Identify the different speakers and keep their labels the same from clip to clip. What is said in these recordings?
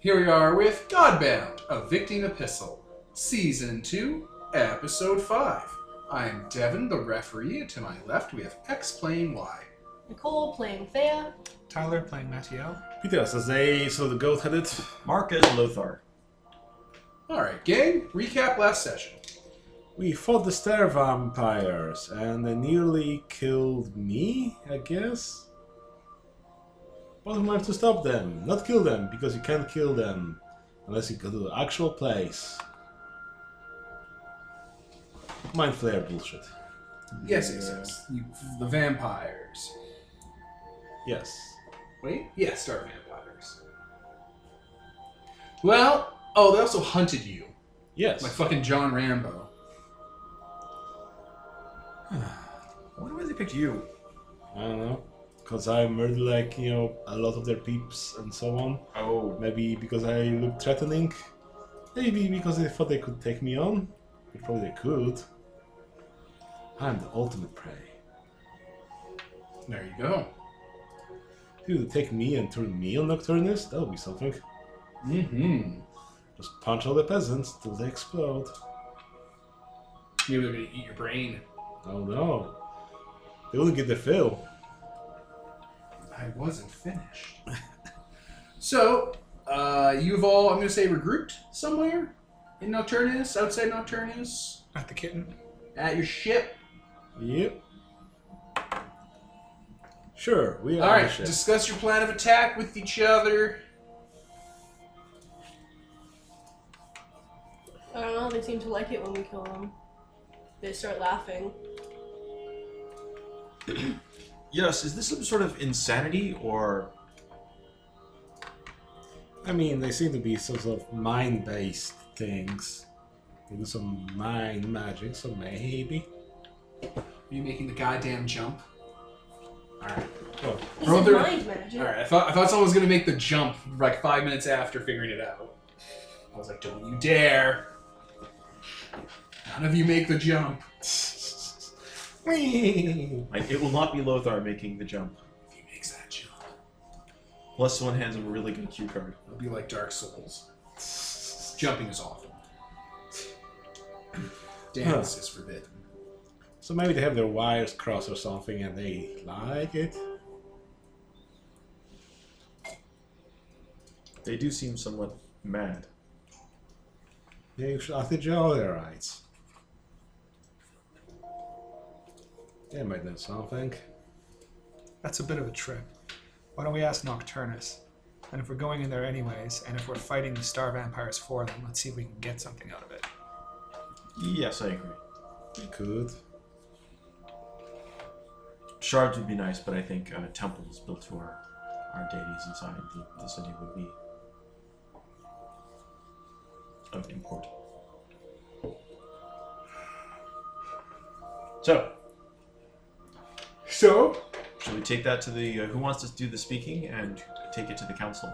Speaker 1: here we are with Godbound, a Victim Epistle, Season 2, Episode 5. I'm Devin, the referee, and to my left we have X playing Y.
Speaker 2: Nicole playing Thea.
Speaker 3: Tyler playing Mattiel.
Speaker 4: Peter says A, so the goat headed.
Speaker 5: Mark as Lothar.
Speaker 1: Alright, gang, recap last session.
Speaker 4: We fought the Stair Vampires, and they nearly killed me, I guess? But we have to stop them, not kill them, because you can't kill them unless you go to the actual place. Mind flare bullshit.
Speaker 1: Yes, yes, yes. You, the vampires.
Speaker 4: Yes.
Speaker 1: Wait, yes, star vampires. Well, oh, they also hunted you.
Speaker 4: Yes.
Speaker 1: Like fucking John Rambo.
Speaker 5: I wonder why they picked you.
Speaker 4: I don't know. Because I murdered, like, you know, a lot of their peeps and so on.
Speaker 5: Oh.
Speaker 4: Maybe because I looked threatening. Maybe because they thought they could take me on. But probably they could. I'm the ultimate prey.
Speaker 1: There you go.
Speaker 4: Dude, take me and turn me on Nocturnus? That would be something.
Speaker 1: Mm-hmm.
Speaker 4: Just punch all the peasants till they explode.
Speaker 1: Maybe they're gonna eat your brain.
Speaker 4: Oh no. They wouldn't get the fill.
Speaker 1: I wasn't finished. so, uh, you've all, I'm going to say, regrouped somewhere in Nocturnus, outside Nocturnus,
Speaker 3: At the kitten.
Speaker 1: at your ship.
Speaker 4: Yep. Sure, we are.
Speaker 1: all
Speaker 4: on the
Speaker 1: right,
Speaker 4: ship.
Speaker 1: discuss your plan of attack with each other.
Speaker 2: I don't know, they seem to like it when we kill them. They start laughing.
Speaker 5: Yes, is this some sort of insanity or.
Speaker 4: I mean, they seem to be some sort of mind based things. They do some mind magic, so maybe.
Speaker 1: Are you making the goddamn jump? All right.
Speaker 4: Oh,
Speaker 2: Is
Speaker 1: Bro,
Speaker 2: it
Speaker 1: they're-
Speaker 2: mind magic?
Speaker 1: All right. I thought I thought someone was gonna make the jump like five minutes after figuring it out. I was like, "Don't you dare!" None of you make the jump.
Speaker 4: Whee!
Speaker 5: Like, it will not be Lothar making the jump.
Speaker 1: If he makes that jump,
Speaker 5: Plus, someone hands him a really good cue card.
Speaker 1: it'll be like Dark Souls. Jumping is awful. Dance is forbidden.
Speaker 4: so maybe they have their wires crossed or something and they like it.
Speaker 5: They do seem somewhat mad.
Speaker 4: They should, I think you all their rights. They might know something.
Speaker 3: That's a bit of a trip. Why don't we ask Nocturnus? And if we're going in there anyways, and if we're fighting the star vampires for them, let's see if we can get something out of it.
Speaker 5: Yes, I agree.
Speaker 4: They could.
Speaker 5: Shards would be nice, but I think uh, temples built to our, our deities inside the, the city would be of import. So,
Speaker 1: So
Speaker 5: Should we take that to the uh, who wants to do the speaking and take it to the council?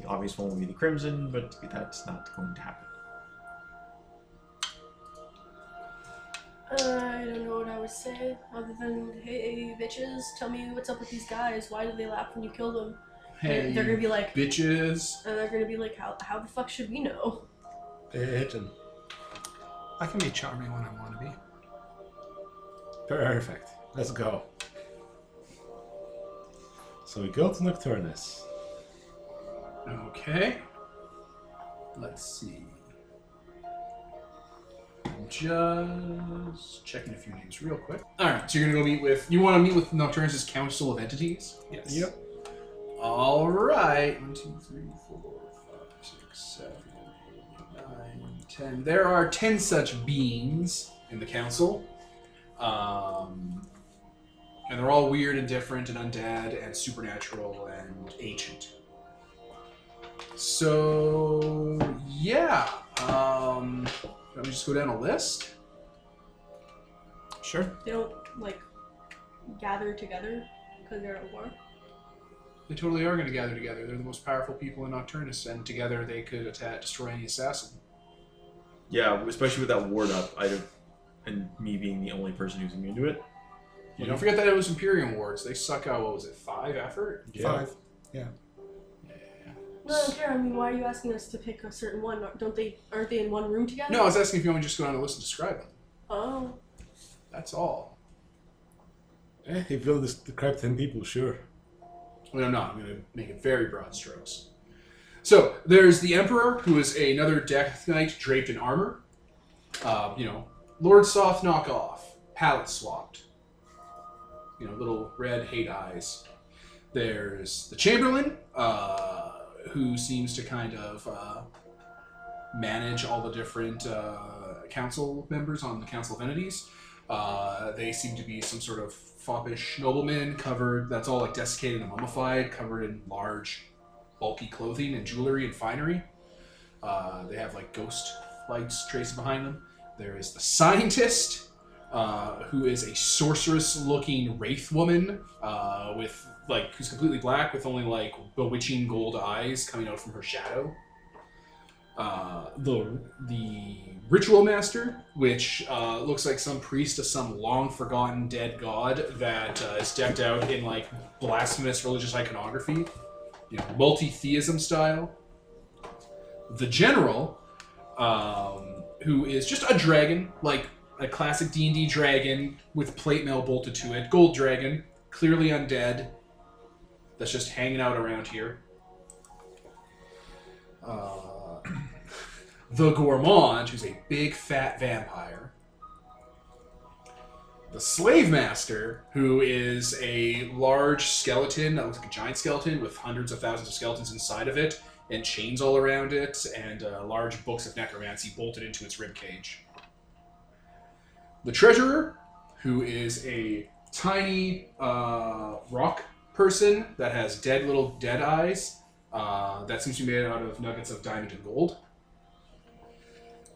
Speaker 5: The obvious one will be the Crimson, but that's not going to happen.
Speaker 2: Uh, I don't know what I would say other than, hey, bitches, tell me what's up with these guys. Why do they laugh when you kill them?
Speaker 1: hey,
Speaker 2: They're- They're gonna be like,
Speaker 1: bitches.
Speaker 2: and they're gonna be like, how, how the fuck should we know?
Speaker 4: Pigeon.
Speaker 3: I can be charming when I want to be.
Speaker 4: Perfect. Let's go. So we go to Nocturnus.
Speaker 1: Okay. Let's see. I'm just checking a few names real quick. All right, so you're gonna go meet with. You want to meet with Nocturnus's Council of Entities.
Speaker 3: Yes.
Speaker 4: Yep.
Speaker 1: All right. One, two, three, four, five, six, seven, eight, nine, ten. There are ten such beings in the council, um, and they're all weird and different, and undead, and supernatural, and ancient. So yeah, um, let me just go down a list.
Speaker 5: Sure.
Speaker 2: They don't, like, gather together because they're at war.
Speaker 1: They totally are going to gather together. They're the most powerful people in Nocturnus, and together they could attack, destroy any assassin.
Speaker 5: Yeah, especially with that ward up, I don't- and me being the only person who's immune to it.
Speaker 1: Yeah, don't forget that it was Imperium Wards. They suck out, what was it, five effort?
Speaker 4: Yeah.
Speaker 3: Five.
Speaker 1: Yeah.
Speaker 2: No, I don't care. I mean, why are you asking us to pick a certain one? Don't they? Aren't they in one room together?
Speaker 1: No, I was asking if you want me to just go down and listen to describe them.
Speaker 2: Oh.
Speaker 1: That's all.
Speaker 4: Eh, if you'll describe 10 people, sure.
Speaker 1: Well, I'm not. I'm going to make it very broad strokes. So there's the Emperor, who is another Death Knight draped in armor. Uh, you know, Lord Soft knockoff, palette swapped. You know, little red hate eyes. There's the Chamberlain, uh, who seems to kind of uh, manage all the different uh, council members on the Council of Entities. Uh, they seem to be some sort of foppish nobleman covered, that's all like desiccated and mummified, covered in large, bulky clothing and jewelry and finery. Uh, they have like ghost lights traced behind them. There is the scientist, uh, who is a sorceress looking wraith woman, uh, with like, who's completely black with only like bewitching gold eyes coming out from her shadow. Uh, the the ritual master, which uh, looks like some priest of some long forgotten dead god that uh, is decked out in like blasphemous religious iconography, you know, multi theism style. The general, um, who is just a dragon, like a classic D and D dragon with plate mail bolted to it, gold dragon, clearly undead, that's just hanging out around here. Uh, the gourmand, who's a big fat vampire. The slave master, who is a large skeleton that looks like a giant skeleton with hundreds of thousands of skeletons inside of it, and chains all around it, and uh, large books of necromancy bolted into its ribcage. The treasurer, who is a tiny uh, rock person that has dead little dead eyes uh, that seems to be made out of nuggets of diamond and gold.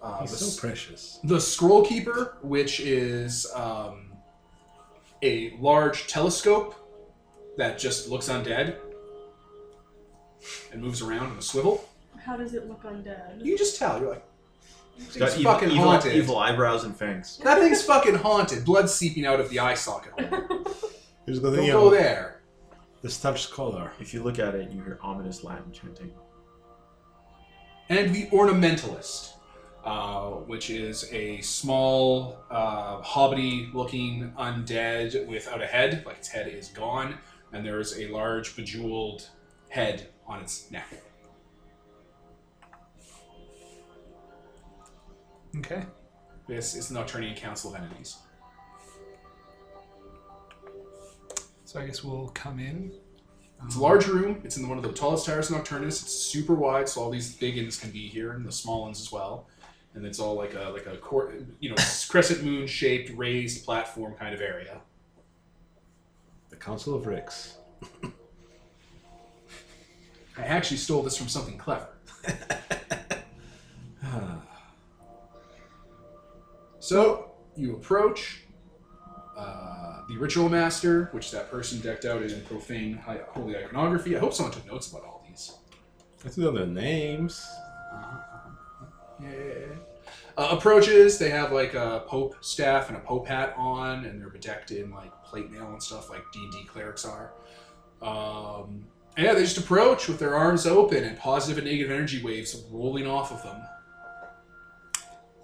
Speaker 1: Uh,
Speaker 4: He's
Speaker 1: the
Speaker 4: so precious.
Speaker 1: the Scroll Keeper, which is um, a large telescope that just looks undead and moves around in a swivel.
Speaker 2: How does it look undead?
Speaker 1: You can just tell. You're like,
Speaker 5: It's
Speaker 1: it's
Speaker 5: got evil,
Speaker 1: fucking
Speaker 5: evil-
Speaker 1: haunted.
Speaker 5: evil eyebrows and fangs.
Speaker 1: That thing's fucking haunted. Blood seeping out of the eye socket.
Speaker 4: He's got
Speaker 1: Don't
Speaker 4: the,
Speaker 1: go
Speaker 4: um,
Speaker 1: there.
Speaker 4: the starched collar.
Speaker 5: If you look at it, you hear ominous Latin chanting.
Speaker 1: and the ornamentalist, uh, which is a small, uh, hobbity-looking undead without a head, like its head is gone, and there is a large bejeweled head on its neck.
Speaker 3: Okay.
Speaker 1: This is the Nocturnian Council of Entities.
Speaker 3: So I guess we'll come in. Um,
Speaker 1: It's a
Speaker 3: Mm.
Speaker 1: large room. It's in one of the tallest towers in Nocturnus. It's super wide, so all these big ins can be here, and the small ins as well. And it's all like a like a cor- you know crescent moon shaped raised platform kind of area.
Speaker 4: The Council of Ricks.
Speaker 1: I actually stole this from something clever. so you approach uh, the ritual master, which that person decked out in profane hi- holy iconography. I hope someone took notes about all these.
Speaker 4: Let's do their names.
Speaker 1: Yeah. Uh, approaches. They have like a pope staff and a pope hat on, and they're bedecked in like plate mail and stuff, like D and D clerics are. Um, and yeah, they just approach with their arms open and positive and negative energy waves rolling off of them.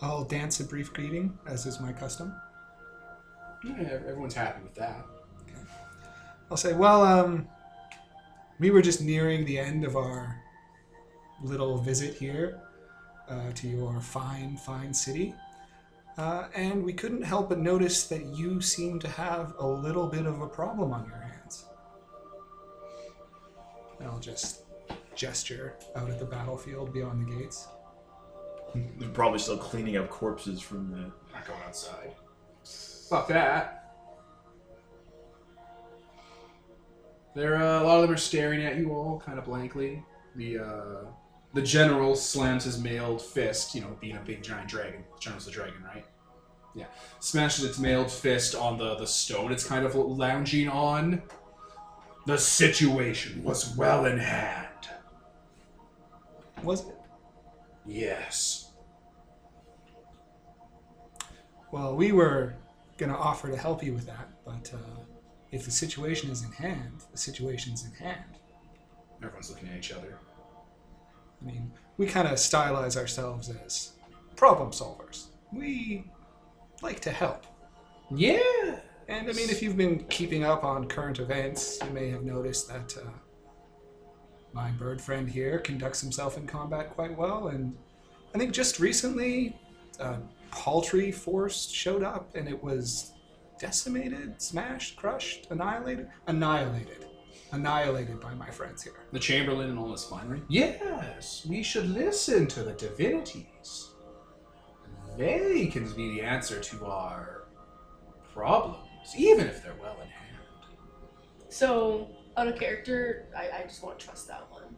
Speaker 3: I'll dance a brief greeting, as is my custom.
Speaker 1: Yeah, everyone's happy with that.
Speaker 3: I'll say, well, um, we were just nearing the end of our little visit here uh, to your fine, fine city. Uh, and we couldn't help but notice that you seem to have a little bit of a problem on your hands. And I'll just gesture out at the battlefield beyond the gates.
Speaker 5: They're probably still cleaning up corpses from the
Speaker 1: not going outside. Fuck that. There, uh, a lot of them are staring at you all, kind of blankly. The uh, the general slams his mailed fist, you know, being a big giant dragon. General's the dragon, right? Yeah. Smashes its mailed fist on the the stone it's kind of lounging on. The situation was well in hand.
Speaker 3: Was it?
Speaker 1: Yes.
Speaker 3: Well, we were going to offer to help you with that, but uh, if the situation is in hand, the situation's in hand.
Speaker 1: Everyone's looking at each other.
Speaker 3: I mean, we kind of stylize ourselves as problem solvers. We like to help.
Speaker 1: Yeah.
Speaker 3: And I mean, if you've been keeping up on current events, you may have noticed that uh, my bird friend here conducts himself in combat quite well. And I think just recently, a paltry force showed up and it was decimated, smashed, crushed, annihilated. Annihilated. Annihilated by my friends here.
Speaker 1: The Chamberlain and all his finery. Yes, we should listen to the divinities. They can be the answer to our problems, even if they're well in hand.
Speaker 2: So, out of character, I, I just won't trust that one.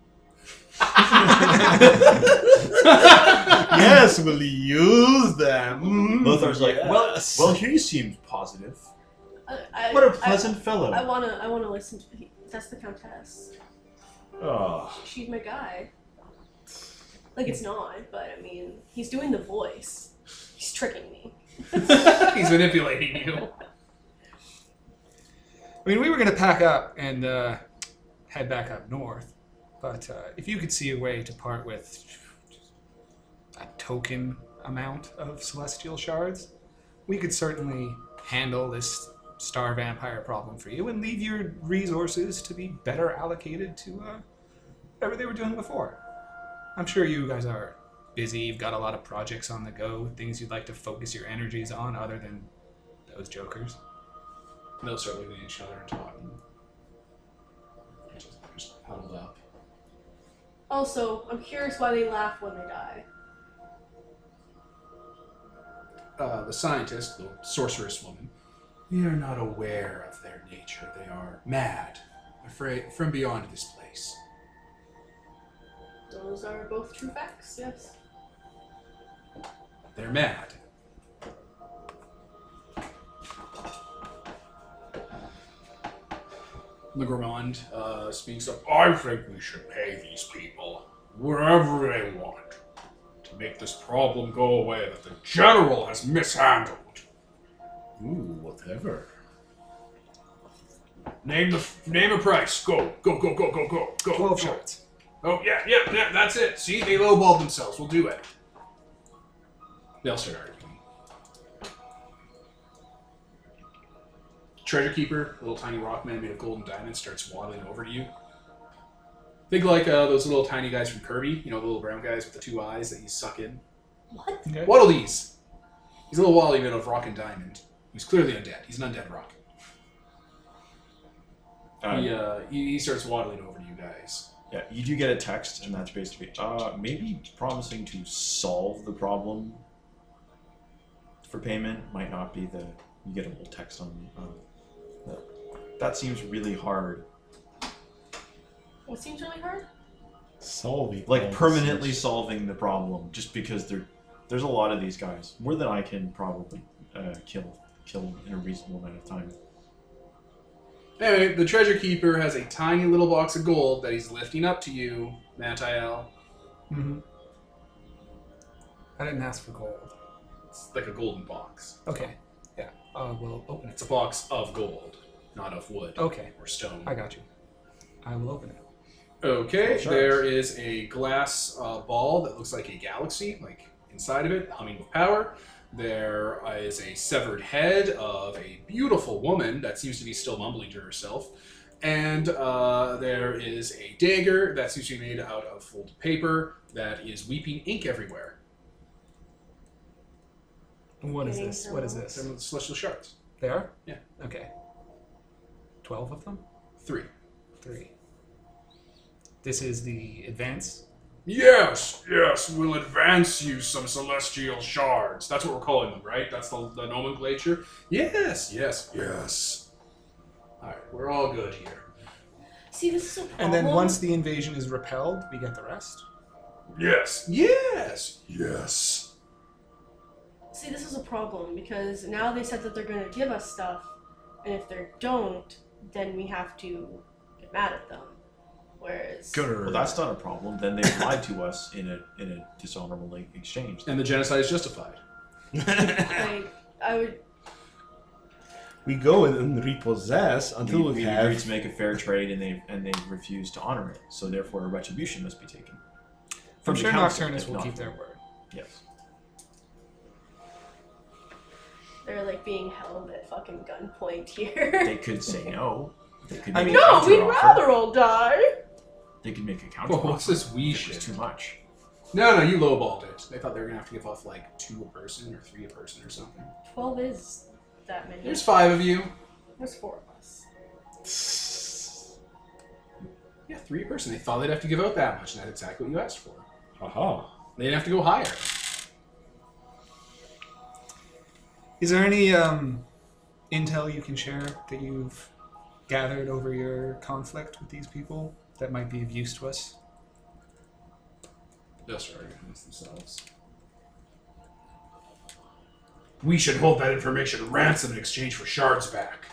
Speaker 4: Ah, yes, we'll use them.
Speaker 5: Lothar's like, well,
Speaker 4: Yes.
Speaker 5: well, he seems positive.
Speaker 2: I, I,
Speaker 5: What a
Speaker 2: I-
Speaker 5: pleasant fellow.
Speaker 2: I wanna, I wanna listen to. He, that's the countess.
Speaker 4: Oh,
Speaker 2: She's my guy. Like it's not, but I mean, he's doing the voice. He's tricking me.
Speaker 1: He's manipulating you.
Speaker 3: I mean, we were going to pack up and uh, head back up north, but uh, if you could see a way to part with a token amount of celestial shards, we could certainly handle this star vampire problem for you and leave your resources to be better allocated to uh, whatever they were doing before. I'm sure you guys are busy, you've got a lot of projects on the go, things you'd like to focus your energies on other than those jokers.
Speaker 1: And they'll start looking at each other and talking. Just, just huddled up.
Speaker 2: Also, I'm curious why they laugh when they die.
Speaker 1: Uh, the scientist, the sorceress woman, we are not aware of their nature. They are mad, afraid from beyond this place.
Speaker 2: Those are both true facts. Yes.
Speaker 1: They're mad. Le Gourmand uh, speaks up. I think we should pay these people whatever they want to make this problem go away that the general has mishandled.
Speaker 4: ooh, whatever.
Speaker 1: Name the name a price. Go go go go go go go.
Speaker 3: 12
Speaker 1: go.
Speaker 3: shards.
Speaker 1: Oh yeah yeah yeah. That's it. See, they lowballed themselves. We'll do it. They'll start arguing. Treasure keeper, little tiny rock man made of gold and diamonds, starts waddling over to you. Think like uh, those little tiny guys from Kirby. You know, the little brown guys with the two eyes that you suck in.
Speaker 2: What?
Speaker 3: Okay.
Speaker 1: Waddledees. He's a little wally made of rock and diamond. He's clearly undead. He's an undead rock.
Speaker 5: Um,
Speaker 1: He, uh, he, he starts waddling over to you guys.
Speaker 5: Yeah, you do get a text, and that's basically uh, maybe promising to solve the problem for payment might not be the. You get a little text on. Um, that, that seems really hard.
Speaker 2: What seems really hard?
Speaker 4: Solving. all
Speaker 5: Like
Speaker 4: the
Speaker 5: permanently
Speaker 4: search.
Speaker 5: solving the problem, just because there, there's a lot of these guys, more than I can probably uh, kill kill in a reasonable amount of time.
Speaker 1: Anyway, the treasure keeper has a tiny little box of gold that he's lifting up to you, Mattiel.
Speaker 3: Mm-hmm. I didn't ask for gold.
Speaker 1: It's like a golden box.
Speaker 3: Okay. Yeah. Uh, we'll open
Speaker 1: It's
Speaker 3: it.
Speaker 1: a box of gold, not of wood
Speaker 3: Okay.
Speaker 1: or stone.
Speaker 3: Oh. I got you. I will open it.
Speaker 1: Okay,
Speaker 5: Sure.
Speaker 1: there is a glass uh, ball that looks like a galaxy, like inside of it, humming with power. There is a severed head of a beautiful woman that seems to be still mumbling to herself. And uh, there is a dagger that seems to be made out of folded paper that is weeping ink everywhere.
Speaker 3: What is
Speaker 2: Getting
Speaker 3: this? What is
Speaker 2: some-
Speaker 3: this?
Speaker 1: Some celestial shards.
Speaker 3: There?
Speaker 1: Yeah.
Speaker 3: Okay. Twelve of them?
Speaker 1: Three.
Speaker 3: Three. This is the advance.
Speaker 1: Yes, yes, we'll advance you some celestial shards. That's what we're calling them, right? That's the, the nomenclature? Yes, yes, yes. Alright, we're all good here.
Speaker 2: See, this is a problem.
Speaker 3: And then once the invasion is repelled, we get the rest.
Speaker 1: Yes, yes, yes.
Speaker 2: See, this is a problem because now they said that they're going to give us stuff, and if they don't, then we have to get mad at them. Whereas,
Speaker 5: Well, that's not a problem. Then they lied to us in a in a dishonorable exchange.
Speaker 1: And the genocide is justified.
Speaker 2: like, I would.
Speaker 4: we go in and repossess until
Speaker 5: we,
Speaker 4: we,
Speaker 5: we agreed
Speaker 4: have.
Speaker 5: to make a fair trade, and they and they refused to honor it. So therefore, a retribution must be taken.
Speaker 3: I'm
Speaker 5: From the
Speaker 3: sure
Speaker 5: council,
Speaker 3: Nocturnus
Speaker 5: if
Speaker 3: will
Speaker 5: not
Speaker 3: keep
Speaker 5: from-
Speaker 3: their word.
Speaker 5: Yes.
Speaker 2: They're like being held at fucking gunpoint here.
Speaker 5: They could say no. They could
Speaker 3: I
Speaker 5: make
Speaker 3: mean-
Speaker 5: a
Speaker 2: no, we'd
Speaker 5: counteroffer.
Speaker 2: rather all die.
Speaker 5: They could make a counter
Speaker 1: Whoa, what's this we
Speaker 5: It was
Speaker 1: shit?
Speaker 5: too much.
Speaker 1: No, no, you lowballed it. They thought they were gonna have to give off like two a person or three a person or something.
Speaker 2: Twelve is that many.
Speaker 1: There's five of you.
Speaker 2: There's four of us.
Speaker 1: Yeah, three a person. They thought they'd have to give out that much, and that's exactly what you asked for.
Speaker 4: Haha.
Speaker 1: They didn't have to go higher.
Speaker 3: Is there any um, intel you can share that you've gathered over your conflict with these people that might be of use to us?
Speaker 1: Just for against themselves. We should hold that information ransom in exchange for shards back.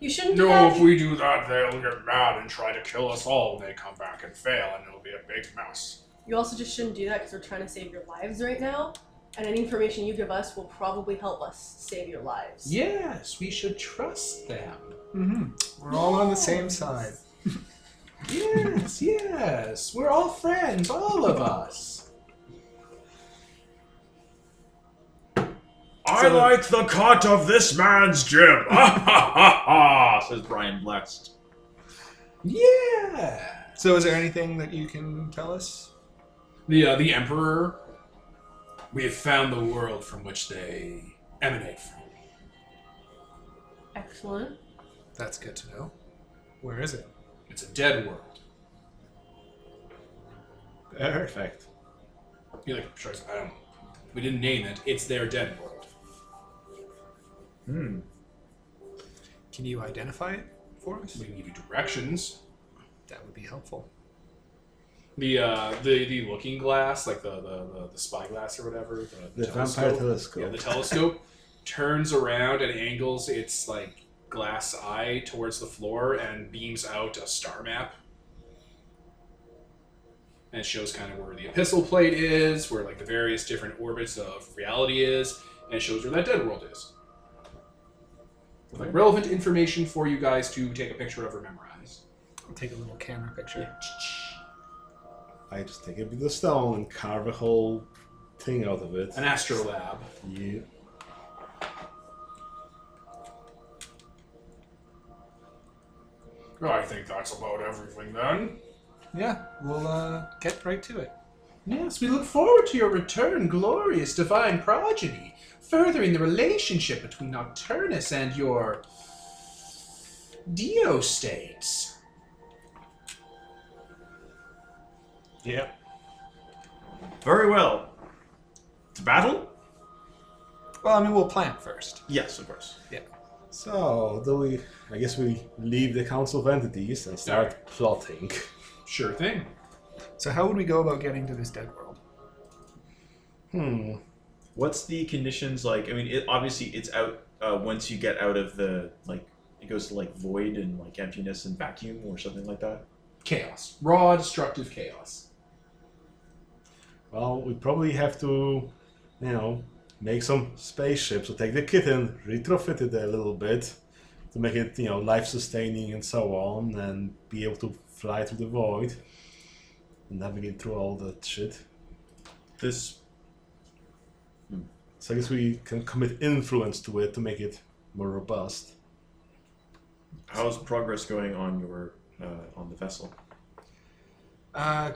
Speaker 2: You shouldn't do
Speaker 1: No,
Speaker 2: that.
Speaker 1: if we do that, they'll get mad and try to kill us all when they come back and fail, and it'll be a big mess.
Speaker 2: You also just shouldn't do that because we're trying to save your lives right now, and any information you give us will probably help us save your lives.
Speaker 1: Yes, we should trust them.
Speaker 3: Mm-hmm. We're all on the same side.
Speaker 1: Yes, yes. We're all friends, all of us.
Speaker 5: I like the cut of this man's jib. Ha ha ha ha! Says Brian Blessed.
Speaker 1: Yeah.
Speaker 3: So, is there anything that you can tell us?
Speaker 1: The uh, the emperor. We have found the world from which they emanate from.
Speaker 2: Excellent.
Speaker 3: That's good to know. Where is it?
Speaker 1: It's a dead world.
Speaker 4: Perfect.
Speaker 1: You're like, sure, I don't. We didn't name it. It's their dead world.
Speaker 4: Hmm.
Speaker 3: Can you identify it for us?
Speaker 1: We can give you directions.
Speaker 3: That would be helpful.
Speaker 1: The uh, the the looking glass, like the the, the, the spyglass or whatever, the,
Speaker 4: The vampire telescope.
Speaker 1: yeah, the telescope turns around and angles its like glass eye towards the floor and beams out a star map. And it shows kind of where the epistle plate is, where like the various different orbits of reality is, and it shows where that dead world is. With, like relevant information for you guys to take a picture of or memorize.
Speaker 3: I'll take a little camera picture.
Speaker 4: I just take a bit of stone and carve a whole thing out of it.
Speaker 1: An astrolab.
Speaker 4: Yeah.
Speaker 1: I think that's about everything then.
Speaker 3: Yeah, we'll uh, get right to it.
Speaker 1: Yes, we look forward to your return, glorious divine progeny, furthering the relationship between Nocturnus and your Dio states.
Speaker 5: Yeah. Very well. To battle?
Speaker 3: Well, I mean, we'll plan first.
Speaker 5: Yes, of course.
Speaker 4: So, do we? I guess we leave the council of entities and start plotting.
Speaker 1: Sure thing.
Speaker 3: So, how would we go about getting to this dead world?
Speaker 4: Hmm.
Speaker 5: What's the conditions like? I mean, it, obviously, it's out uh, once you get out of the like. It goes to like void and like emptiness and vacuum or something like that.
Speaker 1: Chaos. Raw, destructive chaos.
Speaker 4: Well, we probably have to, you know, make some spaceships or take the kitten, retrofit it a little bit to make it, you know, life sustaining and so on, and be able to fly through the void and navigate through all that shit.
Speaker 5: This
Speaker 4: So I guess we can commit influence to it to make it more robust.
Speaker 5: how's progress going on your uh, on the vessel?
Speaker 3: Uh,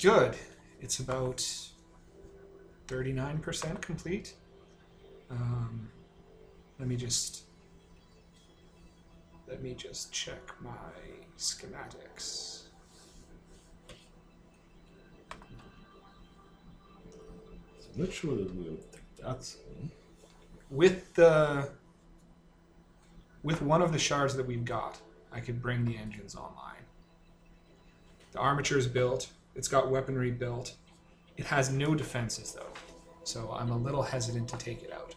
Speaker 3: good. It's about 39% complete. Um, let me just let me just check my schematics.
Speaker 4: So I'm not sure that we'll take that. soon.
Speaker 3: With the with one of the shards that we've got, I could bring the engines online. The armature is built. It's got weaponry built. It has no defenses though, so I'm a little hesitant to take it out.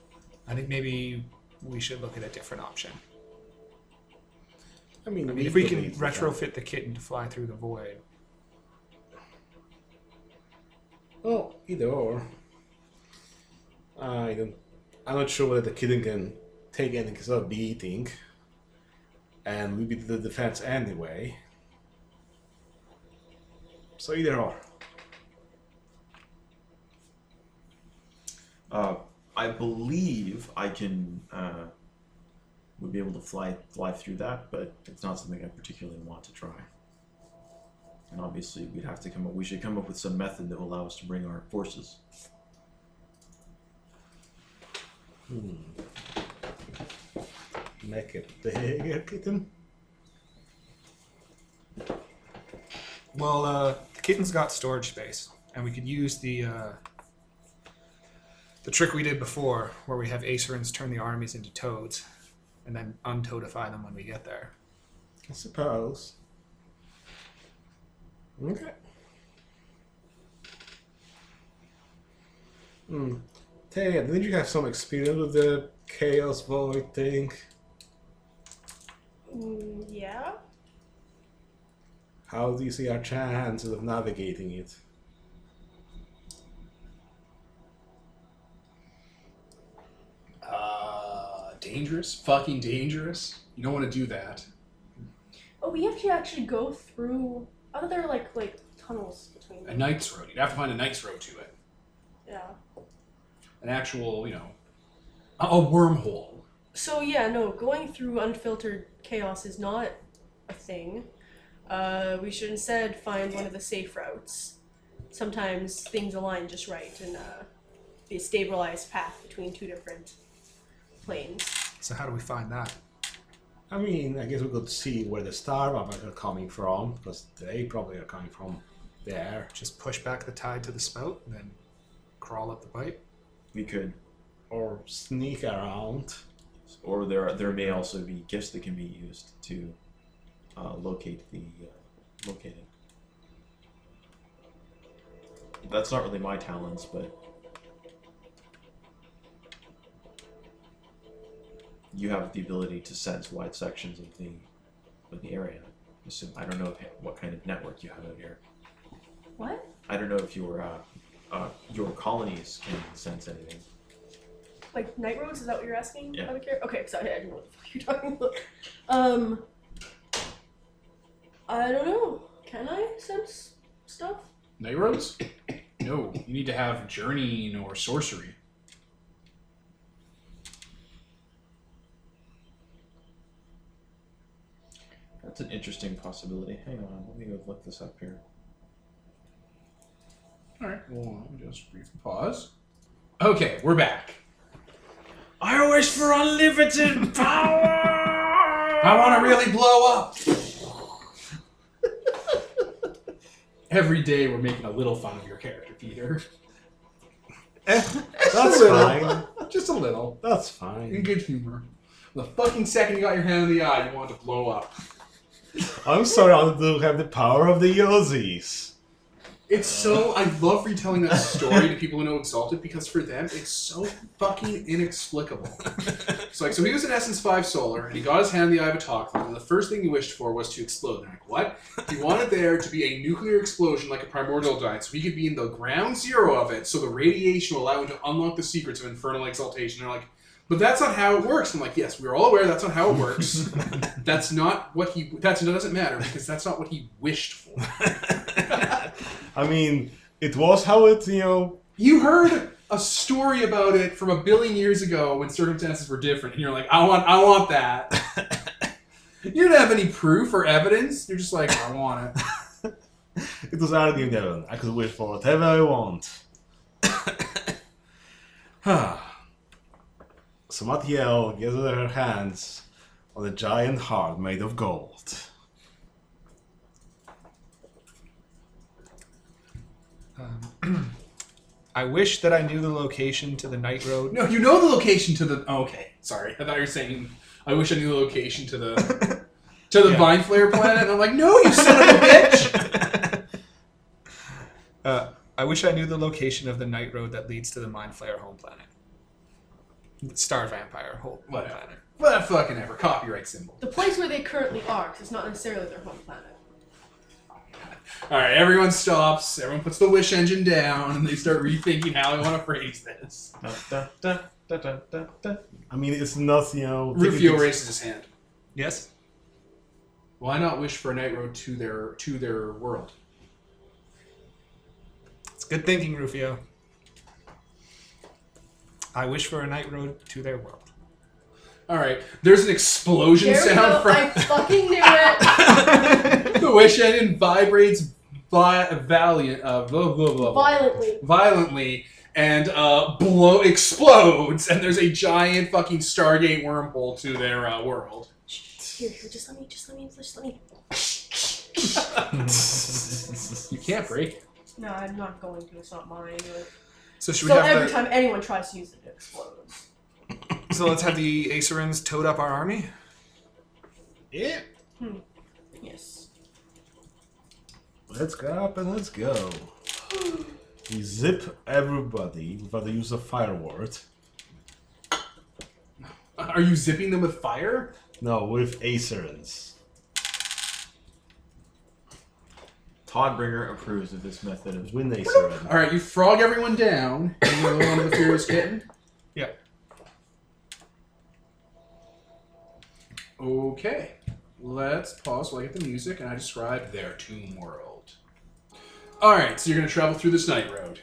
Speaker 3: I think maybe we should look at a different option.
Speaker 4: I mean,
Speaker 3: I mean, if we can retrofit the kitten to fly through the void,
Speaker 4: Well, either or. I don't. I'm not sure whether the kitten can take anything because I'll be eating, E and we beat the defense anyway. So either or.
Speaker 5: Uh, I believe I can uh, would be able to fly fly through that, but it's not something I particularly want to try. And obviously, we'd have to come up. We should come up with some method that will allow us to bring our forces.
Speaker 4: Make it bigger, kitten.
Speaker 3: Well, uh, the kitten's got storage space, and we could use the uh, the trick we did before, where we have Acerans turn the armies into toads, and then untoadify them when we get there.
Speaker 4: I suppose. Okay. Hmm. Taya, didn't you have some experience with the chaos void thing?
Speaker 2: Mm, yeah.
Speaker 4: How do you see our chances of navigating it?
Speaker 1: Uh, dangerous, fucking dangerous. You don't want to do that.
Speaker 2: Oh, we have to actually go through. I thought there were like like tunnels between.
Speaker 1: A
Speaker 2: Them.
Speaker 1: knight's road. You'd have to find a knight's road to it.
Speaker 2: Yeah.
Speaker 1: An actual, you know, a, a wormhole.
Speaker 2: So yeah, no, going through unfiltered chaos is not a thing. Uh, we should instead find one of the safe routes. Sometimes things align just right and uh, be a stabilized path between two different planes.
Speaker 3: So how do we find that?
Speaker 4: I mean, I guess we could see where the star are coming from, because they probably are coming from there.
Speaker 3: Just push back the tide to the spout, and then crawl up the pipe.
Speaker 5: We could,
Speaker 4: Or sneak around.
Speaker 5: or there there may also be gifts that can be used to uh, locate the uh, locate it. That's not really my talents, but you have the ability to sense wide sections of the of the area. Assume, I don't know if, what kind of network you have out here.
Speaker 2: What?
Speaker 5: I don't know if your uh, uh, your colonies can sense anything.
Speaker 2: Like night roads? Is that what you're asking?
Speaker 5: Yeah.
Speaker 2: Out of care? Okay, sorry, I didn't know what the fuck you're talking about. Um, I don't know. Can I sense stuff?
Speaker 1: Night roads? No, you need to have journeying or sorcery.
Speaker 5: That's an interesting possibility. Hang on, let me go look this up here.
Speaker 1: All right, well, I'll just brief pause. Okay, we're back.
Speaker 5: I wish for unlimited power.
Speaker 1: I want to really blow up. Every day we're making a little fun of your character, Peter.
Speaker 4: That's fine.
Speaker 1: Just a little.
Speaker 4: That's
Speaker 1: In
Speaker 4: fine.
Speaker 1: good humor. The fucking second you got your hand in the eye, you wanted to blow up.
Speaker 4: I'm sorry, I do have the power of the Yozis.
Speaker 1: It's so I love retelling that story to people who know Exalted because for them it's so fucking inexplicable. It's like so he was an Essence Five Solar and he got his hand in the eye of a Tok'ra and the first thing he wished for was to explode. And I'm like, what? He wanted there to be a nuclear explosion like a primordial giant, so he could be in the ground zero of it, so the radiation will allow him to unlock the secrets of infernal exaltation. And they're like, but that's not how it works. I'm like, yes, we're all aware that's not how it works. that's not what he. That's that doesn't matter because that's not what he wished for.
Speaker 4: I mean, it was how it, you know.
Speaker 1: You heard a story about it from a billion years ago when circumstances were different, and you're like, I want, I want that. you don't have any proof or evidence. You're just like, I want it.
Speaker 4: It was already in heaven. I could wish for whatever I want. so Matiel gives her hands on a giant heart made of gold.
Speaker 3: Um, I wish that I knew the location to the night road.
Speaker 1: No, you know the location to the. Oh, okay, sorry. I thought you were saying, I wish I knew the location to the to the
Speaker 3: Yeah.
Speaker 1: vine flare planet. And I'm like, no, you son of a bitch.
Speaker 3: Uh, I wish I knew the location of the night road that leads to the Mind Flayer home planet. Star Vampire home, home
Speaker 1: Whatever.
Speaker 3: planet.
Speaker 1: But fucking ever copyright symbol.
Speaker 2: The place where they currently are, 'cause it's not necessarily their home planet.
Speaker 1: All right, everyone stops. Everyone puts the wish engine down, and they start rethinking how they want to phrase this.
Speaker 4: I mean, it's not, you know.
Speaker 1: Rufio raises his hand.
Speaker 3: Yes.
Speaker 1: Why not wish for a night road to their to their world?
Speaker 3: It's good thinking, Rufio. I wish for a night road to their world.
Speaker 1: All right. There's an explosion
Speaker 2: There we go.
Speaker 1: sound
Speaker 2: I fucking knew it.
Speaker 1: from the wish engine vibrates vi- valiant, uh, blah, blah, blah, blah.
Speaker 2: Violently.
Speaker 1: violently and uh, blow explodes, and there's a giant fucking Stargate wormhole to their uh, world.
Speaker 2: Here, here, just let me, just let me, just let me.
Speaker 1: You can't break it.
Speaker 2: No, I'm not going to. It's not mine. But...
Speaker 3: So should we
Speaker 2: So
Speaker 3: have
Speaker 2: every
Speaker 3: the,
Speaker 2: time anyone tries to use it, it explodes.
Speaker 3: so let's have the Acerins toad up our army.
Speaker 4: Yeah.
Speaker 2: Yes.
Speaker 4: Let's go up and let's go. We zip everybody without the use of fire word.
Speaker 1: Are you zipping them with fire?
Speaker 4: No, with Acerins.
Speaker 5: Todd Bringer approves of this method of
Speaker 4: Win Acerin.
Speaker 1: All right, you frog everyone down, and you go on the furious kitten.
Speaker 3: Yeah.
Speaker 1: Okay, let's pause while I get the music, and I describe their tomb world. All right, so you're gonna travel through this night road.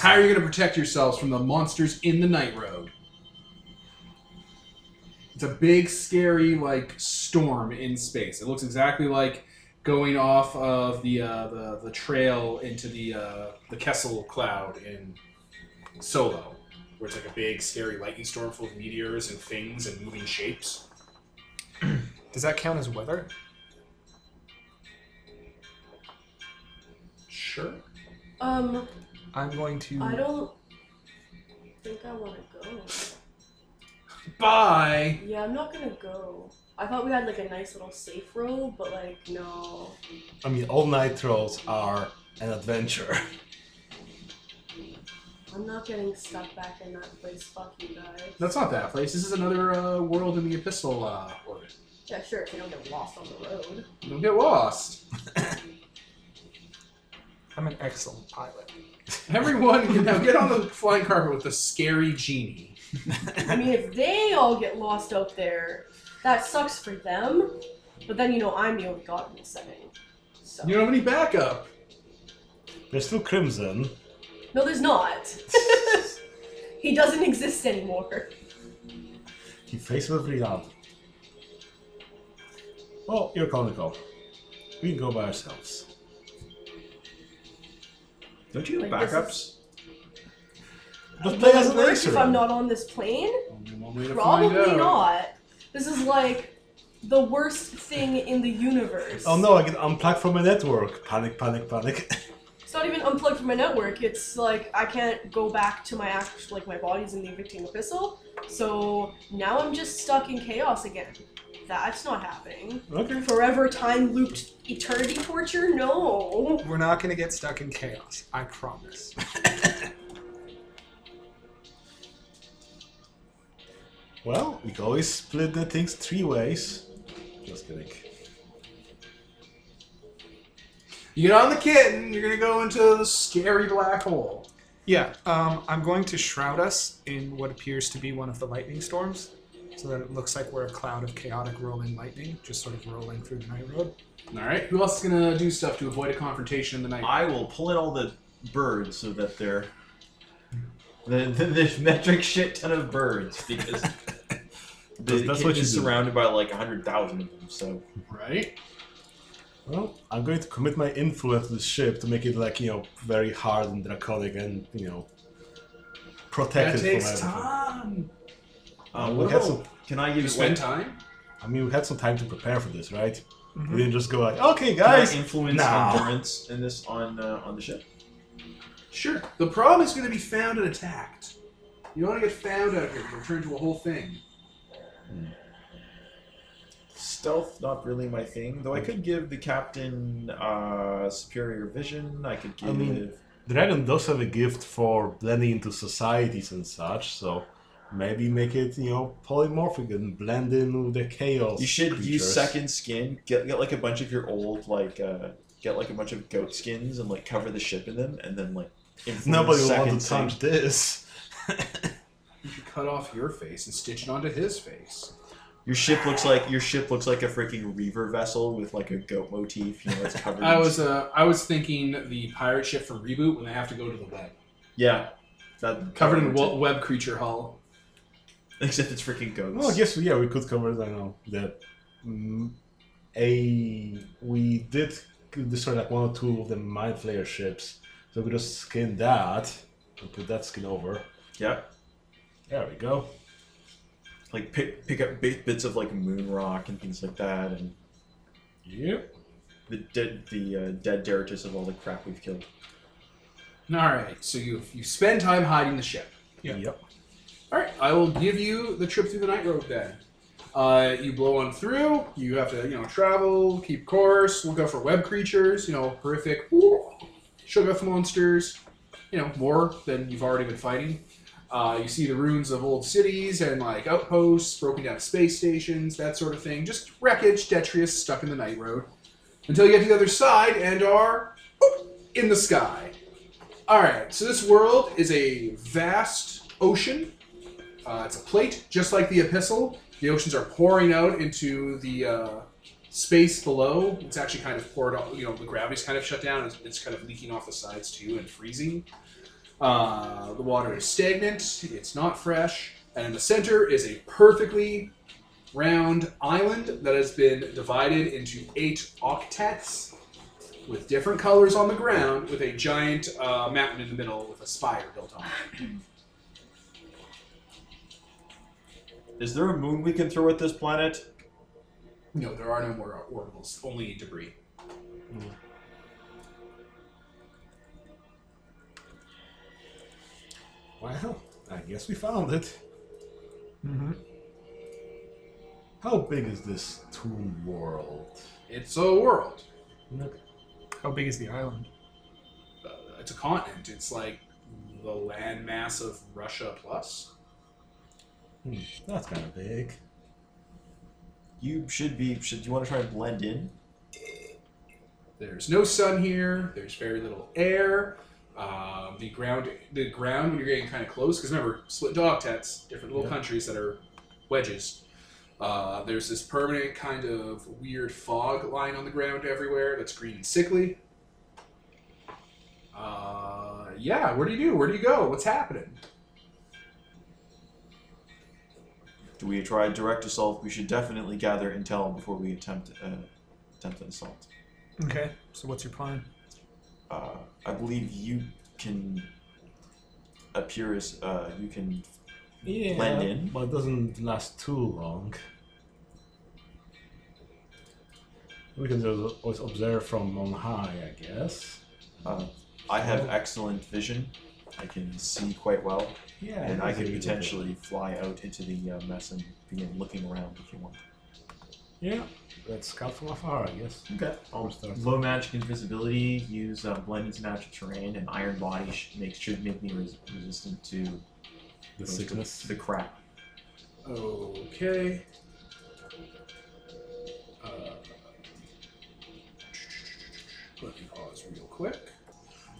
Speaker 1: How are you going to protect yourselves from the monsters in the night road? It's a big, scary, like storm in space. It looks exactly like going off of the uh, the, the trail into the uh, the Kessel cloud in Solo, where it's like a big, scary lightning storm full of meteors and things and moving shapes.
Speaker 3: Does that count as weather?
Speaker 1: Sure.
Speaker 2: Um,
Speaker 3: I'm going to.
Speaker 2: I don't think I want to go.
Speaker 1: Bye.
Speaker 2: Yeah, I'm not gonna go. I thought we had like a nice little safe road, but like no.
Speaker 4: I mean, all nitros are an adventure.
Speaker 2: I'm not getting stuck back in that place. Fuck you guys.
Speaker 1: That's not that place. This is another uh, world in the Epistle uh, orbit.
Speaker 2: Yeah, sure. If you don't get lost on the road.
Speaker 1: Don't get lost.
Speaker 3: I'm an excellent pilot.
Speaker 1: Everyone can now get on the flying carpet with the scary genie.
Speaker 2: I mean, if they all get lost out there, that sucks for them. But then you know I'm the only god in the setting. So
Speaker 1: You don't have any backup.
Speaker 4: There's still Crimson.
Speaker 2: no, there's not. he doesn't exist anymore.
Speaker 4: He faced with reality. Well, you're conical. We can go by ourselves.
Speaker 5: Don't you have
Speaker 2: Like, this
Speaker 5: backups?
Speaker 4: Just
Speaker 2: Will
Speaker 4: play as
Speaker 2: it
Speaker 4: an
Speaker 2: work if I'm
Speaker 4: Acerin.
Speaker 2: not on this plane?
Speaker 1: Only one way to find
Speaker 2: Probably
Speaker 1: out.
Speaker 2: not. This is like the worst thing in the universe.
Speaker 4: Oh no, I get unplugged from my network. Panic, panic, panic.
Speaker 2: It's not even unplugged from my network. It's like I can't go back to my act like my body's in the evicting epistle. So now I'm just stuck in chaos again. That's not happening.
Speaker 4: okay.
Speaker 2: Forever time looped eternity torture? No.
Speaker 3: We're not going to get stuck in chaos. I promise.
Speaker 4: Well, we can always split the things three ways. Just kidding.
Speaker 1: You get on the kitten, you're gonna go into the scary black hole.
Speaker 3: Yeah, um, I'm going to shroud us in what appears to be one of the lightning storms, so that it looks like we're a cloud of chaotic rolling lightning, just sort of rolling through the night road.
Speaker 1: All right. Who else is gonna do stuff to avoid a confrontation in the night?
Speaker 5: I will pull in all the birds so that they're. The, the, the metric shit ton of birds because the
Speaker 4: That's- that's
Speaker 5: kitchen
Speaker 4: what you
Speaker 5: is
Speaker 4: do.
Speaker 5: surrounded by like 100,000 of them. So
Speaker 1: right.
Speaker 4: Well, I'm going to commit my influence to the ship to make it like you know very hard and draconic and you know
Speaker 1: That
Speaker 4: protected
Speaker 1: takes
Speaker 4: from everything.
Speaker 1: time.
Speaker 5: um,
Speaker 4: we
Speaker 5: what
Speaker 4: have
Speaker 5: about,
Speaker 4: some-
Speaker 5: can I
Speaker 1: You
Speaker 5: give
Speaker 1: spend
Speaker 5: like,
Speaker 1: time.
Speaker 4: I mean, we had some time to prepare for this, right?
Speaker 3: Mhm.
Speaker 4: We didn't just go like, okay,
Speaker 5: can I
Speaker 4: guys.
Speaker 5: influence
Speaker 4: Nah.
Speaker 5: endurance in this on uh, on the ship?
Speaker 1: Sure. The problem is gonna be found and attacked. You don't want to get found out here. You'll turn to a whole thing.
Speaker 5: Stealth, not really my thing. Though I could give the captain uh, superior vision. I could give.
Speaker 4: I mean- Dragon does have a gift for blending into societies and such, so maybe make it you know polymorphic and blend in with the chaos.
Speaker 5: you should use
Speaker 4: creatures.
Speaker 5: second skin. Get get like a bunch of your old like uh, get like a bunch of goat skins and like cover the ship in them, and then like. influence
Speaker 4: Nobody will
Speaker 5: second
Speaker 4: want to touch this.
Speaker 1: You should cut off your face and stitch it onto his face.
Speaker 5: Your ship looks like your ship looks like a freaking reaver vessel with like a goat motif. You know, it's covered.
Speaker 1: I
Speaker 5: in-
Speaker 1: was uh, I was thinking the pirate ship from reboot when they have to go to the web.
Speaker 5: yeah. That
Speaker 1: Covered in wo- web creature hull.
Speaker 5: Except it's freaking goats.
Speaker 4: Well, I guess Oh, yeah, we could cover. I know that mm, a we did destroy like one or two of the mind flayer ships, so we could just skin that and put that skin over.
Speaker 5: Yeah.
Speaker 4: There we go.
Speaker 5: Like pick pick up bit, bits of like moon rock and things like that, and
Speaker 4: Yep.
Speaker 5: the dead the uh, dead Deratus of all the crap we've killed.
Speaker 1: All right, so you you spend time hiding the ship.
Speaker 3: Yeah.
Speaker 4: Yep.
Speaker 1: All right, I will give you the trip through the night road then. Uh, you blow on through. You have to, you know, travel, keep course, look out for web creatures, you know, horrific shoggoth monsters, you know, more than you've already been fighting. Uh, you see the ruins of old cities and like outposts, broken down space stations, that sort of thing. Just wreckage, detritus stuck in the night road until you get to the other side and are boop, in the sky. All right, so this world is a vast ocean. Uh, it's a plate, just like the epistle. The oceans are pouring out into the uh, space below. It's actually kind of poured out, you know, the gravity's kind of shut down. It's, it's kind of leaking off the sides too and freezing. Uh, the water is stagnant, it's not fresh. And in the center is a perfectly round island that has been divided into eight octets with different colors on the ground, with a giant uh, mountain in the middle with a spire built on it.
Speaker 5: Is there a moon we can throw at this planet?
Speaker 1: No, there are no more orbitals, only debris.
Speaker 4: Well, I guess we found it.
Speaker 3: Mm-hmm.
Speaker 4: How big is this tomb world?
Speaker 1: It's a world.
Speaker 3: How big is the island?
Speaker 1: Uh, it's a continent. It's like the landmass of Russia plus.
Speaker 4: Hmm, that's kind of big.
Speaker 5: You should be. Should you want to try and blend in?
Speaker 1: There's no sun here. There's very little air. Um, the ground, the ground when you're getting kind of close, because remember, split dog tats, different little
Speaker 4: Yeah.
Speaker 1: countries that are wedges. Uh, there's this permanent kind of weird fog line on the ground everywhere that's green and sickly. Uh, yeah, where do you do? Where do you go? What's happening?
Speaker 5: Do we try a direct assault? We should definitely gather intel before we attempt uh, attempt an assault.
Speaker 3: Okay. So what's your plan?
Speaker 5: Uh, I believe you can appear as uh, you can.
Speaker 4: Yeah.
Speaker 5: Blend in.
Speaker 4: But it doesn't last too long. We can just always observe from on high, I guess.
Speaker 5: Uh, I have excellent vision. I can see quite well,
Speaker 4: Yeah.
Speaker 5: and I
Speaker 4: that's a
Speaker 5: could
Speaker 4: good
Speaker 5: potentially fly out into the uh, mess and begin looking around if you want.
Speaker 4: idea. Yeah. Let's scout from afar, I guess.
Speaker 5: Okay.
Speaker 4: I'll start.
Speaker 5: Low magic invisibility, use uh, blend into natural terrain, and iron body sh- make, should make me res- resistant to
Speaker 4: The
Speaker 5: most of
Speaker 4: sickness.
Speaker 5: The crap.
Speaker 1: Okay. Uh, let me pause real quick.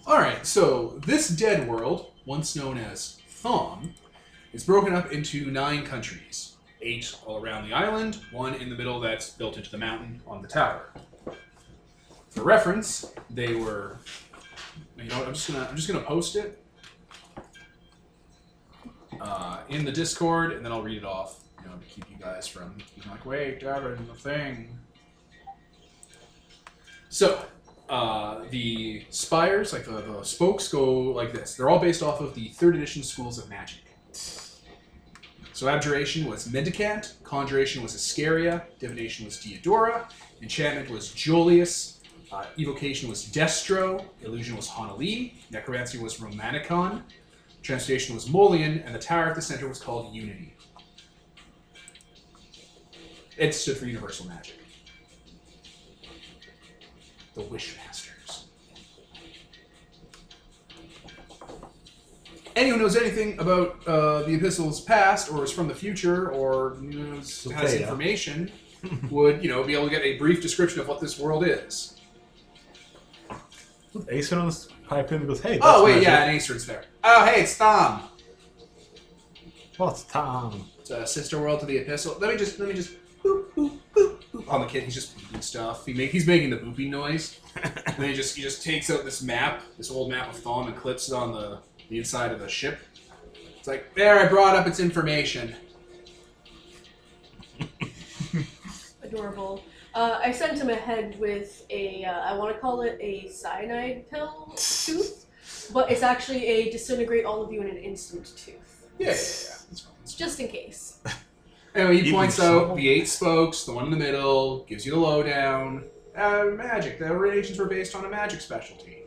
Speaker 1: Alright, so this dead world, once known as Thom, is broken up into nine countries. Eight all around the island, one in the middle that's built into the mountain on the tower. For reference, they were. You know what? I'm just gonna I'm just gonna post it uh, in the Discord, and then I'll read it off, you know, to keep you guys from being like, wait, Darren, the thing. So, uh, the spires, like the, the spokes, go like this. They're all based off of the third edition schools of magic. So, abjuration was mendicant, conjuration was Iscaria, divination was Diodora, enchantment was Jolius, uh, evocation was Destro, illusion was Honali, necromancy was Romanicon, Transportation was Molian, and the tower at the center was called Unity. It stood for Universal Magic. The Wishmasters. Anyone knows anything about uh, the epistle's past, or is from the future, or knows,
Speaker 4: So
Speaker 1: has
Speaker 4: Thea.
Speaker 1: information, would you know be able to get a brief description of what this world is?
Speaker 4: Acerons pipe in and goes, hey, that's
Speaker 1: oh wait, yeah,
Speaker 4: magic.
Speaker 1: and Acer's there. Oh hey, it's Thom.
Speaker 4: What's Tom?
Speaker 1: It's a sister world to the epistle. Let me just let me just boop boop boop boop on the kid. He's just booping stuff. He make, he's making the booping noise. and then he just he just takes out this map, this old map of Thom, and clips it on the, the inside of the ship. It's like, there, I brought up its information.
Speaker 2: Adorable. Uh, I sent him ahead with a, uh, I want to call it a cyanide pill tooth, but it's actually a disintegrate all of you in an instant tooth.
Speaker 1: Yeah, yeah, yeah. That's fine.
Speaker 2: It's just in case.
Speaker 1: Anyway, he
Speaker 5: Even
Speaker 1: points
Speaker 5: so.
Speaker 1: out the eight spokes, the one in the middle, gives you the lowdown. Uh, magic. The radiations were based on a magic specialty.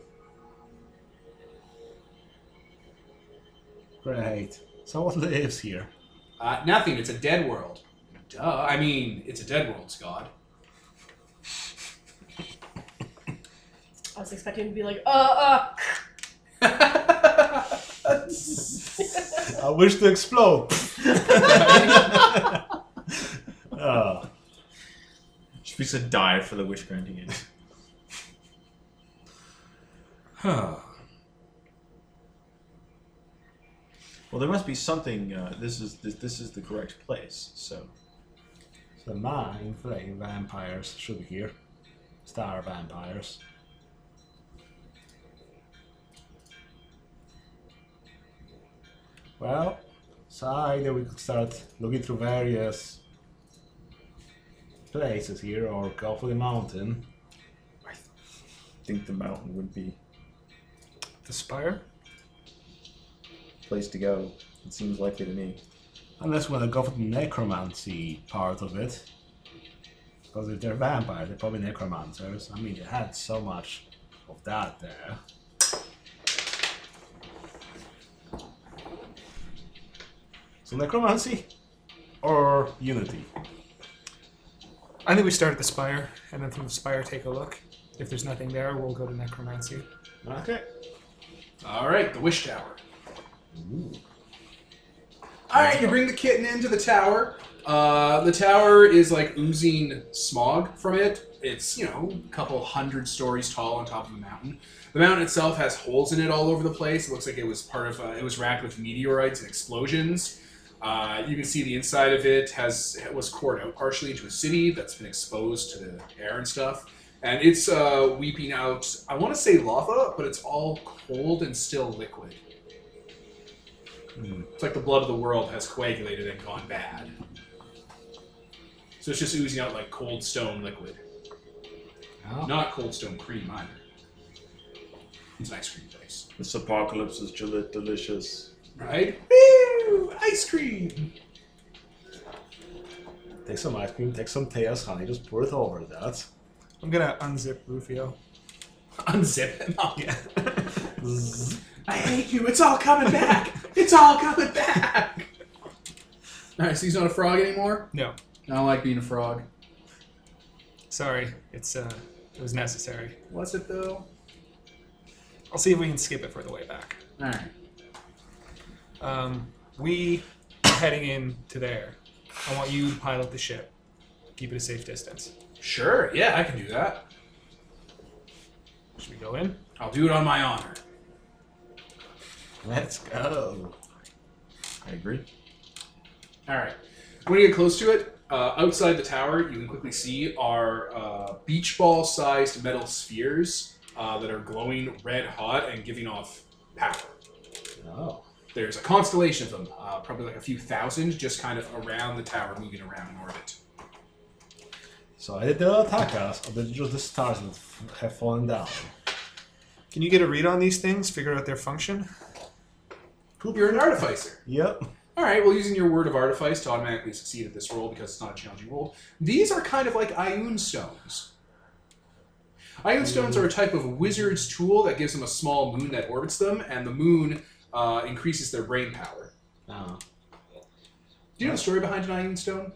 Speaker 4: Great. So what lives here?
Speaker 1: Uh, nothing. It's a dead world. Duh. I mean, it's a dead world, Scott.
Speaker 2: I was expecting him to be like, uh, uh,
Speaker 4: I wish to explode. Ah.
Speaker 5: She makes a dive for the wish granting end.
Speaker 4: Huh.
Speaker 5: Well, there must be something. Uh, this is this, this is the correct place. So
Speaker 4: The mine playing vampires should be here. Star vampires. Well, so either we could start looking through various places here or go for the mountain.
Speaker 5: I think the mountain would be
Speaker 3: The spire?
Speaker 5: the place to go. It seems likely to me.
Speaker 4: Unless we want to go for the necromancy part of it. Because if they're vampires, they're probably necromancers. I mean, they had so much of that there. So, necromancy or unity?
Speaker 3: I think we start at the spire, and then from the spire take a look. If there's nothing there, we'll go to necromancy.
Speaker 4: Okay.
Speaker 1: All right, the wish tower. All right, you bring the kitten into the tower. Uh, the tower is like oozing smog from it. It's you know a couple hundred stories tall on top of a mountain. The mountain itself has holes in it all over the place. It looks like it was part of uh, it was racked with meteorites and explosions. Uh, you can see the inside of it has it was cored out partially into a city that's been exposed to the air and stuff, and it's uh, weeping out. I want to say lava, but it's all cold and still liquid.
Speaker 4: Hmm.
Speaker 1: It's like the blood of the world has coagulated and gone bad. So it's just oozing out like cold stone liquid.
Speaker 4: Yeah.
Speaker 1: Not cold stone cream either. It's an ice cream place.
Speaker 5: This apocalypse is gel- delicious.
Speaker 1: Right? Woo! Ice cream!
Speaker 4: Take some ice cream, take some Teos honey, just pour it over that.
Speaker 3: I'm gonna unzip Rufio.
Speaker 1: Unzip Oh, him up.
Speaker 3: Yeah.
Speaker 4: Zzz.
Speaker 1: I hate you. It's all coming back. it's all coming back. Alright, so he's not a frog anymore?
Speaker 3: No,
Speaker 1: I don't like being a frog.
Speaker 3: sorry. It's uh, it was necessary.
Speaker 1: Was it though?
Speaker 3: I'll see if we can skip it for the way back.
Speaker 1: Alright.
Speaker 3: Um, we are heading in to there. I want you to pilot the ship. Keep it a safe distance.
Speaker 1: Sure, yeah, I can do that.
Speaker 3: Should we go in?
Speaker 1: I'll do it on my honor.
Speaker 4: Let's go.
Speaker 5: I agree.
Speaker 1: All right. When you get close to it, uh, outside the tower, you can quickly see are uh, beach ball sized metal spheres uh, that are glowing red hot and giving off power.
Speaker 4: Oh.
Speaker 1: There's a constellation of them, uh, probably like a few thousand, just kind of around the tower, moving around in orbit.
Speaker 4: So, did they attack us, or did just the stars that f- have fallen down?
Speaker 3: Can you get a read on these things? Figure out their function.
Speaker 1: Poop, you're an artificer.
Speaker 4: Yep.
Speaker 1: All right, well, using your word of artifice to automatically succeed at this roll because it's not a challenging roll, these are kind of like Ioun stones. Ioun stones are a type of wizard's tool that gives them a small moon that orbits them, and the moon uh, increases their brain power.
Speaker 4: Oh.
Speaker 1: Do you know the story behind an Ioun stone?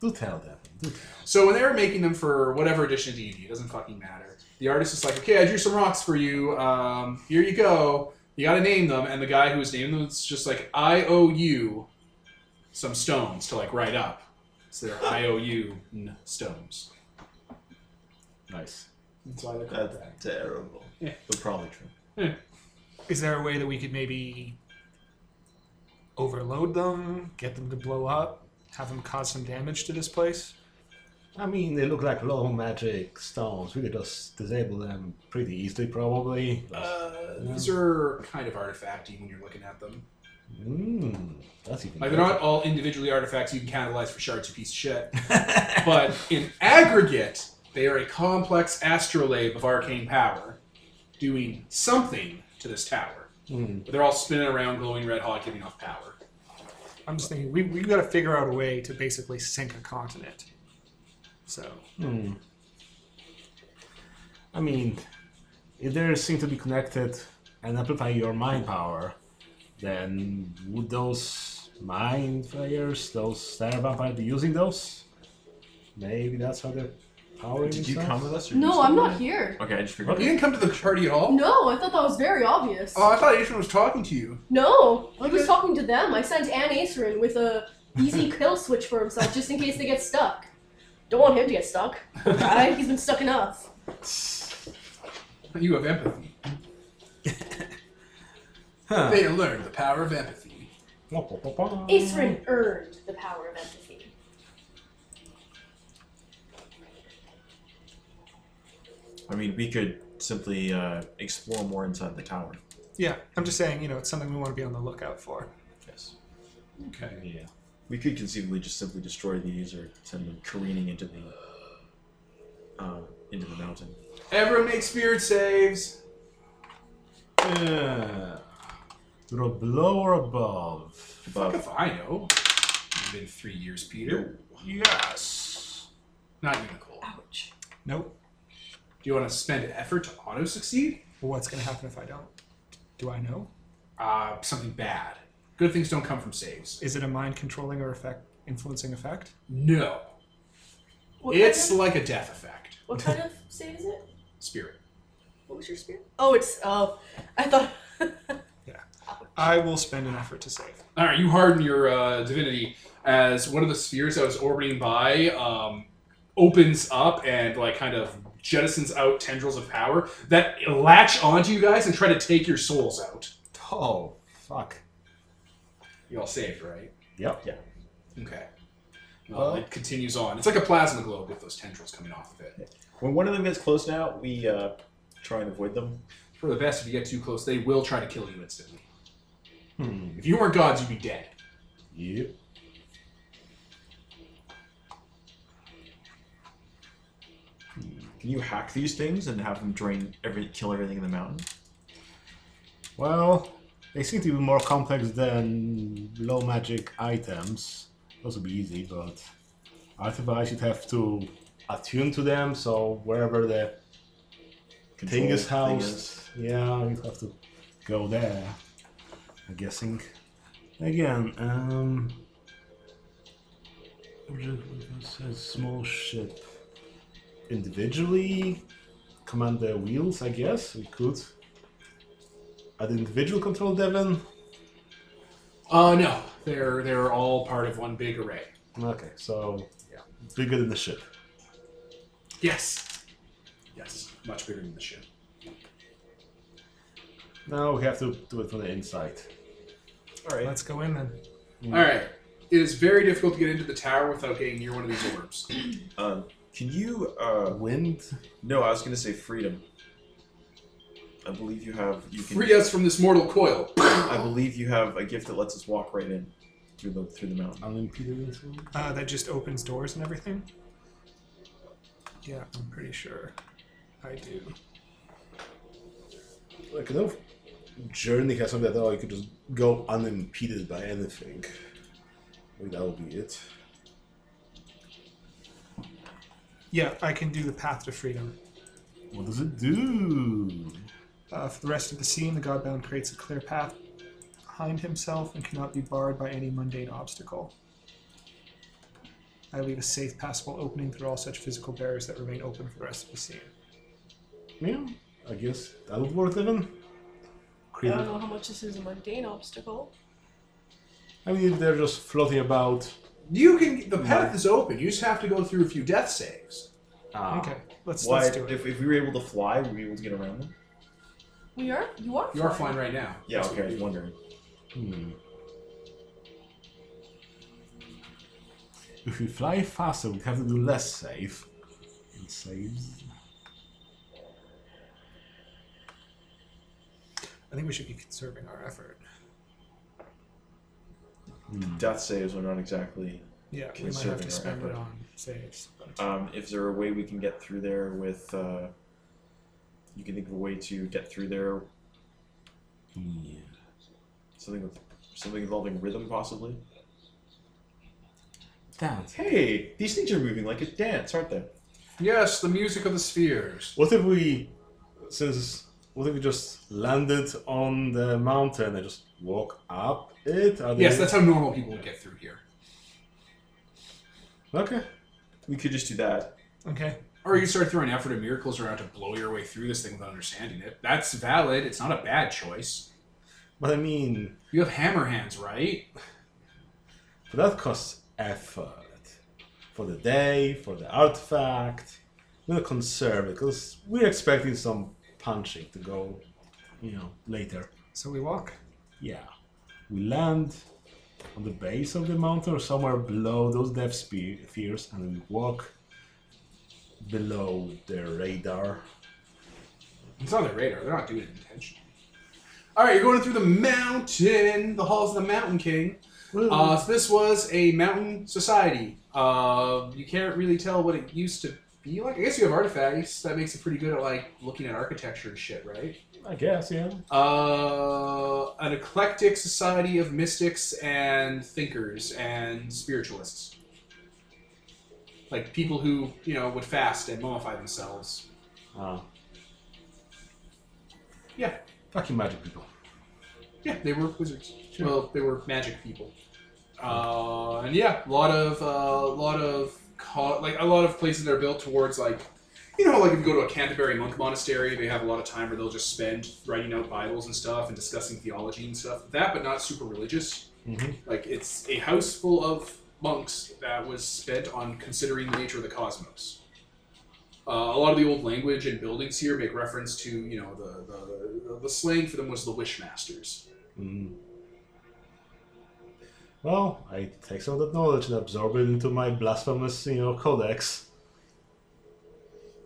Speaker 4: Do tell them. Do tell.
Speaker 1: So when they were making them for whatever edition of D&D, it doesn't fucking matter. The artist is like, okay, I drew some rocks for you. Um, here you go. You got to name them. And the guy who was naming them was just like, I owe you some stones to like write up. So they're IOU n- stones.
Speaker 4: Nice.
Speaker 1: That's why they're called
Speaker 5: That's
Speaker 1: that.
Speaker 5: terrible.
Speaker 1: Yeah.
Speaker 5: But probably true.
Speaker 3: Is there a way that we could maybe overload them, get them to blow up, have them cause some damage to this place?
Speaker 4: I mean, they look like low magic stones. We could just disable them pretty easily, probably.
Speaker 5: Uh,
Speaker 1: Uh, These are kind of artifacty when you're looking at them.
Speaker 4: Mm, that's even
Speaker 1: Like
Speaker 4: better.
Speaker 1: they're not all individually artifacts you can catalyze for shards, you piece of shit. but in aggregate, they are a complex astrolabe of arcane power, doing something to this tower.
Speaker 4: Mm.
Speaker 1: But they're all spinning around, glowing red hot, giving off power.
Speaker 3: I'm just thinking we we got to figure out a way to basically sink a continent. So
Speaker 4: Hmm. I mean, if they seem to be connected and amplify your mind power, then would those mind flayers, those Star Vampire, be using those? Maybe that's how they're powering
Speaker 5: Did you come with us? Or you
Speaker 2: No, I'm
Speaker 5: slept
Speaker 2: not
Speaker 5: with
Speaker 2: here.
Speaker 5: me? Okay, I just figured.
Speaker 1: You didn't come to the party at all?
Speaker 2: No, I thought that was very obvious.
Speaker 1: Oh, I thought Adrian was talking to you.
Speaker 2: no, he
Speaker 1: Okay.
Speaker 2: was talking to them. I sent Anne Acerin with a easy kill switch for himself just in case they get stuck. Don't want him to get stuck. Alright, he's been stuck enough.
Speaker 1: You have empathy.
Speaker 4: Huh.
Speaker 1: They learned the power of empathy.
Speaker 2: Acerin earned the power of empathy.
Speaker 5: I mean, we could simply uh, explore more inside the tower.
Speaker 3: yeah, I'm just saying you know it's something we want to be on the lookout for.
Speaker 5: Yes.
Speaker 1: Okay.
Speaker 4: Yeah.
Speaker 5: We could conceivably just simply destroy these or send them careening into the uh, into the mountain.
Speaker 1: Everyone make spirit saves.
Speaker 4: Yeah. Through a below or above?
Speaker 1: Fuck
Speaker 5: Above.
Speaker 1: if I know. It's been three years, Peter.
Speaker 4: Yes.
Speaker 1: Not you, Nicole.
Speaker 2: Ouch.
Speaker 3: Nope.
Speaker 1: Do you want to spend effort to auto succeed?
Speaker 3: What's gonna happen if I don't? Do I know?
Speaker 1: Uh, something bad. Good things don't come from saves.
Speaker 3: Is it a mind controlling or effect influencing effect?
Speaker 1: No.
Speaker 2: What
Speaker 1: It's
Speaker 2: kind
Speaker 1: like a death effect.
Speaker 2: of, what kind of save is it?
Speaker 1: Spirit.
Speaker 2: What was your spirit? Oh, it's oh, I thought.
Speaker 3: I will spend an effort to save.
Speaker 1: All right, you harden your uh, divinity as one of the spheres that was orbiting by um, opens up and like kind of jettisons out tendrils of power that latch onto you guys and try to take your souls out.
Speaker 4: Oh, fuck.
Speaker 1: You all saved, right?
Speaker 4: Yep.
Speaker 1: Okay. Well, it continues on. It's like a plasma globe with those tendrils coming off of it.
Speaker 5: When one of them gets close now, we uh, try and avoid them.
Speaker 1: For the best, if you get too close, they will try to kill you instantly.
Speaker 4: Hmm.
Speaker 1: If you weren't gods, you'd be dead.
Speaker 4: Yep.
Speaker 5: Can you hack these things and have them drain every kill everything in the mountain?
Speaker 4: Well, they seem to be more complex than low magic items. Those would be easy, but artifacts you'd have to attune to them. So wherever the thing
Speaker 5: Control
Speaker 4: is housed,
Speaker 5: is-
Speaker 4: yeah, you'd have to go there. I'm guessing. Again, um, object with a small ship. Individually, command the wheels. I guess we could. At individual control, Devon.
Speaker 1: Uh, no. They're, they're all part of one big array.
Speaker 4: Okay, so yeah, bigger than the ship.
Speaker 1: Yes. Yes. Much bigger than the ship.
Speaker 4: Now we have to do it from the inside.
Speaker 5: All right.
Speaker 3: Let's go in then.
Speaker 1: All right. It is very difficult to get into the tower without getting near one of these orbs.
Speaker 5: Um, can you? Uh,
Speaker 4: Wind.
Speaker 5: no, I was gonna say freedom. I believe you have. You can.
Speaker 1: Free us from this mortal coil.
Speaker 5: I believe you have a gift that lets us walk right in through the through the mountain.
Speaker 4: Unimpeded influence?
Speaker 3: Uh, that just opens doors and everything. Yeah, I'm pretty sure I do.
Speaker 4: Like, I know Journey has something that, oh, you could just go unimpeded by anything. Maybe that would be it.
Speaker 3: Yeah, I can do the path to freedom.
Speaker 4: What does it do?
Speaker 3: Uh, for the rest of the scene, the Godbound creates a clear path behind himself and cannot be barred by any mundane obstacle. I leave a safe, passable opening through all such physical barriers that remain open for the rest of the scene.
Speaker 4: Yeah, I guess that would work then.
Speaker 2: I
Speaker 4: Create
Speaker 2: don't know how much this is a mundane obstacle.
Speaker 4: I mean, if they're just floating about.
Speaker 1: You can. The path is open. You just have to go through a few death saves.
Speaker 4: Ah,
Speaker 3: Okay, let's,
Speaker 5: Why?
Speaker 3: let's do it.
Speaker 5: If, if we were able to fly, would we be able to get around them?
Speaker 2: We are. You are.
Speaker 1: You are flying right now.
Speaker 5: Yeah. Okay. I was wondering.
Speaker 4: Hmm. If we fly faster, we'd have to do less save. And saves.
Speaker 3: I think we should be conserving our effort.
Speaker 4: Hmm.
Speaker 5: Death saves are not exactly.
Speaker 3: Yeah, we might
Speaker 5: Conserving
Speaker 3: have to
Speaker 5: our
Speaker 3: spend it
Speaker 5: effort.
Speaker 3: on saves. but-
Speaker 5: Um, if there a way we can get through there with, uh, you can think of a way to get through there.
Speaker 4: Yeah.
Speaker 5: Something with something involving rhythm, possibly.
Speaker 4: That.
Speaker 5: Hey, these things are moving like a dance, aren't they?
Speaker 1: Yes, the music of the spheres.
Speaker 4: What if we, since what if we just landed on the mountain and just walk up it? Are
Speaker 1: Yes,
Speaker 4: they-
Speaker 1: that's how normal people would get through here.
Speaker 4: okay.
Speaker 5: We could just do that.
Speaker 3: Okay.
Speaker 1: Or you start throwing effort and miracles around to blow your way through this thing without understanding it. That's valid. It's not a bad choice.
Speaker 4: But I mean,
Speaker 1: You have hammer hands, right?
Speaker 4: but that costs effort for the day, for the artifact. We're gonna conserve it because we're expecting some punching to go, you know, later.
Speaker 3: So we walk.
Speaker 4: Yeah, we land on the base of the mountain or somewhere below those death spe- spheres, and we walk below their radar.
Speaker 1: It's on their radar. They're not doing it intentionally. All right, you're going through the mountain, the halls of the Mountain King. Uh, so this was a mountain society. Uh, you can't really tell what it used to be like. I guess you have artifacts that makes it pretty good at like looking at architecture and shit, right?
Speaker 4: I guess, yeah.
Speaker 1: Uh, an eclectic society of mystics and thinkers and spiritualists, like people who you know would fast and mummify themselves.
Speaker 4: Uh,
Speaker 1: Yeah.
Speaker 4: Fucking magic people.
Speaker 1: Yeah, they were wizards.
Speaker 4: Sure.
Speaker 1: Well, they were magic people. Uh, and yeah, a lot of a lot of co- like a lot of places that are built towards like you know like if you go to a Canterbury monk monastery, they have a lot of time where they'll just spend writing out Bibles and stuff and discussing theology and stuff. That, but not super religious.
Speaker 4: Mm-hmm.
Speaker 1: Like it's a house full of monks that was spent on considering the nature of the cosmos. Uh, a lot of the old language and buildings here make reference to you know the the, the slang for them was the wishmasters.
Speaker 4: Mm. Well, I take some of that knowledge and absorb it into my blasphemous, you know, codex.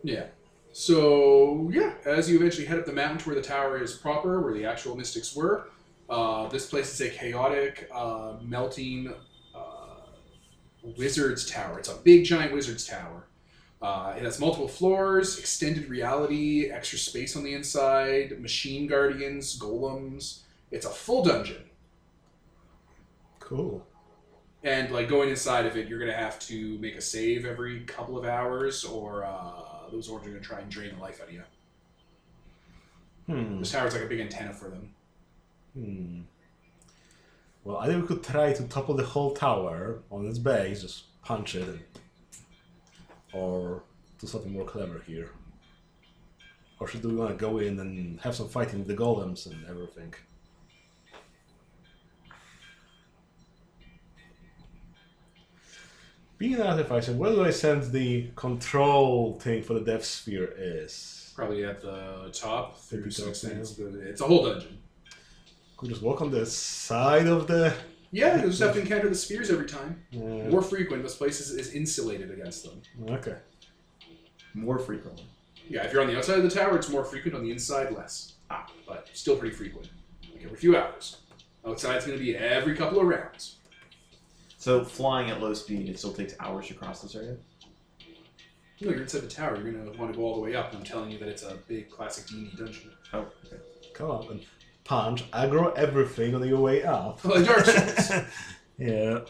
Speaker 1: Yeah. So yeah, as you eventually head up the mountain to where the tower is proper, where the actual mystics were, uh, this place is a chaotic, uh, melting uh, wizard's tower. It's a big, giant wizard's tower. Uh, it has multiple floors, extended reality, extra space on the inside, machine guardians, golems. It's a full dungeon
Speaker 4: Cool.
Speaker 1: and like going inside of it, you're gonna have to make a save every couple of hours, or uh, those orbs are gonna try and drain the life out of you.
Speaker 4: Hmm.
Speaker 1: This tower's like a big antenna for them.
Speaker 4: Hmm. Well, I think we could try to topple the whole tower on its base, just punch it, and... or do something more clever here. Or should we want to go in and have some fighting with the golems and everything? Being an artificer, where do I send the control thing for the Death Sphere is?
Speaker 1: Probably at the top through
Speaker 4: Maybe
Speaker 1: some
Speaker 4: top
Speaker 1: extent.
Speaker 4: now.
Speaker 1: It's, the- it's a whole dungeon.
Speaker 4: Could we just walk on the side of the...
Speaker 1: Yeah, you just have to encounter the spears every time.
Speaker 4: Yeah.
Speaker 1: More frequent, this place is, is insulated against them.
Speaker 4: Okay.
Speaker 5: More frequently.
Speaker 1: Yeah, if you're on the outside of the tower, it's more frequent. On the inside, less. Ah, but still pretty frequent. Like every few hours. Outside's gonna be every couple of rounds.
Speaker 5: So flying at low speed, it still takes hours to cross this area.
Speaker 1: No, you're inside the tower. You're gonna want to go all the way up. I'm telling you that it's a big classic D&D dungeon.
Speaker 5: Oh, okay.
Speaker 4: come up and punch, aggro everything on your way up.
Speaker 1: Like Dark Souls.
Speaker 4: yeah.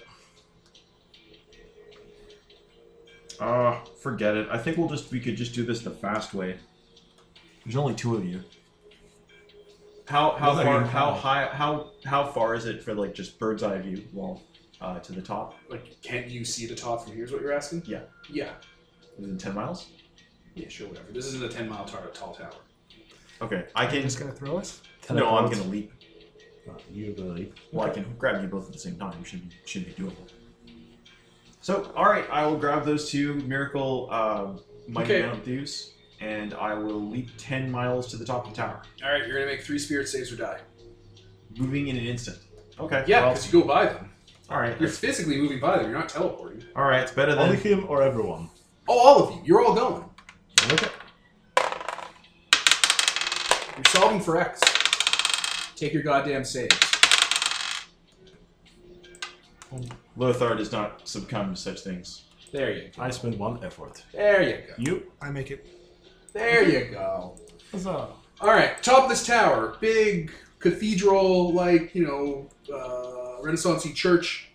Speaker 5: Ah, forget it. I think we'll just we could just do this the fast way. There's only two of you. How how
Speaker 4: Well, I
Speaker 5: far
Speaker 4: mean,
Speaker 5: how
Speaker 4: how-
Speaker 5: high how how far is it for like just bird's eye view? Well, uh, to the top
Speaker 1: Like, can't you see the top from here? Is what you're asking?
Speaker 5: Yeah.
Speaker 1: Yeah.
Speaker 5: is it ten miles?
Speaker 1: Yeah. Sure. Whatever. This isn't a ten mile tar- tall tower.
Speaker 5: Okay, I
Speaker 3: You're
Speaker 5: can.
Speaker 3: just gonna throw us.
Speaker 5: No, I'm gonna leap.
Speaker 4: Oh, you're gonna leap.
Speaker 5: Well, I can grab you both at the same time. You should be, should be doable. So, all right, I will grab those two miracle um mighty
Speaker 1: Okay.
Speaker 5: mount dews, and I will leap ten miles to the top of the tower,
Speaker 1: All right. You're gonna make three spirit saves or die.
Speaker 5: moving in an instant. Okay.
Speaker 1: Yeah,
Speaker 5: well,
Speaker 1: because you go by them.
Speaker 5: all right.
Speaker 1: You're physically moving by them. You're not teleporting.
Speaker 5: All right. It's better than
Speaker 4: Only him or everyone.
Speaker 1: Oh, all of you. You're all going.
Speaker 4: Okay.
Speaker 1: You're solving for X. Take your goddamn saves.
Speaker 5: Lothar does not succumb to such things.
Speaker 1: There you go.
Speaker 4: I spend one effort.
Speaker 1: There you go.
Speaker 4: You?
Speaker 3: I make it.
Speaker 1: There you go.
Speaker 4: Huzzah.
Speaker 1: All right, top of this tower, big cathedral-like, you know, uh, Renaissancey church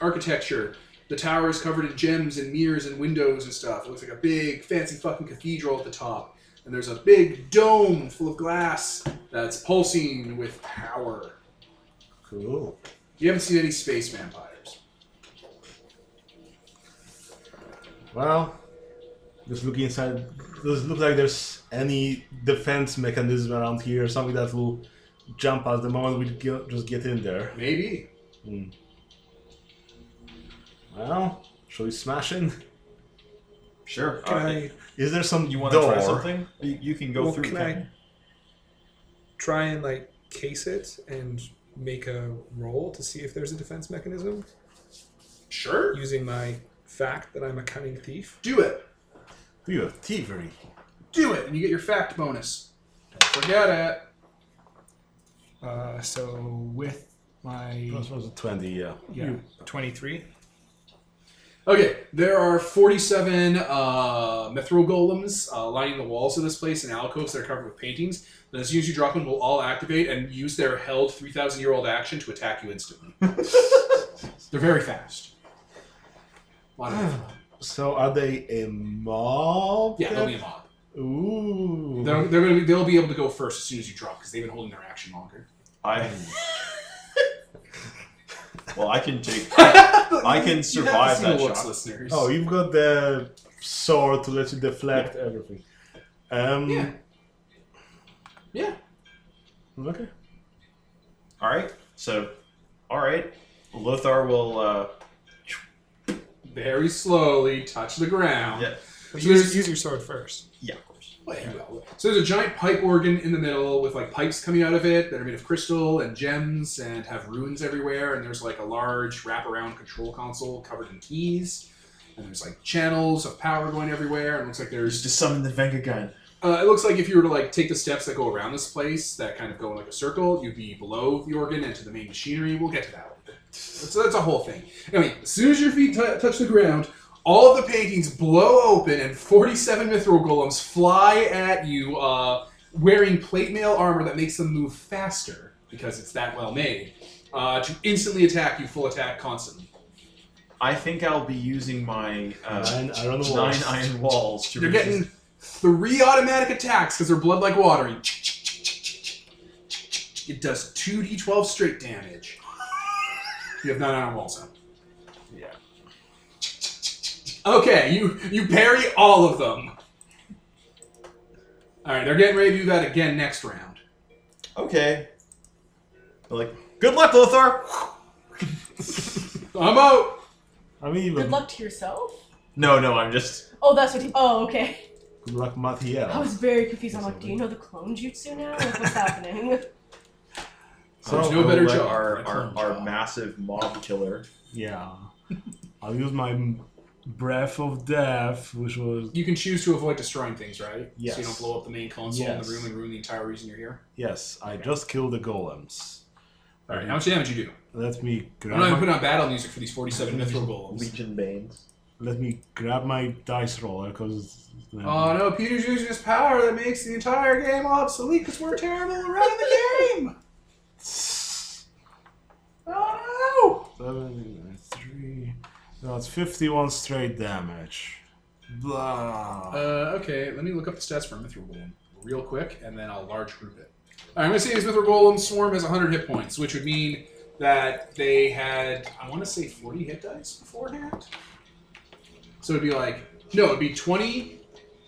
Speaker 1: architecture. The tower is covered in gems and mirrors and windows and stuff. It looks like a big, fancy fucking cathedral at the top. And there's a big dome full of glass that's pulsing with power.
Speaker 4: Cool.
Speaker 1: You haven't seen any space vampires.
Speaker 4: Well, just looking inside, does it look like there's any defense mechanism around here? Something that will jump us the moment we get, just get in there.
Speaker 1: Maybe.
Speaker 4: Hmm. Well, shall we smash in?
Speaker 5: Sure.
Speaker 3: Can
Speaker 5: uh,
Speaker 3: I
Speaker 4: Is there some
Speaker 5: You want to
Speaker 4: door?
Speaker 5: try something? You, you can go
Speaker 3: Well,
Speaker 5: through.
Speaker 3: can I- try and like case it and make a roll to see if there's a defense mechanism
Speaker 1: Sure.
Speaker 3: using my fact that I'm a cunning thief?
Speaker 1: Do it.
Speaker 4: Do you have thievery?
Speaker 1: Do it. And you get your fact bonus. Don't forget it.
Speaker 3: Uh, so with my
Speaker 4: Plus was a twenty. Yeah.
Speaker 3: yeah, 23.
Speaker 1: Okay, there are 47 uh, mithril golems uh, lining the walls of this place and alcoves that are covered with paintings. And as soon as you drop them, will all activate and use their held 3,000 year old action to attack you instantly. They're very fast. Lot of-
Speaker 4: Ah. So are they a mob?
Speaker 1: yeah, they'll be a
Speaker 4: then?
Speaker 1: mob.
Speaker 4: Ooh.
Speaker 1: They're, they're gonna be, they'll be able to go first as soon as you drop because they've been holding their action longer.
Speaker 5: I. well, I can take.
Speaker 1: I
Speaker 5: can survive that
Speaker 1: looks,
Speaker 5: shot.
Speaker 1: listeners.
Speaker 4: Oh, you've got the sword to let you deflect everything. Um,
Speaker 1: Yeah. Yeah.
Speaker 4: Okay.
Speaker 5: All right. So, all right. Lothar will. Uh,
Speaker 1: Very slowly touch the ground.
Speaker 5: yeah.
Speaker 3: But
Speaker 1: So
Speaker 3: use,
Speaker 1: there's-
Speaker 3: use your sword first.
Speaker 5: Yeah. Of course.
Speaker 1: Well, you will. So there's a giant pipe organ in the middle with like pipes coming out of it that are made of crystal and gems and have runes everywhere. And there's like a large wraparound control console covered in keys. And there's like channels of power going everywhere. And it looks like there's
Speaker 5: Just summon the Venga gun.
Speaker 1: uh, it looks like if you were to like take the steps that go around this place that kind of go in like a circle, you'd be below the organ and to the main machinery. We'll get to that later. So that's a whole thing. Anyway, as soon as your feet t- touch the ground, all of the paintings blow open and 47 mithril golems fly at you, uh, wearing plate mail armor that makes them move faster because it's that well made, uh, to instantly attack you full attack constantly.
Speaker 5: I think I'll be using my uh,
Speaker 4: Nine iron walls.
Speaker 5: nine iron walls to.
Speaker 1: You're
Speaker 5: resist-
Speaker 1: getting three automatic attacks because they're blood like water. You It does 2d12 straight damage. You have nine iron walls up.
Speaker 4: Yeah.
Speaker 1: Okay, you you parry all of them. All right, they're getting ready to do that again next round.
Speaker 5: Okay. They're like, good luck, Lothar.
Speaker 1: I'm out.
Speaker 4: I mean, even
Speaker 2: Good luck to yourself.
Speaker 5: No, no, I'm just.
Speaker 2: Oh, that's what. He, oh, okay.
Speaker 4: good luck,
Speaker 1: Oh.
Speaker 4: Mathiel.
Speaker 2: I was very confused. I'm like, do you know the clone jutsu now? Like, what's happening?
Speaker 1: There's no
Speaker 5: I'll
Speaker 1: better
Speaker 5: let
Speaker 1: job.
Speaker 5: Our, our,
Speaker 4: Excellent
Speaker 5: our
Speaker 4: job.
Speaker 5: massive mob killer.
Speaker 4: Yeah. I'll use my m- breath of death, which was
Speaker 1: You can choose to avoid destroying things, right? So you
Speaker 4: Yes.
Speaker 1: don't blow up the main console in
Speaker 4: Yes.
Speaker 1: the room and ruin the entire reason you're here.
Speaker 4: yes. I just killed the golems.
Speaker 1: All right, how much damage you do?
Speaker 4: Let me
Speaker 1: I'm not
Speaker 4: grab.
Speaker 1: even
Speaker 4: My,
Speaker 1: putting on battle music for these 47 mithril golems.
Speaker 5: Legion Banes.
Speaker 4: let me grab my dice roller because.
Speaker 1: Oh no, Peter's using his power that makes the entire game obsolete because we're terrible at running the game! Oh
Speaker 4: Seven, three. That's fifty-one straight damage. Blah.
Speaker 1: no! Uh, okay, let me look up the stats for Mithril Golem real quick and then I'll large group it. Alright, I'm gonna say this Mithril Golem Swarm has 100 hit points, which would mean that they had, I wanna say 40 hit dice beforehand? So it'd be like, no, it'd be 20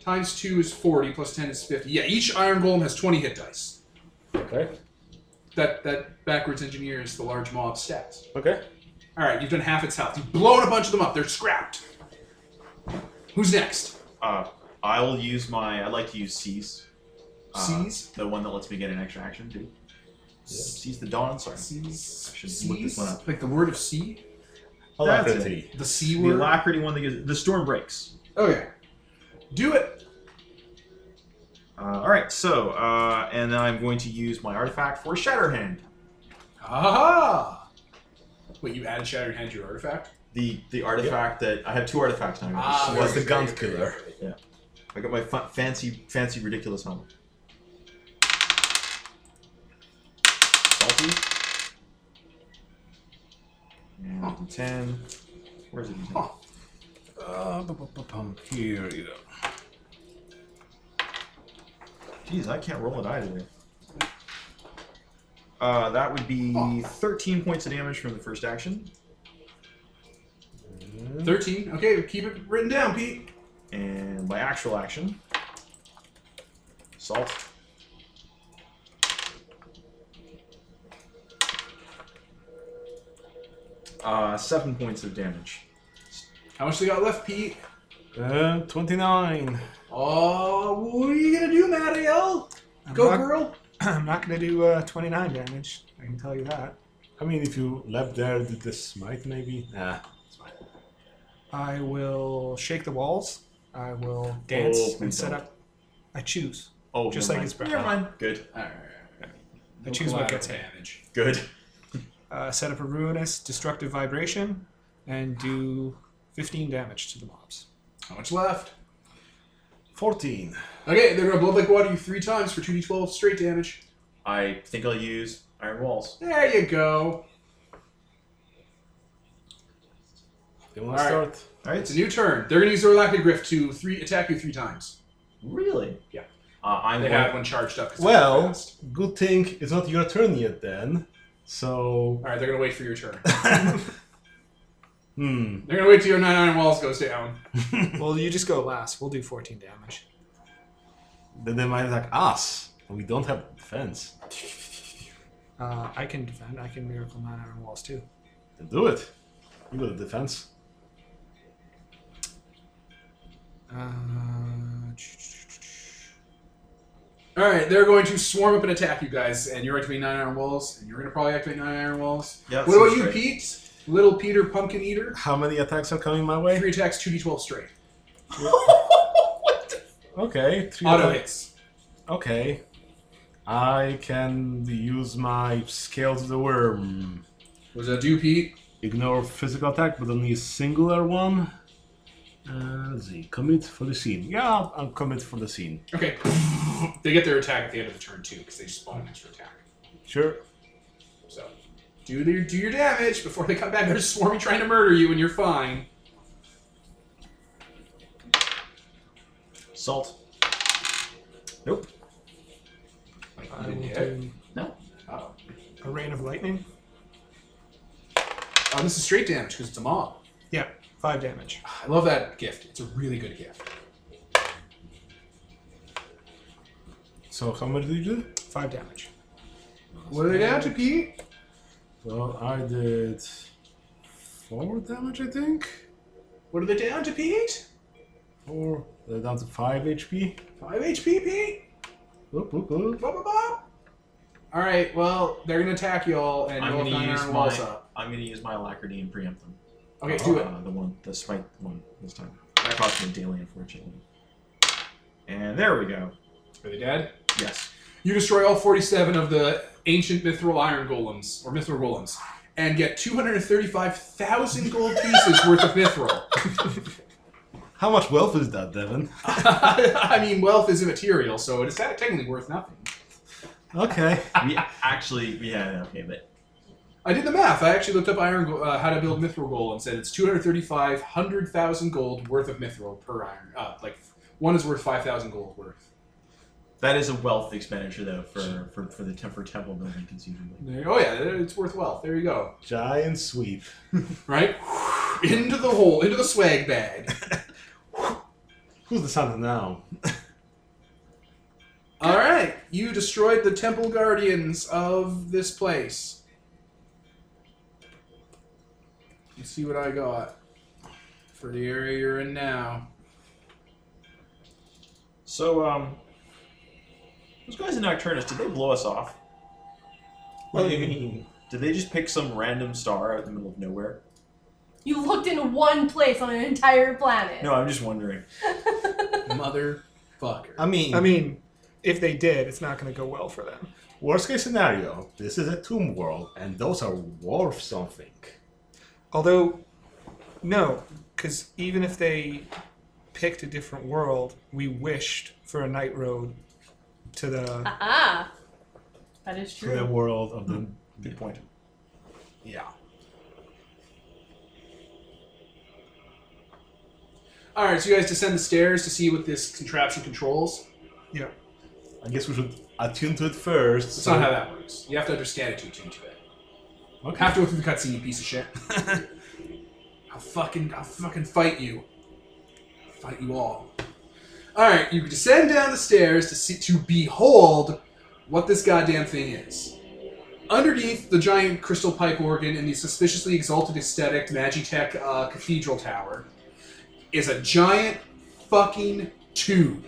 Speaker 1: times 2 is 40, plus 10 is 50. Yeah, each Iron Golem has 20 hit dice.
Speaker 4: okay.
Speaker 1: That that backwards engineers the large mob stats.
Speaker 4: Okay.
Speaker 1: All right, you've done half its health. You've blown a bunch of them up. They're scrapped. Who's next?
Speaker 5: Uh, I will use my. I like to use Seize. Uh,
Speaker 1: Seize?
Speaker 5: The one that lets me get an extra action too. Seize the Dawn. Sorry.
Speaker 1: C's.
Speaker 5: I should look this one up.
Speaker 1: Like the word of C?
Speaker 4: Alacrity.
Speaker 1: The C
Speaker 5: The
Speaker 1: word?
Speaker 5: Alacrity one that gives the storm breaks.
Speaker 1: okay. Do it.
Speaker 5: Uh, all right. So, uh, and then I'm going to use my artifact for Shatterhand.
Speaker 1: Ah. Wait, you added Shattering Hand to your artifact?
Speaker 5: The the artifact that I have two artifacts now.
Speaker 1: Ah,
Speaker 5: That's
Speaker 1: very
Speaker 5: the
Speaker 1: good,
Speaker 5: gun
Speaker 1: very
Speaker 5: killer.
Speaker 1: good.
Speaker 5: I got my fa- fancy fancy ridiculous helmet. Salty. And ten. Where's it?
Speaker 1: Huh.
Speaker 4: Uh, bu- bu- bu- bum. here you go.
Speaker 5: Jeez, I can't roll it either. Uh, that would be
Speaker 1: Oh.
Speaker 5: 13 points of damage from the first action,
Speaker 1: 13. Okay, keep it written down, Pete.
Speaker 5: and my actual action, salt. Uh, seven points of damage.
Speaker 1: How much they got left, Pete?
Speaker 4: Uh, 29.
Speaker 1: Oh, what are you gonna do, Mariel?
Speaker 3: I'm
Speaker 1: Go,
Speaker 3: not,
Speaker 1: girl.
Speaker 3: I'm not going to do uh, 29 damage. I can tell you that.
Speaker 4: I mean, if you left there, did the smite maybe? Nah.
Speaker 3: I will shake the walls. I will dance
Speaker 5: Oh, please
Speaker 3: and set
Speaker 5: don't.
Speaker 3: up. I choose.
Speaker 5: Oh,
Speaker 3: Just like
Speaker 5: never mind.
Speaker 3: it's brown.
Speaker 5: Never mind. Good.
Speaker 1: All right.
Speaker 3: I choose what gets hit.
Speaker 1: damage.
Speaker 5: Good.
Speaker 3: Uh, set up a ruinous destructive vibration and do 15 damage to the mobs.
Speaker 1: How much left?
Speaker 4: 14.
Speaker 1: Okay, they're gonna blow like water you three times for 2d12 straight damage.
Speaker 5: I think I'll use iron walls.
Speaker 1: There you go.
Speaker 4: You want to
Speaker 1: All
Speaker 4: start?
Speaker 1: right.
Speaker 5: All right.
Speaker 1: It's a new turn. They're gonna use their Lacking Griff to three attack you three times.
Speaker 5: Really?
Speaker 1: Yeah.
Speaker 5: Uh, I'm
Speaker 1: They
Speaker 5: going-
Speaker 1: have one charged up. 'cause they're
Speaker 4: Well,
Speaker 1: fast.
Speaker 4: good thing it's not your turn yet then. So.
Speaker 1: all right, they're gonna wait for your turn.
Speaker 4: Hmm.
Speaker 1: They're gonna wait till your nine iron walls goes down.
Speaker 3: well, you just go last. We'll do 14 damage.
Speaker 4: Then they might attack us. We don't have defense.
Speaker 3: Uh, I can defend. I can miracle nine iron walls too.
Speaker 4: Then do it. You got a defense.
Speaker 3: Uh, ch- ch- ch- ch-
Speaker 1: All right, they're going to swarm up and attack you guys, and you're activating nine iron walls, and you're gonna probably activate nine iron walls.
Speaker 5: Yeah, that
Speaker 1: what about
Speaker 5: seems
Speaker 1: you,
Speaker 5: right.
Speaker 1: Pete? Little Peter Pumpkin Eater.
Speaker 4: How many attacks are coming my way?
Speaker 1: Three attacks, two d12 straight.
Speaker 4: Okay. Three
Speaker 1: Auto
Speaker 4: attack-
Speaker 1: hits.
Speaker 4: Okay. I can use my scale to the worm.
Speaker 1: Was that do, Pete?
Speaker 4: Ignore physical attack, but only a singular one. Uh, let's see. Commit for the scene. Yeah, I'll commit for the scene.
Speaker 1: Okay. they get their attack at the end of the turn too, because they just spawn an extra attack.
Speaker 4: Sure.
Speaker 1: So do your do your damage before they come back. They're swarming, trying to murder you, and you're fine.
Speaker 5: Salt. Nope.
Speaker 1: Like,
Speaker 3: I
Speaker 1: you
Speaker 3: will
Speaker 1: didn't hit.
Speaker 3: do
Speaker 5: No.
Speaker 1: Oh.
Speaker 3: a rain of lightning.
Speaker 1: oh, this is straight damage because it's a mob.
Speaker 3: Yeah, five damage.
Speaker 1: I love that gift. It's a really good gift.
Speaker 4: So how much did you do?
Speaker 3: Five damage.
Speaker 1: What are they down to, Pete?
Speaker 4: Well, I did four damage, I think.
Speaker 1: What are they down to, Pete?
Speaker 4: Four uh, down to five HP.
Speaker 1: Five HP, Pete.
Speaker 4: Oop, oop, oop.
Speaker 1: Blah, blah, blah. All right. Well, they're gonna attack y'all, and
Speaker 5: I'm
Speaker 1: you'll have
Speaker 5: gonna
Speaker 1: nine
Speaker 5: use
Speaker 1: iron walls
Speaker 5: my-
Speaker 1: up.
Speaker 5: I'm gonna use my alacrity and preempt them.
Speaker 1: Okay, do it.
Speaker 5: Uh, the one, the smite one this time. That cost me a daily, unfortunately. And there we go.
Speaker 1: Are they dead?
Speaker 5: Yes.
Speaker 1: You destroy all 47 of the ancient mithril iron golems, or mithril golems, and get 235,000 gold pieces worth of mithril.
Speaker 4: How much wealth is that, Devin?
Speaker 1: I mean, wealth is immaterial, so it's kind of technically worth nothing.
Speaker 4: Okay.
Speaker 5: We actually, yeah, okay, but
Speaker 1: I did the math. I actually looked up iron go- uh, how to build mithril gold and said it's 235,000 gold worth of mithril per iron. Uh, like, one is worth 5,000 gold worth.
Speaker 5: that is a wealth expenditure though for for, for the te- for temple building conceivably.
Speaker 1: There- Oh, yeah, it's worth wealth. There you go.
Speaker 4: Giant sweep.
Speaker 1: Right? Into the hole, into the swag bag.
Speaker 4: Who's the Santa now?
Speaker 1: All right, you destroyed the temple guardians of this place. Let's see what I got for the area you're in now.
Speaker 5: So um, those guys in Nocturnus, did they blow us off?
Speaker 4: What do you mean?
Speaker 5: Did they just pick some random star out in the middle of nowhere?
Speaker 2: You looked in one place on an entire planet.
Speaker 5: No, I'm just wondering.
Speaker 1: Motherfucker.
Speaker 4: I mean,
Speaker 3: I mean, if they did, it's not going to go well for them.
Speaker 4: worst case scenario, this is a tomb world, and those are worth something.
Speaker 3: Although, no, because even if they picked a different world, we wished for a night road to the.
Speaker 2: Ah, that is
Speaker 4: To the
Speaker 2: true.
Speaker 4: world of the.
Speaker 5: Good point.
Speaker 4: Yeah.
Speaker 1: All right, so you guys descend the stairs to see what this contraption controls.
Speaker 3: Yeah.
Speaker 4: I guess we should attune to it first.
Speaker 1: That's
Speaker 4: so-
Speaker 1: not how that works. You have to understand it to attune to it.
Speaker 4: Okay.
Speaker 1: Have to go through the cutscene, you piece of shit. I'll fucking, I'll fucking fight you. I'll fight you all. All right, you descend down the stairs to see to behold what this goddamn thing is. Underneath the giant crystal pipe organ in the suspiciously exalted aesthetic Magitech uh, cathedral tower is a giant fucking tube.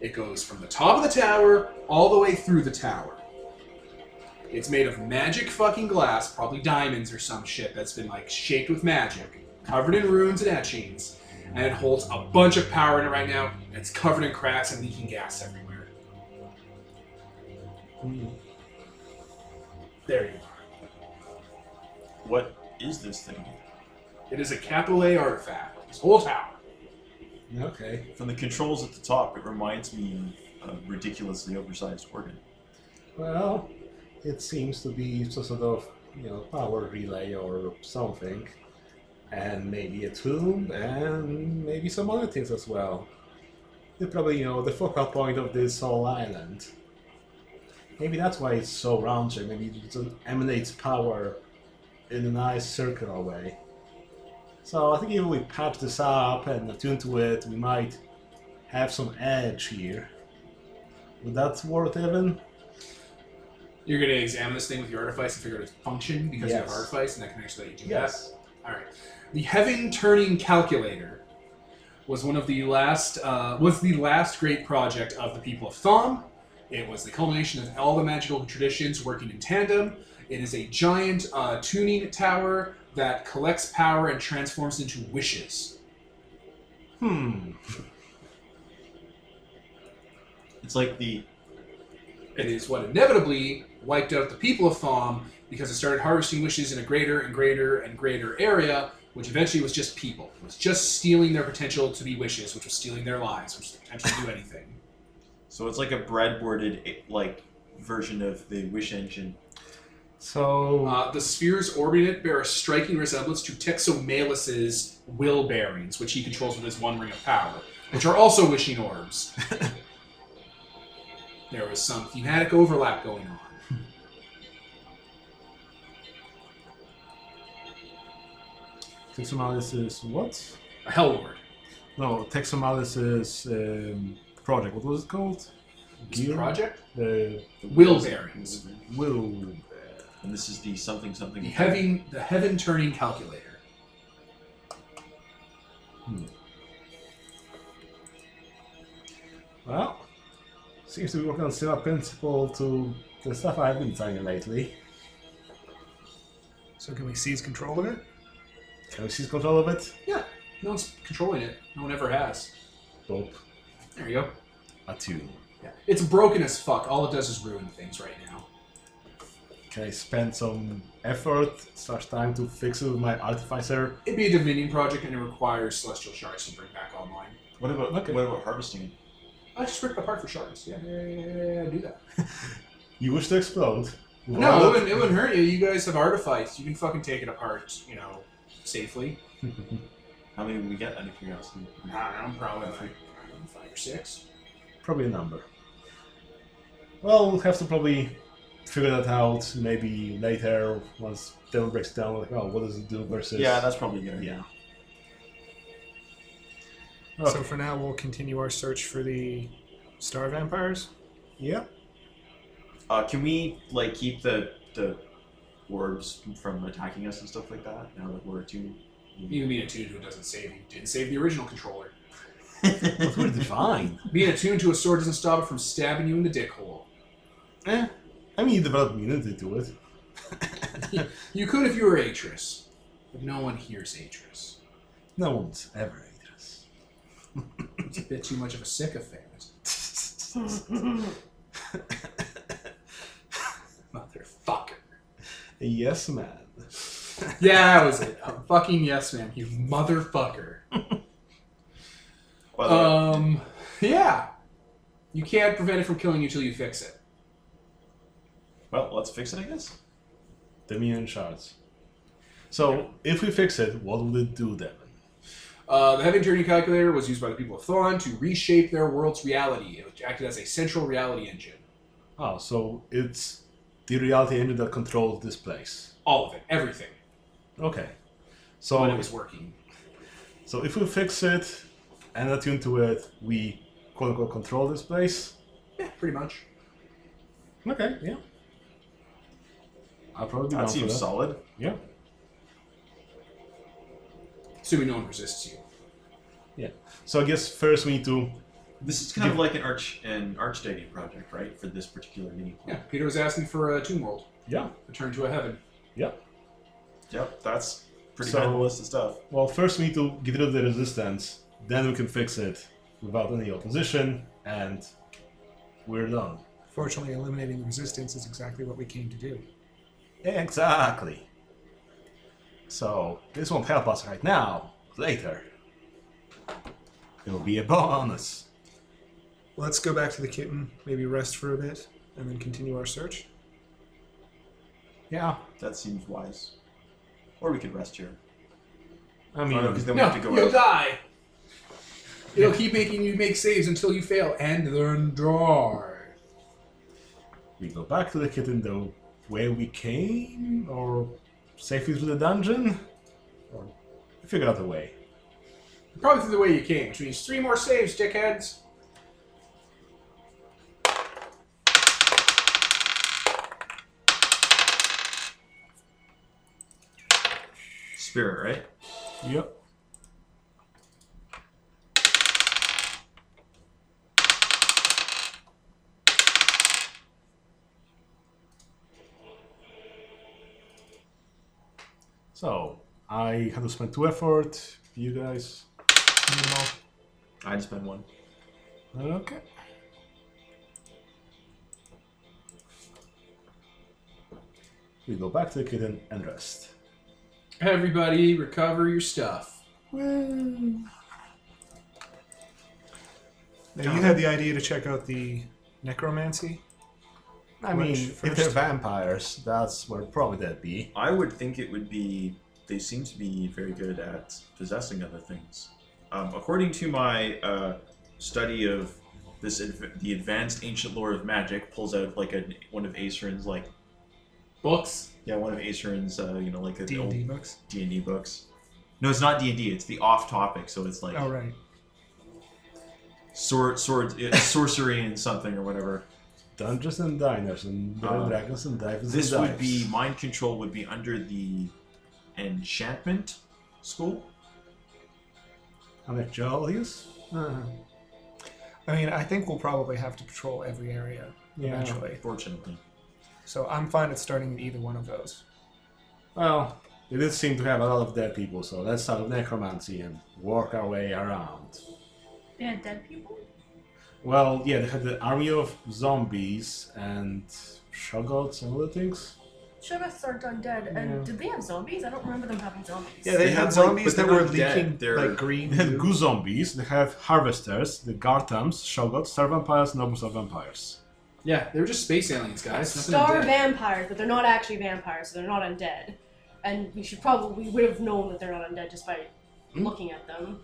Speaker 1: It goes from the top of the tower all the way through the tower. It's made of magic fucking glass, probably diamonds or some shit that's been like shaped with magic, covered in runes and etchings, and it holds a bunch of power in it right now. And it's covered in cracks and leaking gas everywhere. Hmm. There you are.
Speaker 5: What is this thing?
Speaker 1: It is a capital A artifact. This whole tower.
Speaker 4: Okay.
Speaker 5: From the controls at the top, it reminds me of a ridiculously oversized organ.
Speaker 4: Well, it seems to be some sort of you know power relay or something, and maybe a tomb, and maybe some other things as well. They probably you know the focal point of this whole island. Maybe that's why it's so round shaped. Maybe it just emanates power in a nice circular way. So I think if we patch this up and attune to it, we might have some edge here. Would that work, Evan?
Speaker 1: You're gonna examine this thing with your artifice and figure out its function because you have
Speaker 4: Yes.
Speaker 1: artifice, and that can actually let you do that. All right. The heaven turning calculator was one of the last uh, was the last great project of the people of Thom. It was the culmination of all the magical traditions working in tandem. It is a giant uh, tuning tower that collects power and transforms into wishes.
Speaker 4: Hmm.
Speaker 5: It's like the
Speaker 1: It is what inevitably wiped out the people of Thom because it started harvesting wishes in a greater and greater and greater area, which eventually was just people. It was just stealing their potential to be wishes, which was stealing their lives, which was the potential to do anything.
Speaker 5: so it's like a breadboarded like version of the wish engine.
Speaker 4: So
Speaker 1: Uh, the spheres orbiting it bear a striking resemblance to Texomalus's will bearings, which he controls with his one ring of power, which are also wishing orbs. there was some thematic overlap going on.
Speaker 4: Texomalis is what?
Speaker 1: A hell word.
Speaker 4: No, Texomalis is um, project. What was it called?
Speaker 1: This
Speaker 4: Gear?
Speaker 1: project?
Speaker 4: The
Speaker 5: The
Speaker 1: Will
Speaker 5: wheels-
Speaker 1: bearings.
Speaker 4: will.
Speaker 5: And this is the something something.
Speaker 1: The heaven, the heaven turning calculator.
Speaker 4: Well, seems to be working on similar principle to the stuff I've been trying lately.
Speaker 3: So can we seize control of it?
Speaker 4: Can we seize control of it?
Speaker 1: No one's controlling it. No one ever has.
Speaker 4: Boop.
Speaker 1: There you go.
Speaker 4: A two.
Speaker 1: Yeah. It's broken as fuck. All it does is ruin things right now.
Speaker 4: Can I spend some effort slash time to fix it with my artificer?
Speaker 1: It'd be a Dominion project, and it requires celestial shards to bring back online.
Speaker 5: What about
Speaker 4: Okay.
Speaker 5: what about harvesting it?
Speaker 1: I just ripped apart for shards. Yeah, yeah, yeah, yeah, yeah, do that.
Speaker 4: You wish to explode?
Speaker 1: No, it wouldn't, it wouldn't hurt you. You guys have artifice. You can fucking take it apart, you know, safely.
Speaker 5: How many would we get out of curiosity?
Speaker 1: I don't know, probably like I don't know, five or six.
Speaker 4: Probably a number. Well, we'll have to probably figure that out maybe later once Devil breaks down. Like, oh, what does it do versus?
Speaker 5: Yeah, that's probably good.
Speaker 4: yeah.
Speaker 3: So
Speaker 4: Okay.
Speaker 3: for now, we'll continue our search for the star vampires.
Speaker 4: yeah.
Speaker 5: Uh, can we like keep the the orbs from attacking us and stuff like that? Now that we're attuned.
Speaker 1: You being attuned to it doesn't save you. Didn't save the original controller.
Speaker 4: But we're divine.
Speaker 1: Being attuned to a sword doesn't stop it from stabbing you in the dick hole.
Speaker 4: eh. I mean, you develop immunity to it.
Speaker 1: You could if you were Atris, but no one hears Atris.
Speaker 4: No one's ever dangerous.
Speaker 1: It's a bit too much of a sycophant. Motherfucker.
Speaker 4: Yes, man.
Speaker 1: Yeah, that was it. Um, fucking yes, ma'am. You motherfucker.
Speaker 5: By the
Speaker 4: Uh,
Speaker 5: way,
Speaker 1: Um, yeah. You can't prevent it from killing you till you fix it.
Speaker 5: well, let's fix it, I guess.
Speaker 4: The million shards. So if we fix it, what will it do then?
Speaker 1: Uh, the Heaven Journey Calculator was used by the people of Thon to reshape their world's reality. It acted as a central reality engine.
Speaker 4: Oh, so it's the reality engine that controls this place.
Speaker 1: All of it, everything,
Speaker 4: Okay. So
Speaker 1: when it was working.
Speaker 4: So if we fix it and attune to it, we quote unquote control this place.
Speaker 1: Yeah, pretty much.
Speaker 4: Okay, yeah. I'll probably be down
Speaker 5: That
Speaker 4: for
Speaker 5: seems
Speaker 4: that.
Speaker 5: solid.
Speaker 4: Yeah.
Speaker 1: Assuming no one resists you.
Speaker 4: So I guess first we need to
Speaker 5: This is kind of like an arch an archdeity project, right? For this particular mini
Speaker 1: Yeah, Peter was asking for a tomb world,
Speaker 4: Yeah.
Speaker 1: a turn to a heaven.
Speaker 4: Yeah.
Speaker 5: Yep, that's pretty
Speaker 4: So-
Speaker 5: high on the list of stuff.
Speaker 4: Well first we need to get rid of the resistance, then we can fix it without any opposition and we're done.
Speaker 3: Fortunately, eliminating the resistance is exactly what we came to do.
Speaker 4: Exactly. So this won't help us right now. Later. It'll be a bonus.
Speaker 3: Let's go back to the kitten, maybe rest for a bit, and then continue our search.
Speaker 4: Yeah.
Speaker 5: That seems wise. Or we could rest here.
Speaker 4: I
Speaker 5: Oh,
Speaker 4: mean
Speaker 5: no, because then we
Speaker 1: No,
Speaker 5: have to
Speaker 1: you'll
Speaker 5: go out.
Speaker 1: die. It'll keep making you make saves until you fail and then die.
Speaker 4: we go back to the kitten the way we came, or safely to the dungeon, or figure out the way.
Speaker 1: Probably through the way you came, which means three more saves, dickheads.
Speaker 5: Spirit, right?
Speaker 4: Yep. So I had to spend two effort. You guys,
Speaker 5: I just spend one.
Speaker 4: okay? We go back to the kitten and rest.
Speaker 1: Everybody, recover your stuff.
Speaker 3: Now, you had the idea to check out the necromancy.
Speaker 4: I
Speaker 3: Which
Speaker 4: mean, if they're
Speaker 3: first?
Speaker 4: vampires, that's where probably that'd be.
Speaker 5: I would think it would be. They seem to be very good at possessing other things. Um, according to my uh, study of this, adv- the advanced ancient lore of magic pulls out like a one of Aeserin's like
Speaker 1: Books.
Speaker 5: yeah one of Aeserin's uh, you know like the
Speaker 3: D and D
Speaker 5: old
Speaker 3: books.
Speaker 5: D and D books. No, it's not D and D. It's the off topic. So it's like
Speaker 3: Oh right.
Speaker 5: sword, sword, it's sorcery and something or whatever.
Speaker 4: Dungeons and diners and Red
Speaker 5: Uh,
Speaker 4: dragons and divers.
Speaker 5: This
Speaker 4: and
Speaker 5: would be
Speaker 4: dives.
Speaker 5: mind control. Would be under the enchantment school.
Speaker 4: I'm a Jolius.
Speaker 3: Uh-huh. I mean, I think we'll probably have to patrol every area eventually.
Speaker 5: Fortunately,
Speaker 3: So I'm fine with starting in either one of those.
Speaker 4: Well, they did seem to have a lot of dead people, so let's start with necromancy and work our way around.
Speaker 6: They had dead people?
Speaker 4: Well, yeah, they had the army of zombies and shoggoths and other things.
Speaker 6: Shogoths aren't undead.
Speaker 4: Yeah.
Speaker 6: And did they have zombies? I don't remember them having zombies.
Speaker 3: Yeah, they,
Speaker 5: They
Speaker 3: had
Speaker 5: have, like-
Speaker 3: zombies
Speaker 5: but they're
Speaker 3: that were
Speaker 5: not dead,
Speaker 3: leaking
Speaker 5: they're-
Speaker 3: like green.
Speaker 4: They had
Speaker 3: goo.
Speaker 4: goo zombies. They have harvesters, the gartams, shoggoths, star vampires, nobles are vampires.
Speaker 1: Yeah, they were just space aliens, guys. Nothing
Speaker 2: Star
Speaker 1: undead.
Speaker 2: vampires, but they're not actually vampires, so they're not undead. And we should probably we would have known that they're not undead just by looking at them.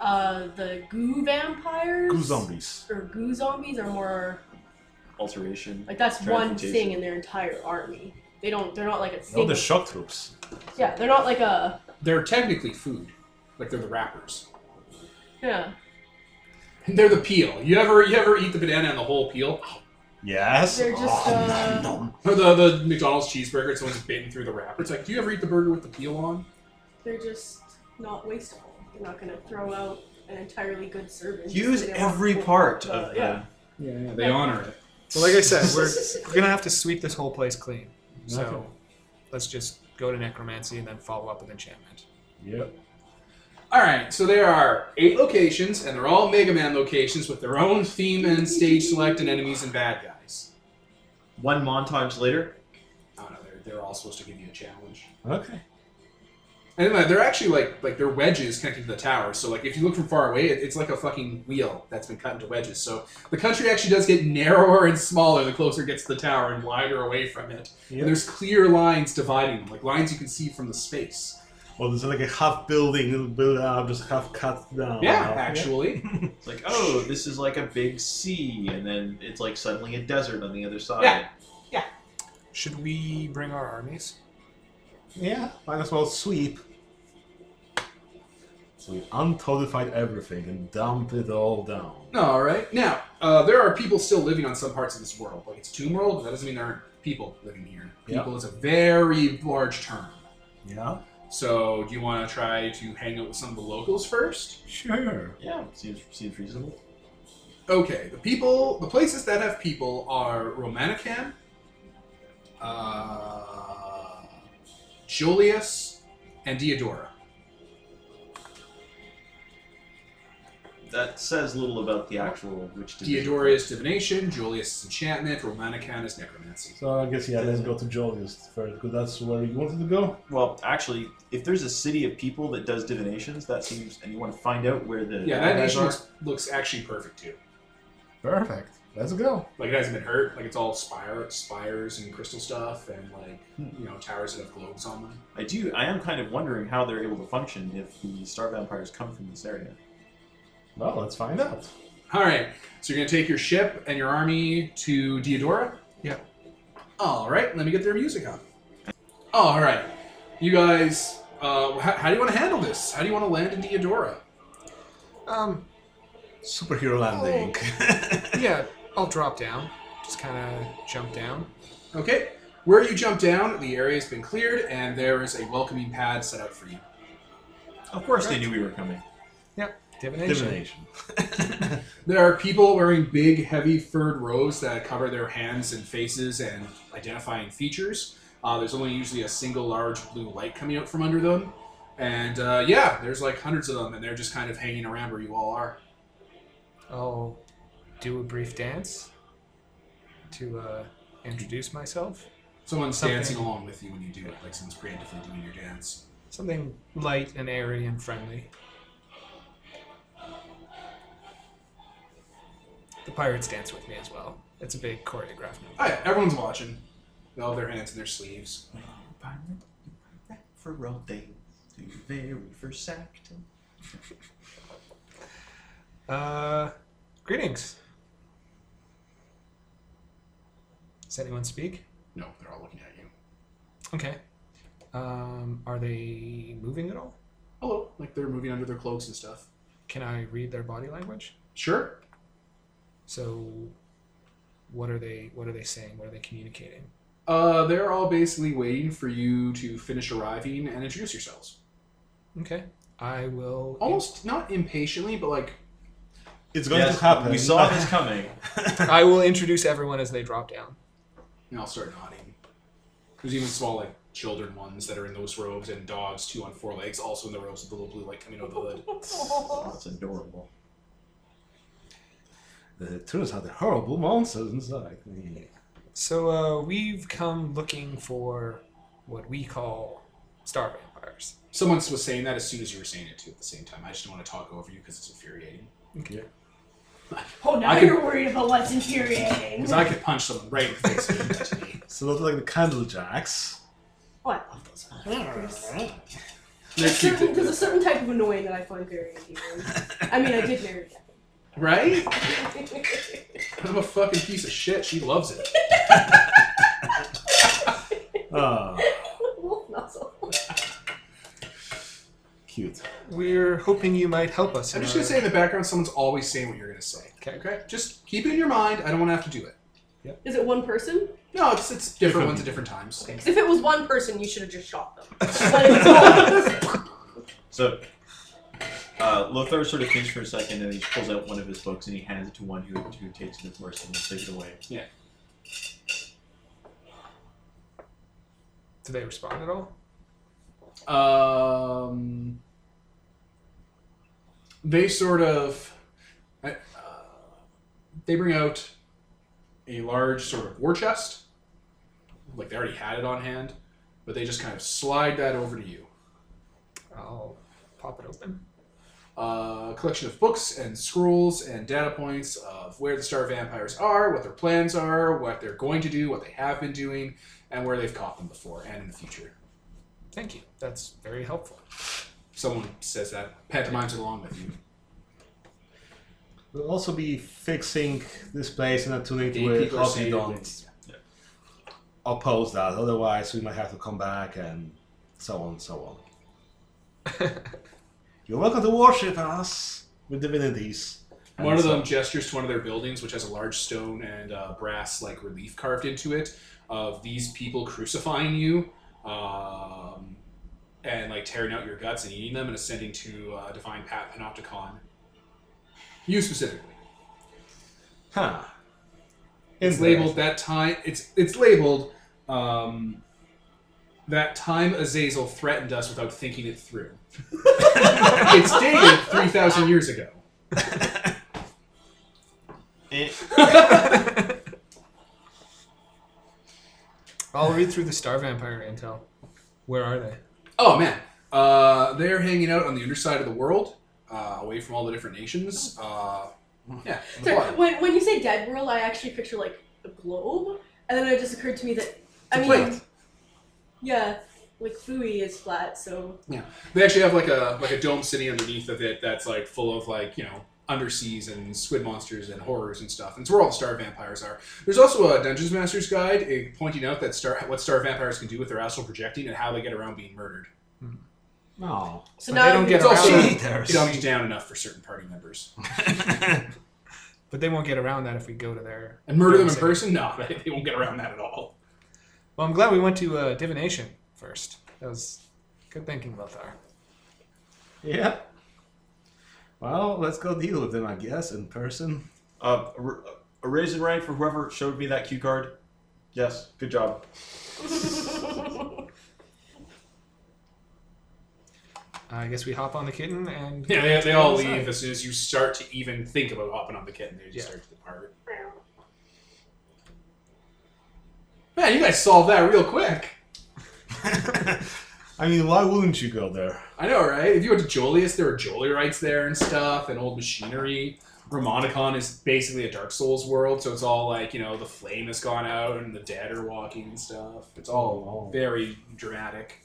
Speaker 2: Uh, the goo vampires
Speaker 4: Goo zombies.
Speaker 2: or goo zombies are more
Speaker 5: alteration.
Speaker 2: like that's one
Speaker 5: Transmutation.
Speaker 2: thing in their entire army. They don't. They're not like a
Speaker 4: No,
Speaker 2: single.
Speaker 4: Oh, the shock troops.
Speaker 2: yeah, they're not like a
Speaker 1: They're technically food. Like they're the wrappers.
Speaker 2: yeah.
Speaker 1: And they're the peel. You ever you ever eat the banana and the whole peel?
Speaker 4: Yes. Oh.
Speaker 2: They're just uh,
Speaker 1: Or the, the McDonald's cheeseburger, it's always bitten through the wrapper. It's like, do you ever eat the burger with the peel on?
Speaker 2: they're just not wasteful. They're not gonna throw out an entirely good service.
Speaker 5: Use every part of the.
Speaker 2: yeah.
Speaker 1: Yeah, yeah. They honor it.
Speaker 3: So like I said, we're, we're gonna have to sweep this whole place clean. So
Speaker 4: Okay.
Speaker 3: let's just go to necromancy and then follow up with enchantment.
Speaker 4: Yep.
Speaker 1: Alright, so there are eight locations, and they're all Mega Man locations with their own theme and stage select and enemies and bad guys.
Speaker 5: One montage later,
Speaker 1: I don't know, they're, they're all supposed to give you a challenge.
Speaker 4: Okay.
Speaker 1: And like, they're actually like like they're wedges connected to the tower. So like if you look from far away, it, it's like a fucking wheel that's been cut into wedges. So the country actually does get narrower and smaller the closer it gets to the tower and wider away from it.
Speaker 4: Yeah.
Speaker 1: And there's clear lines dividing them, like lines you can see from the space.
Speaker 4: Well, Oh, there's like a half building, little build up, just half cut down.
Speaker 1: yeah, actually.
Speaker 5: It's like, oh, this is like a big sea, and then it's like suddenly a desert on the other side.
Speaker 1: Yeah.
Speaker 3: Should we bring our armies?
Speaker 4: Yeah, might as well sweep. So we uncodified everything and dump it all down.
Speaker 1: No, all right. Now uh, there are people still living on some parts of this world. Like it's tomb world, but that doesn't mean there aren't people living here.
Speaker 4: Yeah.
Speaker 1: People is a very large term.
Speaker 4: Yeah?
Speaker 1: So do you want to try to hang out with some of the locals first?
Speaker 4: Sure.
Speaker 5: Yeah, seems seems reasonable.
Speaker 1: Okay, the people, the places that have people are Romanicam, uh, Julius, and Diodora.
Speaker 5: That says little about the actual which division.
Speaker 1: Diodora is divination, Julius is enchantment, Romanicam is necromancy.
Speaker 4: So I guess, yeah, let's go to Jolius first, because that's where you wanted to go.
Speaker 5: Well, actually, if there's a city of people that does divinations, that seems, and you want to find out where the
Speaker 1: Yeah, that
Speaker 5: guys
Speaker 1: nation
Speaker 5: are,
Speaker 1: looks, looks actually perfect too.
Speaker 4: Perfect. Let's go.
Speaker 1: Like it hasn't been hurt. Like it's all spire, spires and crystal stuff, and like you know towers that have globes on them.
Speaker 5: I do. I am kind of wondering how they're able to function if the star vampires come from this area.
Speaker 4: Well, let's find out.
Speaker 1: All right, so you're gonna take your ship and your army to Diodora.
Speaker 3: Yeah.
Speaker 1: All right, let me get their music on. All right, you guys, uh, how, how do you want to handle this? How do you want to land in Diodora?
Speaker 3: Um,
Speaker 4: Superhero landing.
Speaker 3: yeah, I'll drop down. Just kind of jump down.
Speaker 1: Okay, where you jump down, the area has been cleared, and there is a welcoming pad set up for you.
Speaker 5: Of course, they knew we were coming.
Speaker 3: Divination.
Speaker 4: Divination.
Speaker 1: There are people wearing big, heavy furred robes that cover their hands and faces and identifying features. Uh, there's only usually a single large blue light coming out from under them. And uh, yeah, there's like hundreds of them, and they're just kind of hanging around where you all are.
Speaker 3: I'll do a brief dance to uh, introduce myself.
Speaker 1: Someone's
Speaker 3: Something.
Speaker 1: dancing along with you when you do it, like someone's creatively doing your dance.
Speaker 3: Something light and airy and friendly. The pirates dance with me as well. It's a big choreographed number.
Speaker 1: Oh, yeah, everyone's watching. They all have their hands in their sleeves.
Speaker 5: For real days, the very first act.
Speaker 3: Uh, greetings. Does anyone speak?
Speaker 1: No, they're all looking at you.
Speaker 3: Okay. Um, are they moving at all?
Speaker 1: Hello, like they're moving under their cloaks and stuff.
Speaker 3: Can I read their body language?
Speaker 1: Sure.
Speaker 3: So, what are they? What are they saying? What are they communicating?
Speaker 1: Uh, they're all basically waiting for you to finish arriving and introduce yourselves.
Speaker 3: Okay. I will.
Speaker 1: almost not impatiently, but like
Speaker 4: It's going
Speaker 5: Yes,
Speaker 4: to happen.
Speaker 5: We saw this coming.
Speaker 3: I will introduce everyone as they drop down.
Speaker 1: and I'll start nodding. There's even small like children ones that are in those robes and dogs too on four legs, also in the robes with the little blue light coming out of the hood.
Speaker 5: Oh, that's adorable.
Speaker 4: The turns out they're horrible monsters inside. Yeah.
Speaker 3: So uh, we've come looking for what we call star vampires.
Speaker 1: Someone was saying that as soon as you were saying it too at the same time. I just don't want to talk over you because it's infuriating.
Speaker 6: Oh, now
Speaker 1: I could-
Speaker 6: you're worried about what's infuriating.
Speaker 1: Because I could punch someone right in the face if you did that to me.
Speaker 4: So those are like the candle jacks.
Speaker 6: What?
Speaker 1: They're
Speaker 2: There's,
Speaker 1: cute,
Speaker 2: certain,
Speaker 1: they're
Speaker 2: there's a certain type of annoying that I find very appealing. I mean, I did marry
Speaker 1: good. Right?
Speaker 2: that.
Speaker 1: I'm a fucking piece of shit. She loves it.
Speaker 4: Ah,
Speaker 2: Wolf nozzle.
Speaker 4: cute.
Speaker 3: We're hoping you might help us.
Speaker 1: I'm
Speaker 3: in
Speaker 1: just gonna
Speaker 3: our-
Speaker 1: say in the background, someone's always saying what you're gonna say.
Speaker 3: Okay.
Speaker 1: Okay. Just keep it in your mind. I don't want to have to do it.
Speaker 2: Is it one person?
Speaker 1: No, it's it's different ones at different times.
Speaker 2: Because if it was one person, you should have just shot them. But it's all-
Speaker 5: So, uh, Lothar sort of thinks for a second, and he pulls out one of his books and he hands it to one who, who takes it, of course, and will take it away.
Speaker 3: Do they respond at all?
Speaker 1: um, they sort of I- uh, they bring out a large sort of war chest like they already had it on hand but they just kind of slide that over to you
Speaker 3: I'll pop it open.
Speaker 1: uh, collection of books and scrolls and data points of where the star vampires are, what their plans are, what they're going to do, what they have been doing, and where they've caught them before and in the future.
Speaker 3: Thank you. That's very helpful.
Speaker 1: Someone says that, pantomimes it along with you.
Speaker 4: We'll also be fixing this place and attuning to
Speaker 1: Gatekeepers
Speaker 4: it. Hope
Speaker 1: say
Speaker 4: you
Speaker 1: it
Speaker 4: don't
Speaker 1: with-
Speaker 4: oppose that. Otherwise, we might have to come back and so on, so on. You're welcome to worship us with divinities. And
Speaker 1: One of
Speaker 4: so-
Speaker 1: them gestures to one of their buildings, which has a large stone and uh, brass like relief carved into it of these people crucifying you um, and like tearing out your guts and eating them and ascending to uh, divine pat panopticon. You specifically.
Speaker 4: Huh.
Speaker 1: It's labeled that time. It's it's labeled um, that time Azazel threatened us without thinking it through. it's dated three thousand years ago.
Speaker 3: I'll read through the star vampire intel. Where are they?
Speaker 1: Oh man, uh, they're hanging out on the underside of the world, uh, away from all the different nations. Uh, yeah, on the
Speaker 2: Sorry,
Speaker 1: bottom.
Speaker 2: when, when you say dead world, I actually picture like a globe, and then it just occurred to me that I
Speaker 1: It's
Speaker 2: mean,
Speaker 1: a
Speaker 2: yeah, like Fui is flat, so
Speaker 1: They actually have like a like a dome city underneath of it that's like full of like you know underseas and squid monsters and horrors and stuff. And it's where all the star vampires are. There's also a Dungeons Master's guide eh, pointing out that star what star vampires can do with their astral projecting and how they get around being murdered.
Speaker 4: No.
Speaker 2: so
Speaker 3: But
Speaker 2: now
Speaker 3: they don't
Speaker 2: we-
Speaker 3: get
Speaker 1: It's also
Speaker 3: around
Speaker 1: it
Speaker 3: that.
Speaker 1: dumbs down enough for certain party members.
Speaker 3: But they won't get around that if we go to their.
Speaker 1: And murder them
Speaker 3: Dome
Speaker 1: in
Speaker 3: city.
Speaker 1: person? No, they, they won't get around that at all.
Speaker 3: Well, I'm glad we went to uh, divination first. That was good thinking, Lothar.
Speaker 4: Yeah. Well, let's go deal with them, I guess, in person.
Speaker 5: Uh, a, r- a raise in rank for whoever showed me that cue card. Yes, good job.
Speaker 3: I guess we hop on the kitten and
Speaker 1: Yeah, they, they all leave as soon as you start to even think about hopping on the kitten. They just
Speaker 3: Yeah.
Speaker 1: start to depart. Man, you guys solved that real quick.
Speaker 4: I mean, why wouldn't you go there?
Speaker 1: I know, right? If you went to Jolius, there were Joliorites there and stuff, and old machinery. Romonicon is basically a Dark Souls world, so it's all like, you know, the flame has gone out and the dead are walking and stuff. It's all
Speaker 4: Oh.
Speaker 1: very dramatic.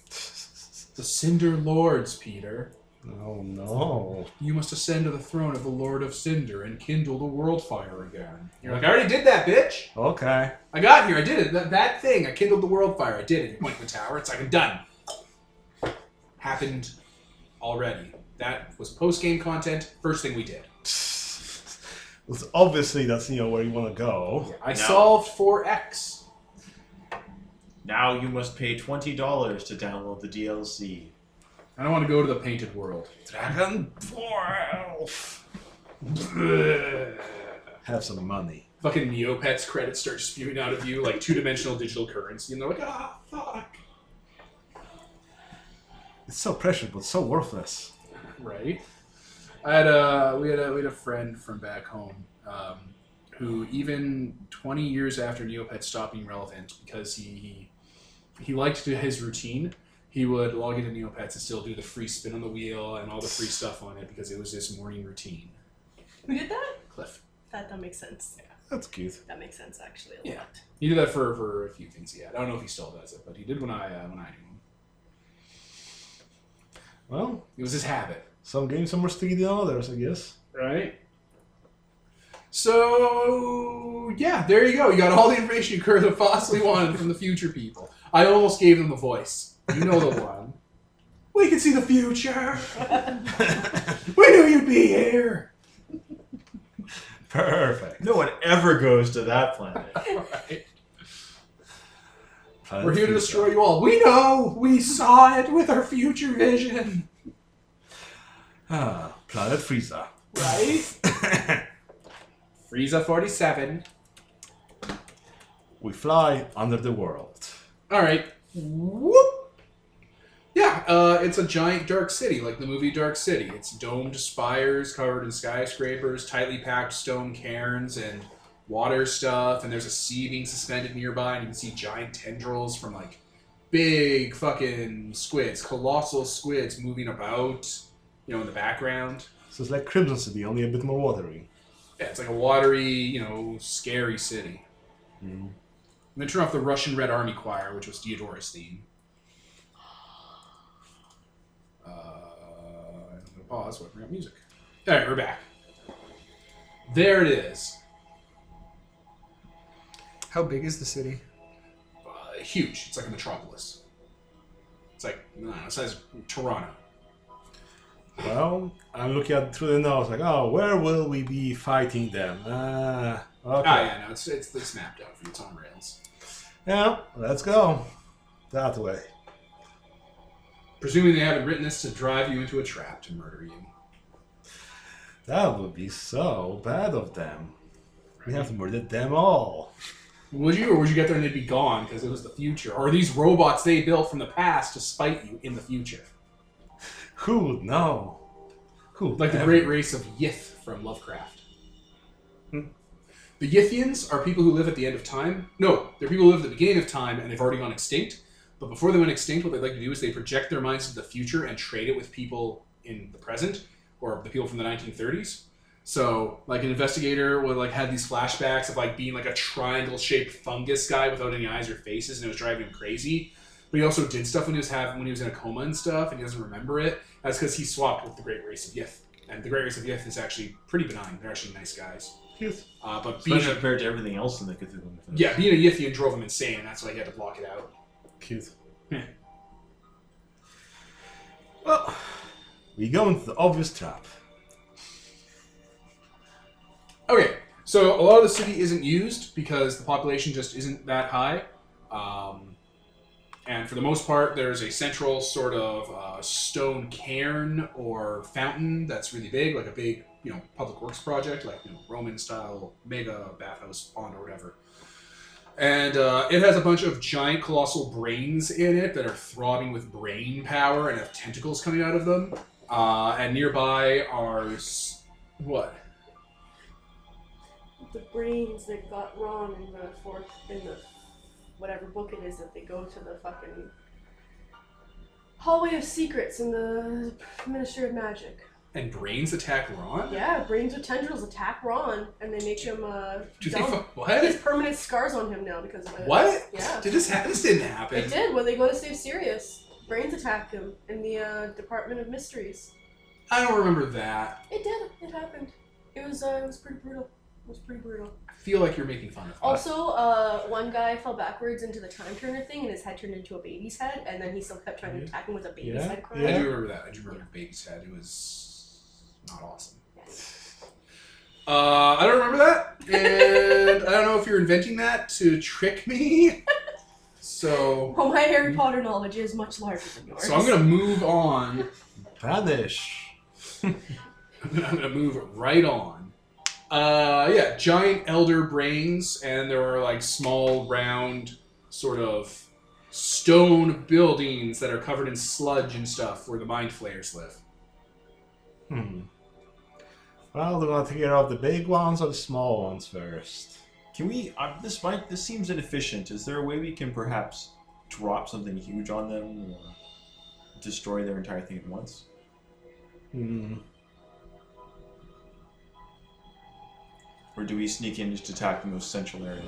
Speaker 1: The Cinder Lords, Peter.
Speaker 4: Oh no.
Speaker 1: You must ascend to the throne of the Lord of Cinder and kindle the world fire again. You're like, I already did that, bitch!
Speaker 4: Okay.
Speaker 1: I got here, I did it. That, that thing, I kindled the world fire, I did it. You point to the tower, it's like, I'm done. Happened already. That was post game content, first thing we did.
Speaker 4: Well, obviously, that's you know where you want to go.
Speaker 1: I
Speaker 5: No.
Speaker 1: solved 4X.
Speaker 5: Now you must pay twenty dollars to download the DLC.
Speaker 1: I don't want to go to the painted world.
Speaker 4: Dragon dwarf. Have some money.
Speaker 1: Fucking Neopets credits start spewing out of you like two dimensional digital currency, and they're like, ah, fuck.
Speaker 4: It's so precious, but so worthless.
Speaker 1: right? I had a we had a we had a friend from back home um, who even 20 years after Neopets stopped being relevant because he he, he liked to his routine. He would log into Neopets and still do the free spin on the wheel and all the free stuff on it because it was his morning routine.
Speaker 2: who did that?
Speaker 1: Cliff.
Speaker 2: That that makes sense.
Speaker 4: That's cute.
Speaker 2: That makes sense actually. A
Speaker 1: Yeah.
Speaker 2: lot.
Speaker 1: He did that for, for a few things he had. I don't know if he still does it, but he did when I uh, when I knew him.
Speaker 4: Well,
Speaker 1: It was his habit.
Speaker 4: some games are more sticky than others, I guess.
Speaker 1: right? So yeah, there you go. You got all the information you could have possibly wanted from the future people. I almost gave them the voice. You know the one. We can see the future. we knew you'd be here.
Speaker 4: Perfect.
Speaker 5: No one ever goes to that planet.
Speaker 1: Right. We're here to destroy you all. We know. We saw it with our future vision.
Speaker 4: Ah, Planet Frieza.
Speaker 1: Right? Frieza forty-seven.
Speaker 4: we fly under the world.
Speaker 1: All right. Whoop. Yeah, uh, it's a giant dark city, like the movie Dark City. It's domed spires covered in skyscrapers, tightly packed stone cairns, and water stuff. And there's a sea being suspended nearby, and you can see giant tendrils from like big fucking squids, colossal squids moving about, you know, in the background.
Speaker 4: So it's like Crimson City, only a bit more watery.
Speaker 1: Yeah, it's like a watery, you know, scary city.
Speaker 4: Mm.
Speaker 1: And then turn off the Russian Red Army Choir, which was Diodorus' theme. Uh, I'm gonna pause. What? Bring up music. All right, we're back. There it is.
Speaker 3: How big is the city?
Speaker 1: Uh, huge. It's like a metropolis. It's like I don't know, the size of Toronto.
Speaker 4: Well, I'm looking at through the nose, like, oh, where will we be fighting them? Ah, okay.
Speaker 1: Ah, yeah, no, it's it's the snapped out from its on rails.
Speaker 4: Yeah, let's go. That way.
Speaker 1: Presuming they haven't written this to drive you into a trap to murder you.
Speaker 4: That would be so bad of them. We have to murder them all.
Speaker 1: Would you, or would you get there and they'd be gone because it was the future? Or are these robots they built from the past to spite you in the future?
Speaker 4: Who would know? Who? would
Speaker 1: Like the
Speaker 4: ever-
Speaker 1: great race of Yith from Lovecraft. The Yithians are people who live at the end of time. No, they're people who live at the beginning of time and they've already gone extinct. But before they went extinct, what they like to do is they project their minds to the future and trade it with people in the present or the people from the 1930s. So, like an investigator would like had these flashbacks of like being like a triangle-shaped fungus guy without any eyes or faces, and it was driving him crazy. But he also did stuff when he was having when he was in a coma and stuff, and he doesn't remember it. That's because he swapped with the Great Race of Yith, and the Great Race of Yith is actually pretty benign. They're actually nice guys.
Speaker 4: Yes.
Speaker 1: Uh, but being
Speaker 5: Especially
Speaker 1: a,
Speaker 5: compared to everything else in the Cthulhu mythos.
Speaker 1: yeah, being a Yithian drove him insane. That's why he had to block it out.
Speaker 4: Cute.
Speaker 1: Yeah.
Speaker 4: well, we go into the obvious trap.
Speaker 1: Okay, so a lot of the city isn't used because the population just isn't that high. Um, and for the most part, there's a central sort of uh, stone cairn or fountain that's really big, like a big, you know, public works project, like you know, Roman style mega bathhouse pond or whatever. And uh, it has a bunch of giant, colossal brains in it that are throbbing with brain power and have tentacles coming out of them. Uh, and nearby are s- what?
Speaker 2: The brains that got wrong in the fourth, in the whatever book it is that they go to the fucking hallway of secrets in the Ministry of Magic.
Speaker 1: And brains attack Ron?
Speaker 2: Yeah, brains with tendrils attack Ron, and they make him uh,
Speaker 1: Do they
Speaker 2: dumb.
Speaker 1: fu-
Speaker 2: He has
Speaker 1: what?
Speaker 2: permanent scars on him now because of it.
Speaker 1: What?
Speaker 2: Yeah.
Speaker 1: Did this happen? This didn't happen.
Speaker 2: It did when they go to save Sirius. Brains attack him in the uh, Department of Mysteries.
Speaker 1: I don't remember that.
Speaker 2: It did. It happened. It was uh, it was pretty brutal. It was pretty brutal.
Speaker 1: I feel like you're making fun of us.
Speaker 2: Also, uh, one guy fell backwards into the time turner thing, and his head turned into a baby's head, and then he still kept trying to
Speaker 4: Yeah.
Speaker 2: attack him with a baby's
Speaker 4: Yeah.
Speaker 2: head crown.
Speaker 1: I
Speaker 4: Yeah.
Speaker 1: do remember that. I do remember the baby's head. It was not awesome. Uh, I don't remember that, and I don't know if you're inventing that to trick me. So,
Speaker 2: Well, Oh, my Harry Potter knowledge is much larger than yours.
Speaker 1: so I'm gonna move on.
Speaker 4: Vanish.
Speaker 1: I'm gonna, I'm gonna move right on. Uh, yeah, giant elder brains, and there are like small, round, sort of stone buildings that are covered in sludge and stuff where the mind flayers live.
Speaker 4: Hmm. Well, do we want to figure out the big ones or the small ones first?
Speaker 5: Can we? Uh, this might. This seems inefficient. Is there a way we can perhaps drop something huge on them or destroy their entire thing at once?
Speaker 4: Hmm.
Speaker 5: Or do we sneak in just attack the most central area?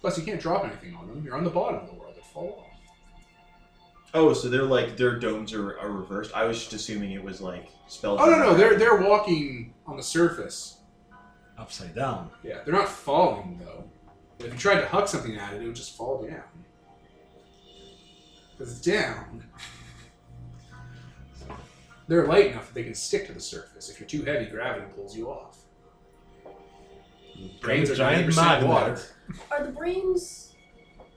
Speaker 1: Plus, you can't drop anything on them. You're on the bottom of the world. They fall off.
Speaker 5: Oh, so they're like their domes are, are reversed. I was just assuming it was like spelled.
Speaker 1: Oh no, no, they're they're walking on the surface.
Speaker 4: Upside down.
Speaker 1: Yeah, they're not falling though. If you tried to huck something at it, it would just fall down. Because it's down. They're light enough that they can stick to the surface. If you're too heavy, gravity pulls you off. Brains are
Speaker 4: giant
Speaker 1: 90%
Speaker 4: magnet.
Speaker 1: water.
Speaker 2: Are the brains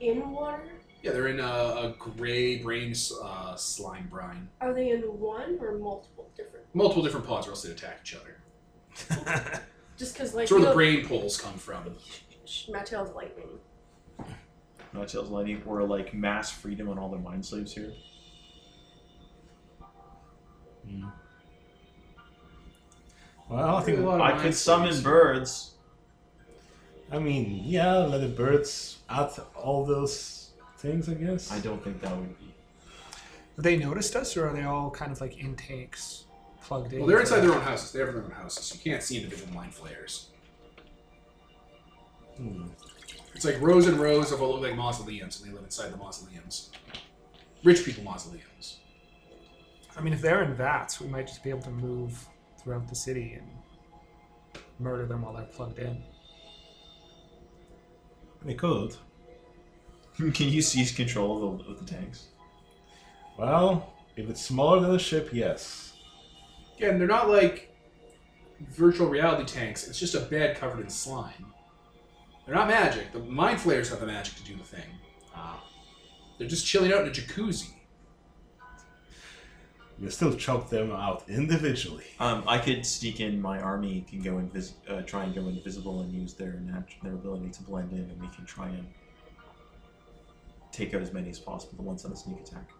Speaker 2: in water?
Speaker 1: Yeah, they're in a, a gray brain s- uh, slime brine.
Speaker 2: Are they in one or multiple different?
Speaker 1: Multiple different pods, or else they attack each other.
Speaker 2: Just because like
Speaker 1: That's where
Speaker 2: you
Speaker 1: the
Speaker 2: know,
Speaker 1: brain pulls come from.
Speaker 2: sh- Mattel's lightning.
Speaker 5: Not Tales of Lightning or like mass freedom on all the mind slaves here.
Speaker 4: Hmm. Well, I think.
Speaker 1: Oh,
Speaker 5: I could summon birds.
Speaker 4: I mean, yeah, let the birds add all those things, I guess.
Speaker 5: I don't think that would be.
Speaker 3: They noticed us, or are they all kind of like intakes plugged in?
Speaker 1: Well, they're inside their own houses. They have their own houses. You can't see individual mind flares.
Speaker 4: Hmm.
Speaker 1: It's like rows and rows of what look like mausoleums, and they live inside the mausoleums. Rich people mausoleums.
Speaker 3: I mean, if they're in vats, we might just be able to move throughout the city and murder them while they're plugged in.
Speaker 4: They could.
Speaker 5: Can you seize control of the, of the tanks?
Speaker 4: Well, if it's smaller than a ship, yes.
Speaker 1: Again, they're not like virtual reality tanks. It's just a bed covered in slime. They're not magic. The mind flayers have the magic to do the thing.
Speaker 4: Ah.
Speaker 1: They're just chilling out in a jacuzzi.
Speaker 4: You still chop them out individually.
Speaker 5: Um, I could sneak in. My army can go invis- uh, try and go invisible and use their nat- their ability to blend in, and we can try and take out as many as possible. The ones on a sneak attack.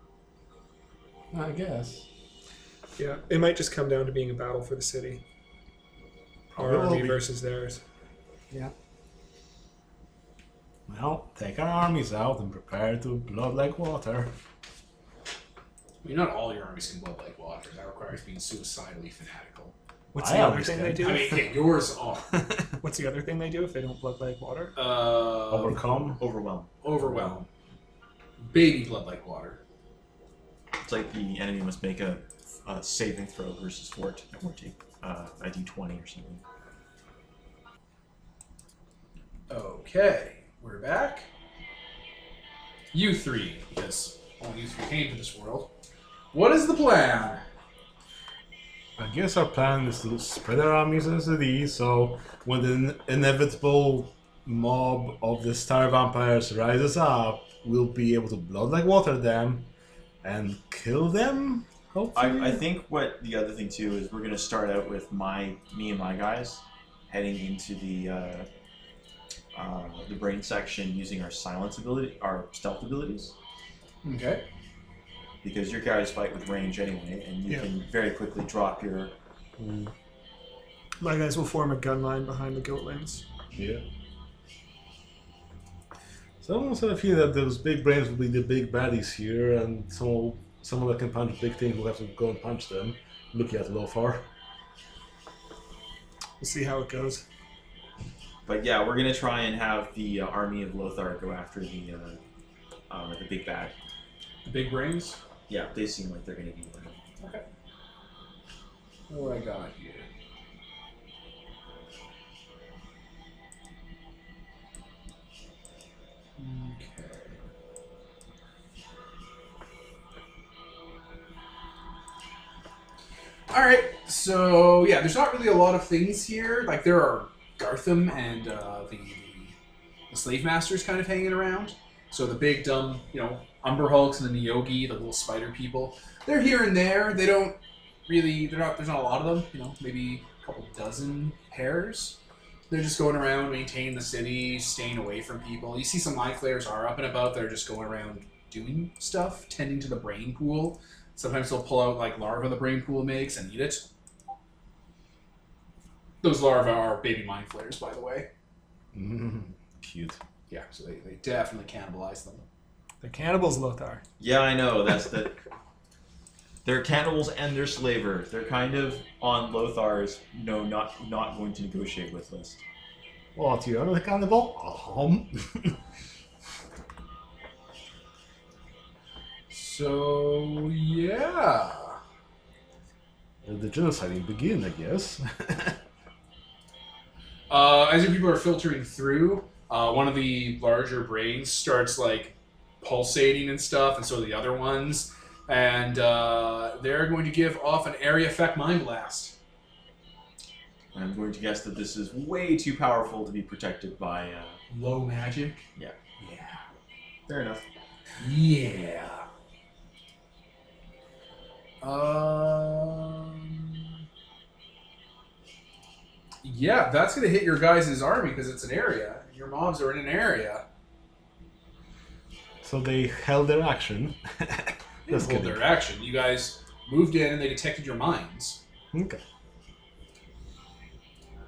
Speaker 4: I guess.
Speaker 3: Yeah, it might just come down to being a battle for the city.
Speaker 4: Our Probably will army be.
Speaker 3: versus theirs.
Speaker 4: Well, take our armies out and prepare to blood like water.
Speaker 1: I mean, not all your armies can blood like water. That requires being suicidally fanatical.
Speaker 3: What's
Speaker 4: I
Speaker 3: the other thing
Speaker 4: understand.
Speaker 3: they do?
Speaker 1: I mean, yeah, yours are.
Speaker 3: What's the other thing they do if they don't blood like water?
Speaker 4: Um,
Speaker 1: Uh,
Speaker 4: Overcome.
Speaker 5: Overwhelm.
Speaker 1: overwhelm. Baby blood like water.
Speaker 5: It's like the enemy must make a, a saving throw versus fort at one take, uh, a d20 or something.
Speaker 1: Okay, we're back. You three, because only you three came to this world. What is the plan?
Speaker 4: I guess our plan is to spread our armies in the city, so when the in- inevitable mob of the star vampires rises up, we'll be able to blood like water them and kill them. Hopefully.
Speaker 5: I, I think what the other thing too is we're gonna start out with my me and my guys heading into the uh, uh, the brain section using our silence ability, our stealth abilities,
Speaker 1: Okay.
Speaker 5: because your guys fight with range anyway, and you
Speaker 3: Yeah.
Speaker 5: can very quickly drop your
Speaker 4: Mm,
Speaker 3: My guys will form a gun line behind the goatlings.
Speaker 4: Yeah. So I almost have a feeling that those big brains will be the big baddies here, and some someone that can punch big things will have to go and punch them. Looking at Lofar.
Speaker 3: We'll see how it goes.
Speaker 5: But yeah, we're gonna try and have the uh, army of Lothar go after the uh, um, the big bad.
Speaker 1: The big brains.
Speaker 5: Yeah, they seem like they're gonna be winning.
Speaker 1: What do I got here? Okay. All right. So yeah, there's not really a lot of things here. Like there are Gartham and uh, the, the slave masters kind of hanging around. So the big dumb, you know, Umber Hulks and then the Yogi, the little spider people. They're here and there. They don't really they're not there's not a lot of them you know maybe a couple dozen pairs they're just going around maintaining the city staying away from people you see some mind flayers are up and about they're just going around doing stuff tending to the brain pool sometimes they'll pull out like larvae the brain pool makes and eat it those larvae are baby mind flayers by the way
Speaker 4: Mm, cute.
Speaker 1: yeah so they, they definitely cannibalize them
Speaker 3: They're cannibals, Lothar.
Speaker 5: Yeah, I know. That's the. They're cannibals and they're slavers. They're kind of on Lothar's no, not not going to negotiate with list.
Speaker 4: What, you're not a cannibal? Um.
Speaker 1: so yeah
Speaker 4: the genociding begin, I guess.
Speaker 1: Uh, as your people are filtering through, uh, one of the larger brains starts like pulsating and stuff, and so do the other ones. And uh, they're going to give off an area effect mind blast.
Speaker 5: I'm going to guess that this is way too powerful to be protected by. Uh...
Speaker 1: Low magic.
Speaker 5: Yeah.
Speaker 1: Yeah.
Speaker 5: Fair enough.
Speaker 1: Yeah. Um. Yeah, that's gonna hit your guys' army because it's an area. Your mobs are in an area.
Speaker 4: so they held their action.
Speaker 1: They didn't
Speaker 4: Just
Speaker 1: hold
Speaker 4: kidding.
Speaker 1: their action. You guys moved in and they detected your minds.
Speaker 4: Okay.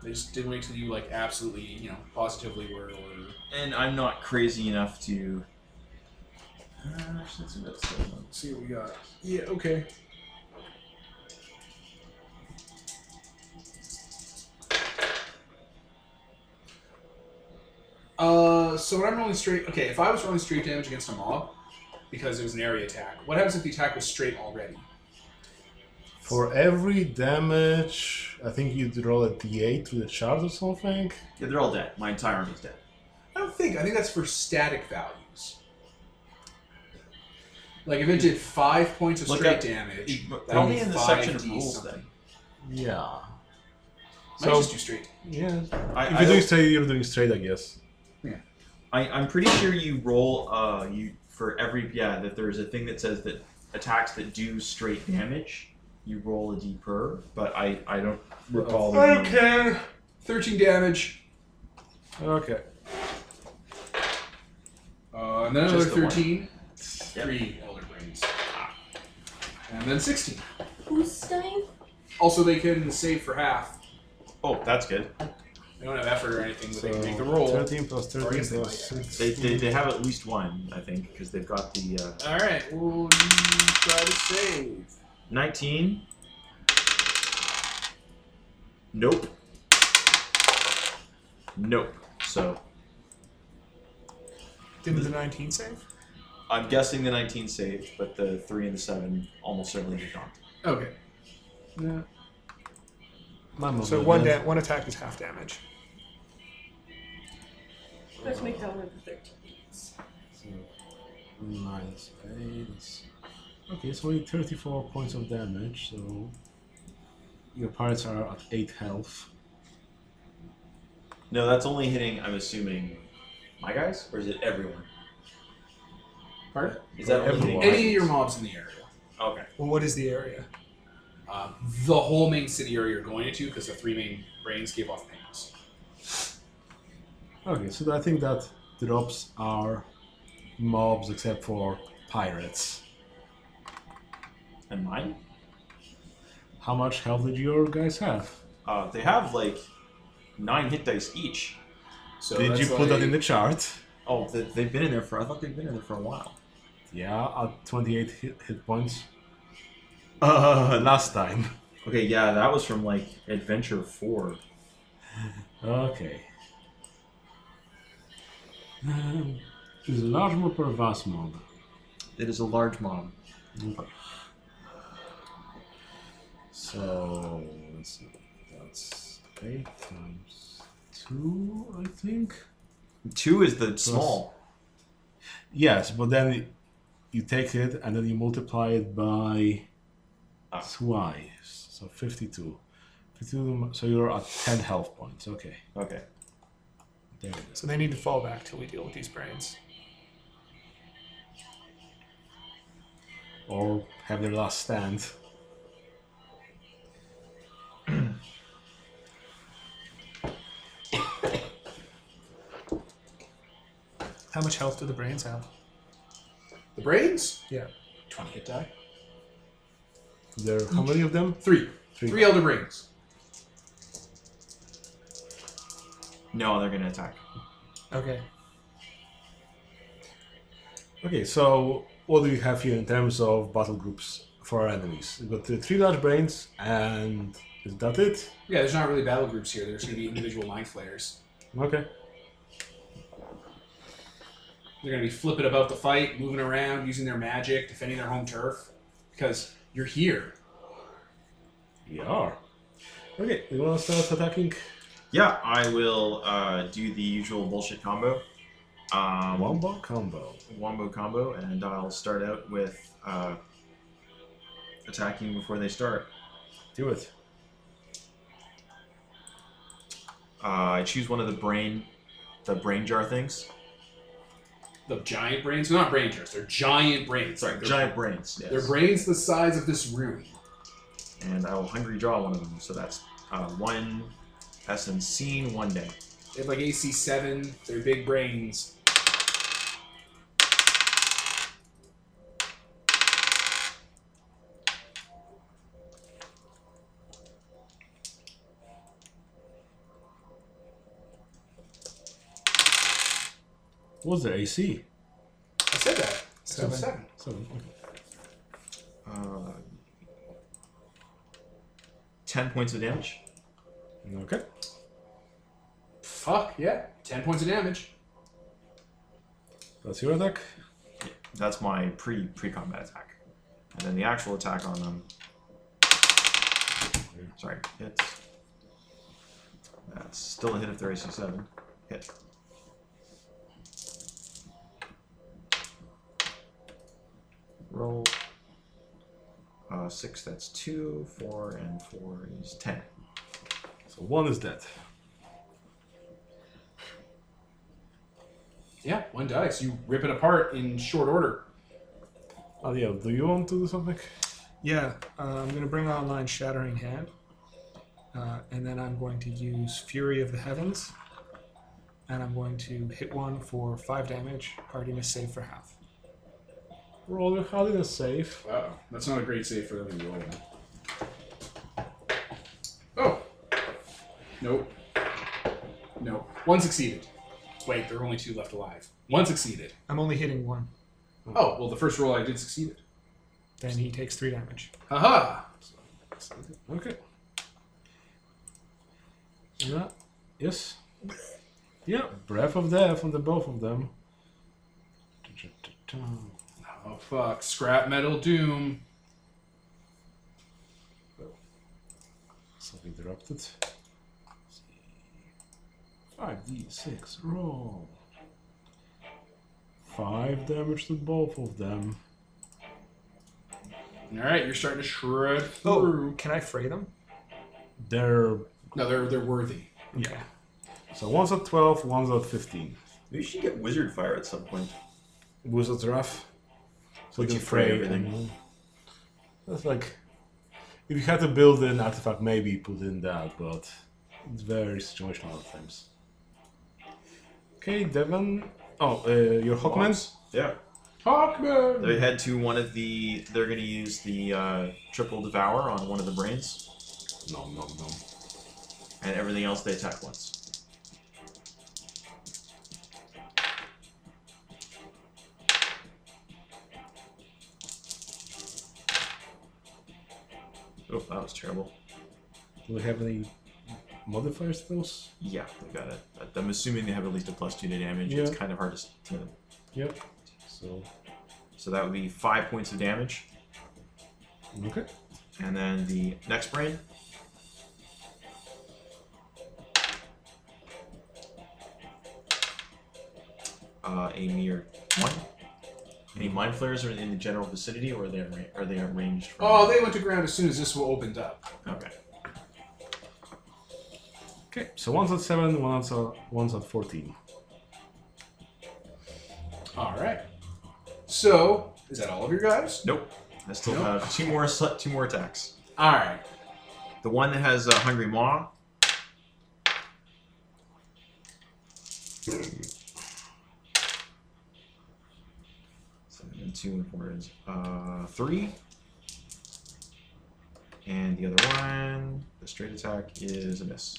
Speaker 1: They just didn't wait till you like absolutely, you know, positively were. were
Speaker 5: And I'm not crazy enough to Uh, actually, let's see what it says on-
Speaker 1: see what we got. Yeah, okay. Uh, so when I'm rolling straight, okay, if I was rolling straight damage against a mob, because it was an area attack, what happens if the attack was straight already?
Speaker 4: For every damage, I think you'd roll a d8 through the chart or something.
Speaker 5: Yeah, they're all dead. My entire army's dead.
Speaker 1: I don't think. I think that's for static values. Like if it did five points of
Speaker 5: Look
Speaker 1: straight
Speaker 5: up-
Speaker 1: damage, that would
Speaker 5: Probably
Speaker 1: be
Speaker 5: in the
Speaker 1: 5D
Speaker 5: section of rules
Speaker 1: something.
Speaker 5: then.
Speaker 4: Yeah.
Speaker 1: Might
Speaker 4: So-
Speaker 1: just do straight.
Speaker 4: Yeah.
Speaker 5: I,
Speaker 4: If
Speaker 5: I
Speaker 4: you're doing
Speaker 5: don't-
Speaker 4: straight, you're doing straight, I guess.
Speaker 5: I, I'm pretty sure you roll uh you for every yeah that there's a thing that says that attacks that do straight damage you roll a d per but I I don't recall.
Speaker 1: Okay. Thirteen damage,
Speaker 4: Okay.
Speaker 1: uh, and then
Speaker 5: Just
Speaker 1: another
Speaker 5: the one.
Speaker 1: thirteen.
Speaker 5: Yep.
Speaker 1: Three elder brains, and then sixteen.
Speaker 6: Who's dying?
Speaker 1: Also, they can save for half.
Speaker 5: Oh, that's good.
Speaker 1: They don't have effort or anything, but
Speaker 4: So
Speaker 1: they can make the roll.
Speaker 4: 13 plus 13
Speaker 1: guess they
Speaker 4: plus
Speaker 1: might,
Speaker 4: 6.
Speaker 5: They, they, they have at least one I think because they've got the uh,
Speaker 1: All right, we'll try to save.
Speaker 5: 19. Nope. Nope. So
Speaker 3: Didn't the 19 save?
Speaker 5: I'm guessing the 19 saved, but the three and the seven almost certainly did not.
Speaker 1: Okay.
Speaker 4: Yeah. Oh, My
Speaker 3: So
Speaker 4: movement,
Speaker 3: one
Speaker 4: yeah.
Speaker 3: da- one attack is half damage.
Speaker 2: Let's make that one of the 13 beats.
Speaker 4: So, minus 8. is- Okay, so only 34 points of damage, so your pirates are at 8 health.
Speaker 5: No, that's only hitting, I'm assuming, my guys? Or is it everyone?
Speaker 1: Pardon?
Speaker 5: Is that only hitting
Speaker 4: Everyone.
Speaker 5: my
Speaker 1: Any of your
Speaker 5: guys?
Speaker 1: mobs in the area.
Speaker 5: Okay.
Speaker 3: Well, what is the area?
Speaker 1: Um, the whole main city area you're going into because the three main brains gave off pains.
Speaker 4: Okay, so I think that drops our mobs except for pirates.
Speaker 5: And mine?
Speaker 4: How much health did your guys have?
Speaker 5: Uh, they have like nine hit dice each.
Speaker 1: So
Speaker 4: did you
Speaker 1: that's
Speaker 4: put that in the
Speaker 1: like-
Speaker 4: chart?
Speaker 5: Oh, they, they've been in there for, I thought they've been in there for a while.
Speaker 4: Yeah, at 28 hit, hit points. Uh, last time.
Speaker 5: Okay, yeah, that was from like Adventure 4.
Speaker 4: Okay. Um, is a large mob or a vast mob?
Speaker 5: It is a large mob.
Speaker 4: Okay. So let's see. That's eight times two, I think.
Speaker 5: Two is the small.
Speaker 4: Yes, but then you take it and then you multiply it by
Speaker 5: Ah.
Speaker 4: twice, so fifty-two. Fifty-two. So you're at ten health points. Okay,
Speaker 5: Okay.
Speaker 4: there it is.
Speaker 3: So they need to fall back till we deal with these brains.
Speaker 4: Or have their last stand.
Speaker 3: How much health do the brains have?
Speaker 1: the brains.
Speaker 3: Yeah.
Speaker 1: Twenty hit die.
Speaker 4: There, how many of them?
Speaker 1: Three.
Speaker 4: Three.
Speaker 1: Three elder brains.
Speaker 5: No, they're going to attack.
Speaker 3: Okay.
Speaker 4: Okay, so what do you have here in terms of battle groups for our enemies? You've got the three large brains, and is that it?
Speaker 1: Yeah, there's not really battle groups here. There's gonna be individual mind flayers.
Speaker 4: Okay.
Speaker 1: They're gonna be flipping about the fight, moving around, using their magic, defending their home turf, because you're here.
Speaker 4: Yeah. Okay, you want to start attacking?
Speaker 5: Yeah, I will uh, do the usual bullshit combo. Um,
Speaker 4: Wombo combo.
Speaker 5: wombo combo, and I'll start out with uh, attacking before they start.
Speaker 4: Do it.
Speaker 5: Uh, I choose one of the brain, the brain jar things.
Speaker 1: The giant brains. They're not brain jars. They're giant brains.
Speaker 5: Sorry,
Speaker 1: they're,
Speaker 5: giant brains. Yes.
Speaker 1: They're brains the size of this room.
Speaker 5: and I will hungry draw one of them. So that's uh, one essence seen one day.
Speaker 1: They have like AC seven. They're big brains.
Speaker 4: What's their AC?
Speaker 1: I said that. So
Speaker 3: Seven.
Speaker 1: seven.
Speaker 4: Seven. Okay.
Speaker 5: Uh, ten points of damage.
Speaker 4: Okay.
Speaker 1: Fuck yeah. Ten points of damage.
Speaker 4: That's your attack.
Speaker 5: That's my pre pre combat attack, and then the actual attack on them. Sorry, hits. That's still a hit if they're AC seven. Hit. Roll. Uh, six. That's two. Four and four is ten.
Speaker 4: So one is dead.
Speaker 1: Yeah, one dice. You rip it apart in short order.
Speaker 4: Adiel, do you want to do something?
Speaker 3: Yeah, uh, I'm going to bring online Shattering Hand, uh, and then I'm going to use Fury of the Heavens, and I'm going to hit one for five damage, hardiness save for half.
Speaker 4: Roll your hardiness save.
Speaker 1: Wow, that's not a great save for them to roll. Oh. Nope. Nope. One succeeded. Wait, there are only two left alive. One succeeded.
Speaker 3: I'm only hitting one,
Speaker 1: Oh, well, the first roll I did succeeded.
Speaker 3: then he takes three damage.
Speaker 1: Haha!
Speaker 4: Okay. Yeah. Yes. Yeah. Breath of death on the both of them.
Speaker 1: Oh, fuck. Scrap metal doom.
Speaker 4: Something interrupted. Five D six roll. Five damage to both of them.
Speaker 1: Alright, you're starting to shred
Speaker 3: Oh,
Speaker 1: through.
Speaker 3: can I fray them?
Speaker 4: They're
Speaker 1: No, they're, they're worthy.
Speaker 3: Okay.
Speaker 4: so one's at twelve, one's at fifteen.
Speaker 5: Maybe you should get wizard fire at some point.
Speaker 4: Wizard's rough. So
Speaker 5: Would
Speaker 4: you
Speaker 5: you
Speaker 4: can
Speaker 5: pray
Speaker 4: pray
Speaker 5: everything?
Speaker 4: and- That's like if you had to build an artifact, maybe put in that, but it's very situational at times. Okay, Devon. Oh, uh, your Hawkmans.
Speaker 5: Yeah.
Speaker 1: Hawkman!
Speaker 5: They head to one of the. They're going to use the uh, triple devour on one of the brains,
Speaker 4: No, no, no.
Speaker 5: and everything else they attack once. Oh, that was terrible.
Speaker 4: Do we have any modifiers to those?
Speaker 5: Yeah, they got it. But I'm assuming they have at least a plus two to damage. It's
Speaker 4: Yeah.
Speaker 5: kind of hard to, s- to.
Speaker 4: Yep. So
Speaker 5: So that would be five points of damage,
Speaker 4: okay.
Speaker 5: and then the next brain. uh, a mere one. Any mind flayers are in the general vicinity, or are they arra- are they arranged? From...
Speaker 1: Oh, they went to ground as soon as this will opened up.
Speaker 5: okay.
Speaker 4: Okay. So one's at seven, one's at one's at fourteen.
Speaker 1: Alright. So, is that all of your guys?
Speaker 5: Nope. I still
Speaker 1: Nope.
Speaker 5: have two more sl- two more attacks.
Speaker 1: Alright.
Speaker 5: The one that has uh, hungry maw. Seven, two and four is uh, three. And the other one, the straight attack is a miss.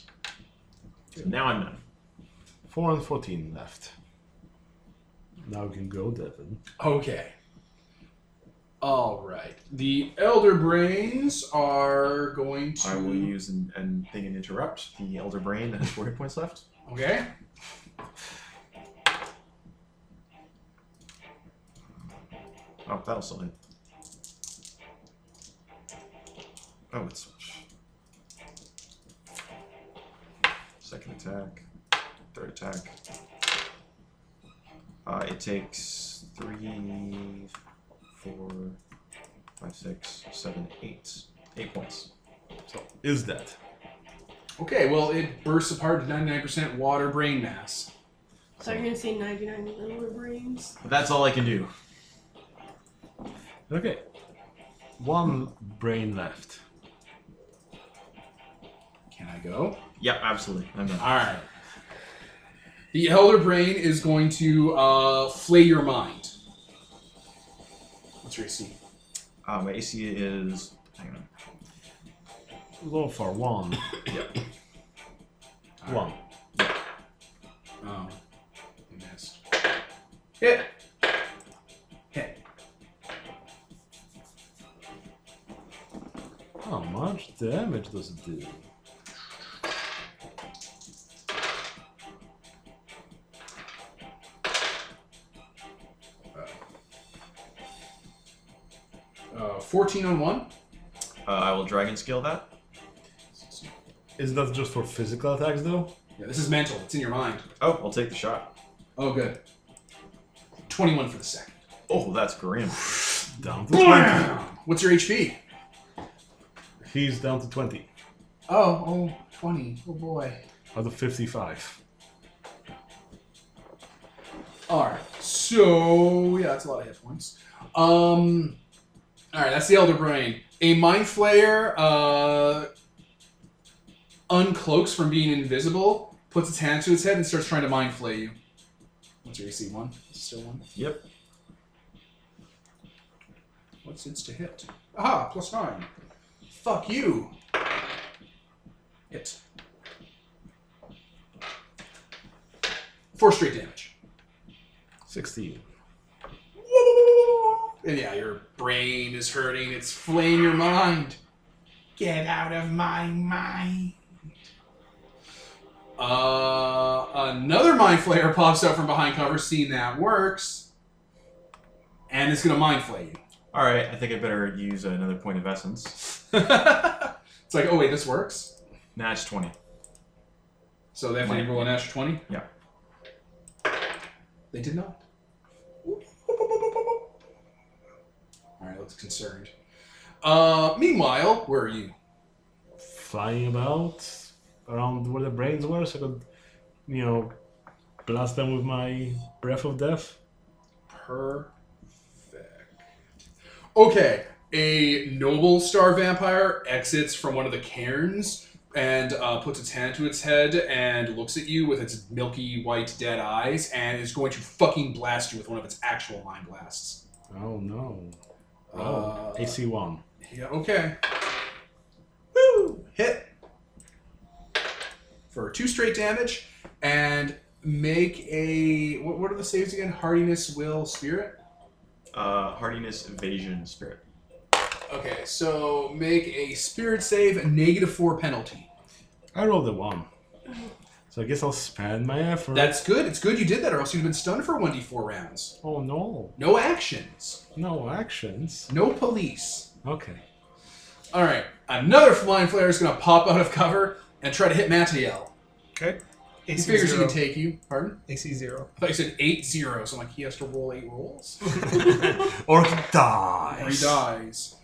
Speaker 5: So now I'm done.
Speaker 4: Four and fourteen left. Now you can go, Devon.
Speaker 1: Okay. All right. The Elder Brains are going to.
Speaker 5: I will use and, and thing and interrupt the elder brain that has four hit points left.
Speaker 1: Okay.
Speaker 5: Oh, that'll still hit. Oh, it's. Second attack, third attack. Uh, it takes three, four, five, six, seven, eight. Eight points.
Speaker 4: So is that?
Speaker 1: Okay. Well, it bursts apart to ninety-nine percent water brain mass.
Speaker 2: So you're gonna say 99 little brains?
Speaker 5: But that's all I can do.
Speaker 4: Okay. One brain left.
Speaker 1: Can I go?
Speaker 5: Yep, absolutely. I'm done.
Speaker 1: All right. The Elder Brain is going to uh, flay your mind. What's your AC?
Speaker 5: Uh, my AC is. Hang on.
Speaker 4: Low for one.
Speaker 1: All
Speaker 4: One.
Speaker 1: Oh, you missed. Hit. Hit.
Speaker 4: damage does it do?
Speaker 1: Uh, 14 on one.
Speaker 5: Uh, I will dragon scale that.
Speaker 4: Is that just for physical attacks though?
Speaker 1: Yeah, this is mental. It's in your mind.
Speaker 5: Oh, I'll take the shot.
Speaker 1: Oh, good. 21 for the second.
Speaker 5: Oh, that's grim.
Speaker 4: Down to 20.
Speaker 1: What's your HP?
Speaker 4: He's down to 20
Speaker 1: Oh, oh, 20. Oh, boy.
Speaker 4: out of 55.
Speaker 1: Alright, so yeah, that's a lot of hit points. Um Alright, that's the Elder Brain. A Mind Flayer uh uncloaks from being invisible, puts its hand to its head, and starts trying to mind flay you. What's your AC? One? Is it still one?
Speaker 5: Yep.
Speaker 1: What's its to hit? Aha, plus nine. Fuck you. Hit. Four straight damage.
Speaker 4: 16.
Speaker 1: And yeah, your brain is hurting. It's flaying your mind. Get out of my mind. Uh, another mind flayer pops up from behind cover, seeing that works, and it's gonna mind flay you.
Speaker 5: All right, I think I better use another point of essence.
Speaker 1: it's like, oh wait, this works.
Speaker 5: Natch 20.
Speaker 1: So they have to
Speaker 5: Mind-
Speaker 1: roll an extra twenty.
Speaker 5: Yeah.
Speaker 1: They did not. All right, looks concerned. Uh, meanwhile, where are you?
Speaker 4: Flying about around where the brains were so I could, you know, blast them with my breath of death.
Speaker 1: Perfect. Okay, a noble star vampire exits from one of the cairns and uh, puts its hand to its head and looks at you with its milky white dead eyes and is going to fucking blast you with one of its actual mind blasts.
Speaker 4: Oh no.
Speaker 1: Uh,
Speaker 4: Oh, AC 1.
Speaker 1: Yeah, okay. Woo! Hit for two straight damage and make a. What, what are the saves again? Hardiness, will, spirit?
Speaker 5: Uh, hardiness, evasion, spirit.
Speaker 1: Okay, so make a spirit save, a negative four penalty.
Speaker 4: I rolled a one. So I guess I'll spend my effort.
Speaker 1: That's good. It's good you did that, or else you'd have been stunned for 1d4 rounds.
Speaker 4: oh no.
Speaker 1: No actions.
Speaker 4: No actions.
Speaker 1: No police.
Speaker 4: Okay.
Speaker 1: All right, another flying flare is going to pop out of cover and try to hit Matiel.
Speaker 3: Okay.
Speaker 1: He
Speaker 3: AC
Speaker 1: figures
Speaker 3: zero.
Speaker 1: he can take you. Pardon?
Speaker 3: AC zero.
Speaker 1: I thought you said 8 0, so I'm like, he has to roll 8 rolls?
Speaker 4: Or
Speaker 1: Or
Speaker 4: dies.
Speaker 1: he dies.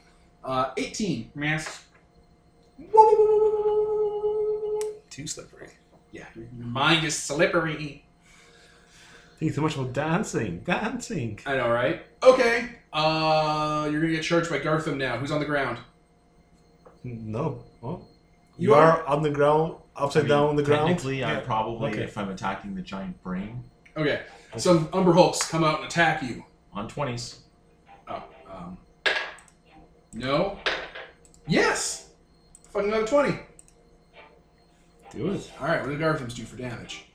Speaker 1: Uh, 18. Yes.
Speaker 3: Too slippery.
Speaker 1: Yeah, your mind is slippery.
Speaker 4: Think so much about dancing. Dancing.
Speaker 1: I know, right? Okay. Uh, you're gonna get charged by Gartham now. Who's on the ground?
Speaker 4: No. Oh.
Speaker 1: You
Speaker 4: You, are, on the ground, upside
Speaker 5: I mean,
Speaker 4: down on the ground.
Speaker 5: Technically, I
Speaker 3: Yeah.
Speaker 5: probably,
Speaker 4: Okay.
Speaker 5: if I'm attacking the giant brain,
Speaker 1: Okay. Some Umber Hulks come out and attack you.
Speaker 5: on 20s.
Speaker 1: Oh. Um, no. Yes. Fucking another twenty.
Speaker 4: Do it.
Speaker 1: All right. What do Garthams do for damage?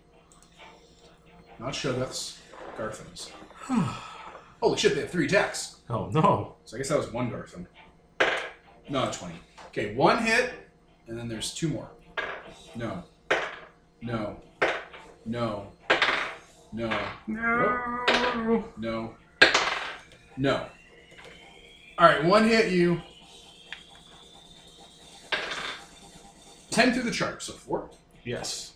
Speaker 1: Not Shoggoths. Garthams. Holy shit! They have three attacks.
Speaker 4: Oh no.
Speaker 1: So I guess that was one Gartham. No, twenty. Okay, one hit, and then there's two more. No. No. No. No. No. No. No. All right, one hit you. Ten through the chart, so four.
Speaker 4: Yes.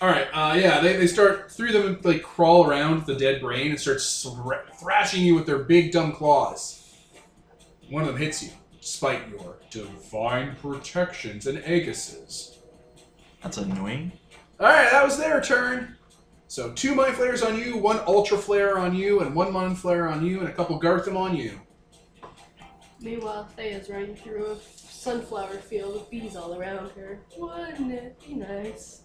Speaker 1: All right, uh, yeah, they, they start three of them like crawl around the dead brain and start thra- thrashing you with their big dumb claws. One of them hits you, despite your divine protections and aegises.
Speaker 5: That's annoying.
Speaker 1: All right, that was their turn. So two mind flares on you, one ultra flare on you, and one mind flare on you, and a couple Gartham on you.
Speaker 2: Meanwhile, Thea's running through a sunflower field with bees all around her. Wouldn't it be nice?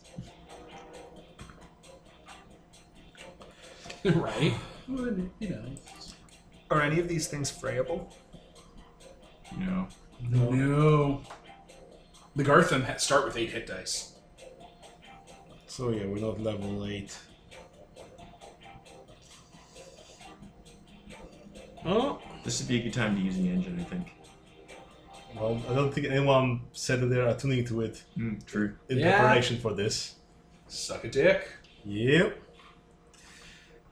Speaker 1: right? Wouldn't it be nice?
Speaker 3: Are any of these things frayable?
Speaker 5: No.
Speaker 1: No. The Gartham ha- start with eight hit dice.
Speaker 4: So yeah, we're not level eight. Oh. Oh.
Speaker 5: This would be a good time to use the engine, I think.
Speaker 4: Well, I don't think anyone said that they are tuning to it
Speaker 5: Mm, true.
Speaker 4: in
Speaker 1: Yeah.
Speaker 4: preparation for this.
Speaker 1: Suck a dick.
Speaker 4: Yep.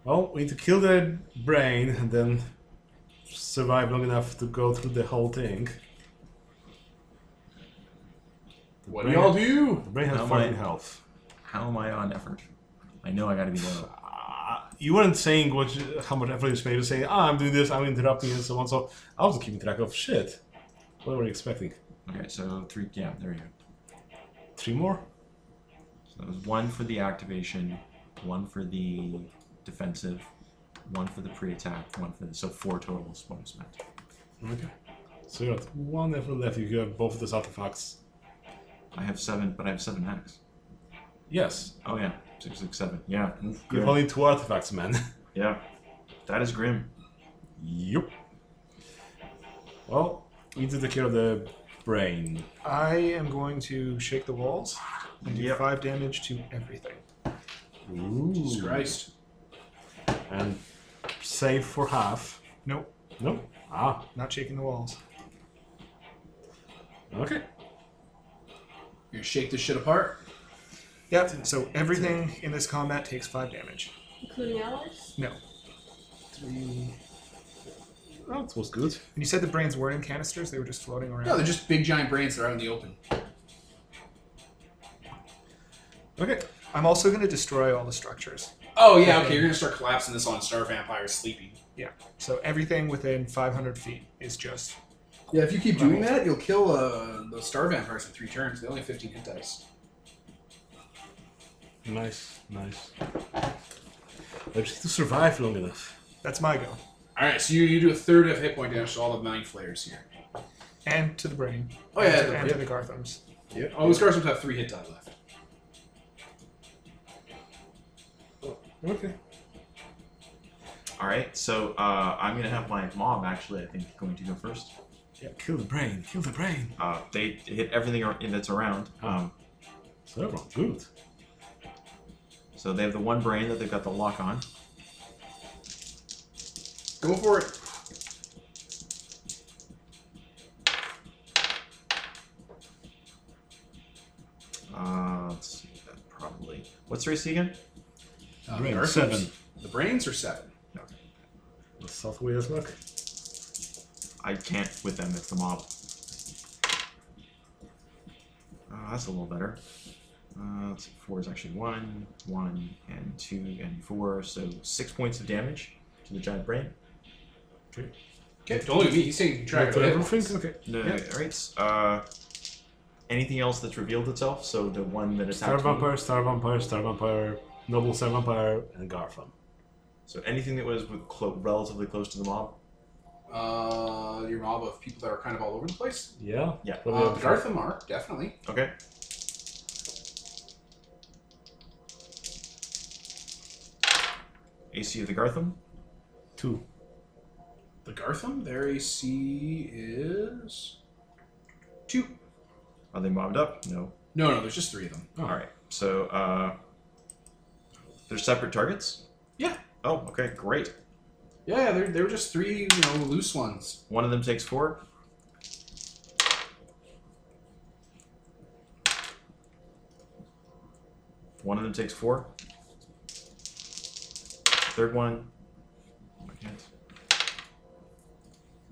Speaker 4: Well, we need to kill their brain and then survive long enough to go through the whole thing.
Speaker 1: What do y'all do?
Speaker 4: The brain has
Speaker 5: How am
Speaker 4: fucking
Speaker 5: I-
Speaker 4: health.
Speaker 5: How am I on effort? I know I gotta be low.
Speaker 4: Uh, you weren't saying what you, how much effort you spent. You were saying, ah, I'm doing this, I'm interrupting, and so on. So I wasn't keeping track of shit. What were you expecting?
Speaker 5: Okay, so three. Yeah, there you go.
Speaker 4: Three more?
Speaker 5: So that was one for the activation, one for the defensive, one for the pre-attack, one for the so four total bonus spent.
Speaker 4: Okay. So you got one effort left. You got both of those artifacts.
Speaker 5: I have seven, but I have seven hacks.
Speaker 4: Yes.
Speaker 5: Oh yeah, six, six, seven. Yeah, oof,
Speaker 4: You have
Speaker 5: grim.
Speaker 4: only two artifacts, man.
Speaker 5: yeah. That is grim.
Speaker 4: Yep. Well, we need to take care of the brain.
Speaker 3: I am going to shake the walls and do
Speaker 5: Yep.
Speaker 3: five damage to everything.
Speaker 4: Ooh.
Speaker 1: Jesus Christ.
Speaker 4: And save for half.
Speaker 3: Nope,
Speaker 4: No? Ah,
Speaker 3: not shaking the walls.
Speaker 4: okay.
Speaker 1: You're gonna shake this shit apart.
Speaker 3: Yep. So everything in this combat takes five damage.
Speaker 2: Including allies?
Speaker 3: No.
Speaker 1: Three.
Speaker 4: That was good.
Speaker 3: And you said the brains weren't in canisters; they were just floating around.
Speaker 1: No, they're just big giant brains that are out in the open.
Speaker 4: Okay.
Speaker 3: I'm also going to destroy all the structures.
Speaker 1: Oh yeah, okay. You're gonna start collapsing this on star vampires sleeping.
Speaker 3: Yeah. So everything within 500 feet is just.
Speaker 1: Yeah, if you keep doing that, you'll kill uh, those star vampires in three turns. They only have 15 hit dice.
Speaker 4: Nice, nice. I just need to survive long enough.
Speaker 3: That's my go.
Speaker 1: All right, so you, you do a third of hit point damage to all the mind flayers here.
Speaker 3: And to the brain.
Speaker 1: Oh yeah,
Speaker 3: And to, and
Speaker 1: yeah.
Speaker 3: to the Garthams.
Speaker 1: Yep. Oh, those Garthams have three hit die left.
Speaker 4: Okay.
Speaker 5: All right, so uh, I'm gonna have my mom actually. I think going to go first.
Speaker 4: Yeah, kill the brain, kill the brain.
Speaker 5: Uh, they hit everything ar- that's around. Um,
Speaker 4: Several, good.
Speaker 5: so they have the one brain that they've got the lock on.
Speaker 1: Go for it.
Speaker 5: Uh, let's see, that probably. What's their AC again?
Speaker 1: Uh,
Speaker 4: Brain,
Speaker 1: Garthams.
Speaker 4: seven.
Speaker 1: The brains are seven.
Speaker 4: South Wales luck.
Speaker 5: I can't with them. It's the mob. Uh, that's a little better. Uh, let's see, four is actually one, one, and two, and four. So six points of damage to the giant brain.
Speaker 1: Okay, don't look at me. He's taking track of
Speaker 4: Not
Speaker 1: it.
Speaker 4: everything? Okay.
Speaker 5: No,
Speaker 4: Yeah.
Speaker 5: all right. Uh, anything else that's revealed itself? So the one that
Speaker 4: Star
Speaker 5: attacked me.
Speaker 4: Vampire, Star Vampire, Star Vampire, Noble Star Vampire, and Garfam.
Speaker 5: So anything that was with clo- relatively close to the mob.
Speaker 1: Uh, your mob of people that are kind of all over the place.
Speaker 4: Yeah?
Speaker 5: Yeah.
Speaker 4: What
Speaker 1: Uh,
Speaker 4: about
Speaker 1: the Gartham are definitely.
Speaker 5: Okay. AC of the Gartham.
Speaker 4: Two.
Speaker 1: The Gartham, their AC is two.
Speaker 5: Are they mobbed up? No.
Speaker 1: No, no, there's just three of them.
Speaker 4: Oh.
Speaker 5: All right. So uh, they're separate targets.
Speaker 1: Yeah.
Speaker 5: Oh, okay, great.
Speaker 1: Yeah, they're, they were just three, you know, loose ones.
Speaker 5: One of them takes four. One of them takes four. Third one. I can't.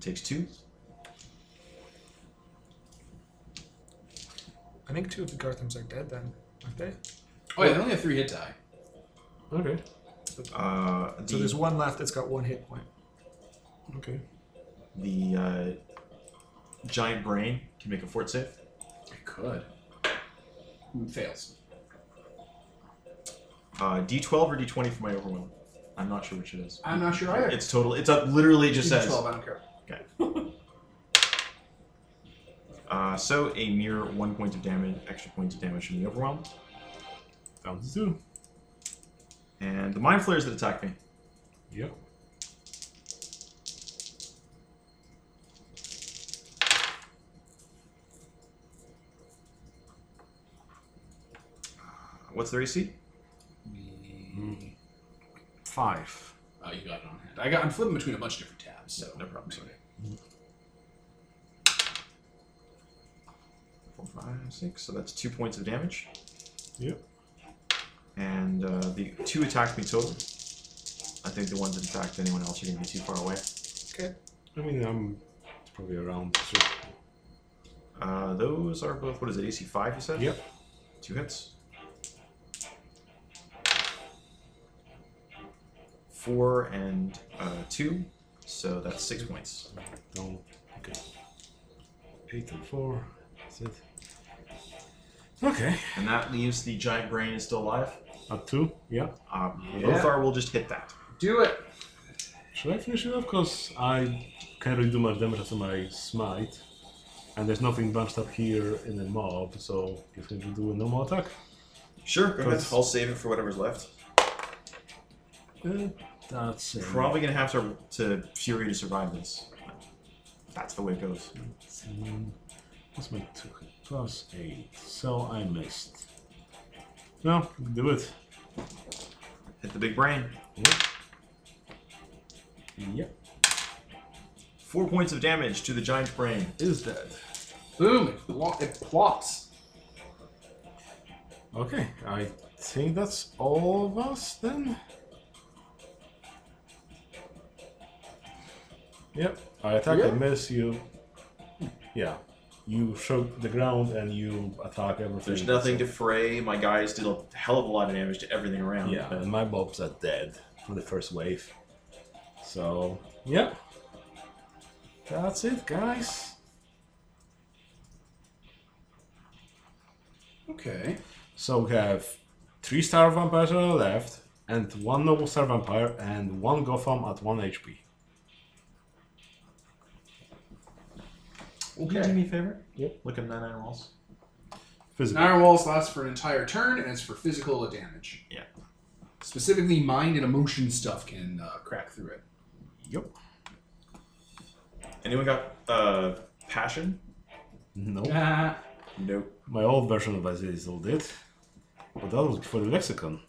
Speaker 5: Takes two.
Speaker 3: I think two of the Garthams are dead then, aren't they?
Speaker 1: Oh yeah, they only have three hit die.
Speaker 4: Okay.
Speaker 5: Uh, the
Speaker 3: So there's one left that's got one hit point.
Speaker 4: Okay.
Speaker 5: the uh, giant brain can make a fort save.
Speaker 1: It could. Mm, Fails.
Speaker 5: Uh, D12 or D20 for my overwhelm. I'm not sure which it is.
Speaker 1: I'm not sure either.
Speaker 5: It's total. It's up. Literally just says.
Speaker 1: 12, I don't care.
Speaker 5: Uh, so a mere one point of damage, extra point of damage from the overwhelm,
Speaker 4: Down to two.
Speaker 5: and the mind flayers that attack me.
Speaker 4: Yep.
Speaker 5: Uh, What's their AC?
Speaker 4: Five.
Speaker 1: Oh, you got it on hand. I got. I'm flipping between a bunch of different tabs, so
Speaker 5: No problem. Sorry. five, six. So that's two points of damage.
Speaker 4: Yep.
Speaker 5: And uh, the two attacked me total. I think the ones that attacked anyone else are going to be too far away.
Speaker 4: I mean, I'm it's probably around. So,
Speaker 5: Uh, those are both, what is it, AC 5 you said?
Speaker 4: Yep.
Speaker 5: Two hits. Four and uh, two, so that's six points.
Speaker 4: down. Okay. Eight and four. That's it. Okay.
Speaker 5: And that leaves the giant brain is still alive.
Speaker 4: At two. Yeah.
Speaker 5: Um,
Speaker 1: Yeah.
Speaker 5: Lothar will just hit that.
Speaker 1: Do it.
Speaker 4: Should I finish it off? Because I can't really do much damage after my smite. And there's nothing bunched up here in the mob, so he's going to do a normal attack.
Speaker 5: Sure, go ahead.
Speaker 4: Cause-
Speaker 5: I'll save it for whatever's left.
Speaker 4: Uh, that's it.
Speaker 5: Probably gonna have to to Fury to survive this. That's the way it goes.
Speaker 4: Mm, What's my two hit? Plus eight. So I missed. No, do it.
Speaker 5: Hit the big brain.
Speaker 4: Yep. Yep.
Speaker 5: Four points of damage to the giant brain.
Speaker 4: Is dead.
Speaker 1: Boom. It, plo- it plots.
Speaker 4: Okay, I think that's all of us then. Yep, I attack,
Speaker 1: Yeah.
Speaker 4: I miss you. Yeah, you shook the ground and you attack everything.
Speaker 5: There's nothing to fray. My guys did a hell of a lot of damage to everything around.
Speaker 4: Yeah, and my mobs are dead from the first wave. So, yeah. That's it, guys.
Speaker 1: Okay.
Speaker 4: So we have three star vampires on the left, and one noble star vampire, and one Gotham at one HP.
Speaker 5: Will you do me a favor?
Speaker 4: Yep.
Speaker 5: Look at nine animals.
Speaker 4: Physical.
Speaker 1: Narwhals lasts for an entire turn, and it's for physical damage.
Speaker 5: Yeah.
Speaker 1: Specifically, mind and emotion stuff can uh, crack through it.
Speaker 4: Yep.
Speaker 5: Anyone got uh passion?
Speaker 4: No.
Speaker 1: Ah.
Speaker 5: Nope.
Speaker 4: My old version of Isaiah still did. But that was before the lexicon.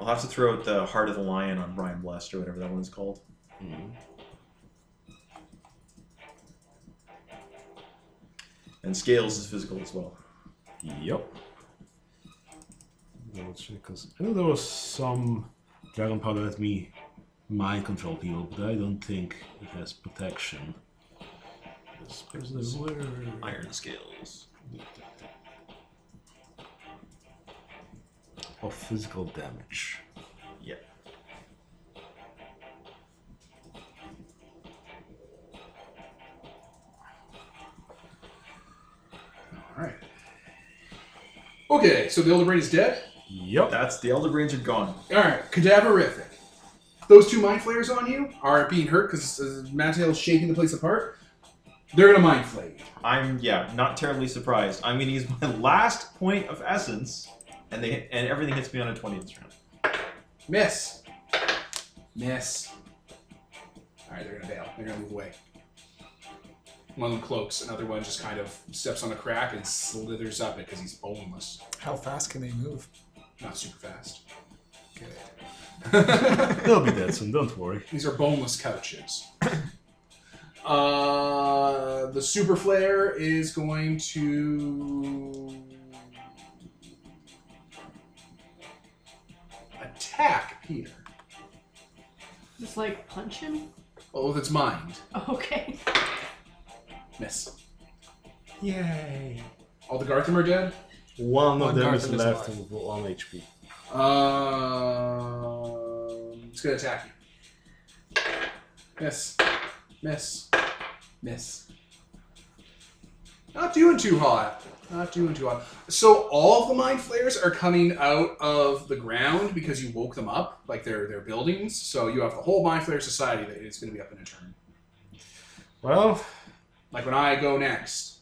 Speaker 5: I'll have to throw out the heart of the lion on Brian Blessed or whatever that one's called.
Speaker 4: Mm.
Speaker 5: And scales is physical as well.
Speaker 4: Yep. Double check, because I know there was some dragon powder that me mind control people, but I don't think it has protection. Especially where
Speaker 5: Iron scales.
Speaker 4: of physical damage.
Speaker 5: Yeah.
Speaker 1: All right. Okay, so the Elder Brain is dead.
Speaker 4: Yep.
Speaker 5: That's the elder brains are gone.
Speaker 1: All right, cadaverific. Those two mind flayers on you are being hurt because uh, Mattel's shaking the place apart. They're gonna mind flay you.
Speaker 5: I'm yeah, not terribly surprised. I'm gonna use my last point of essence, and they and everything hits me on a twenty this round.
Speaker 1: Miss. Miss. All right, they're gonna bail. They're gonna move away. One of them cloaks. Another one just kind of steps on a crack and slithers up it because he's boneless.
Speaker 3: How fast can they move?
Speaker 1: Not super fast.
Speaker 3: Good.
Speaker 4: They'll be dead soon, don't worry.
Speaker 1: These are boneless couches. uh, the super flare is going to attack Peter.
Speaker 6: Just like punch him?
Speaker 1: Oh, with its mind.
Speaker 6: Okay.
Speaker 1: Miss.
Speaker 4: Yay.
Speaker 1: All the Gartham are dead.
Speaker 4: One of
Speaker 3: One
Speaker 4: them
Speaker 3: guard
Speaker 4: is
Speaker 3: from his
Speaker 4: left
Speaker 3: life.
Speaker 4: with one HP.
Speaker 1: Um, it's gonna attack you. Miss. Miss. Miss. Not doing too hot. Not doing too hot. So all of the mind flayers are coming out of the ground because you woke them up, like they're they're buildings. So you have the whole mind flayer society that is gonna be up in a turn.
Speaker 4: Well,
Speaker 1: Like when I go next,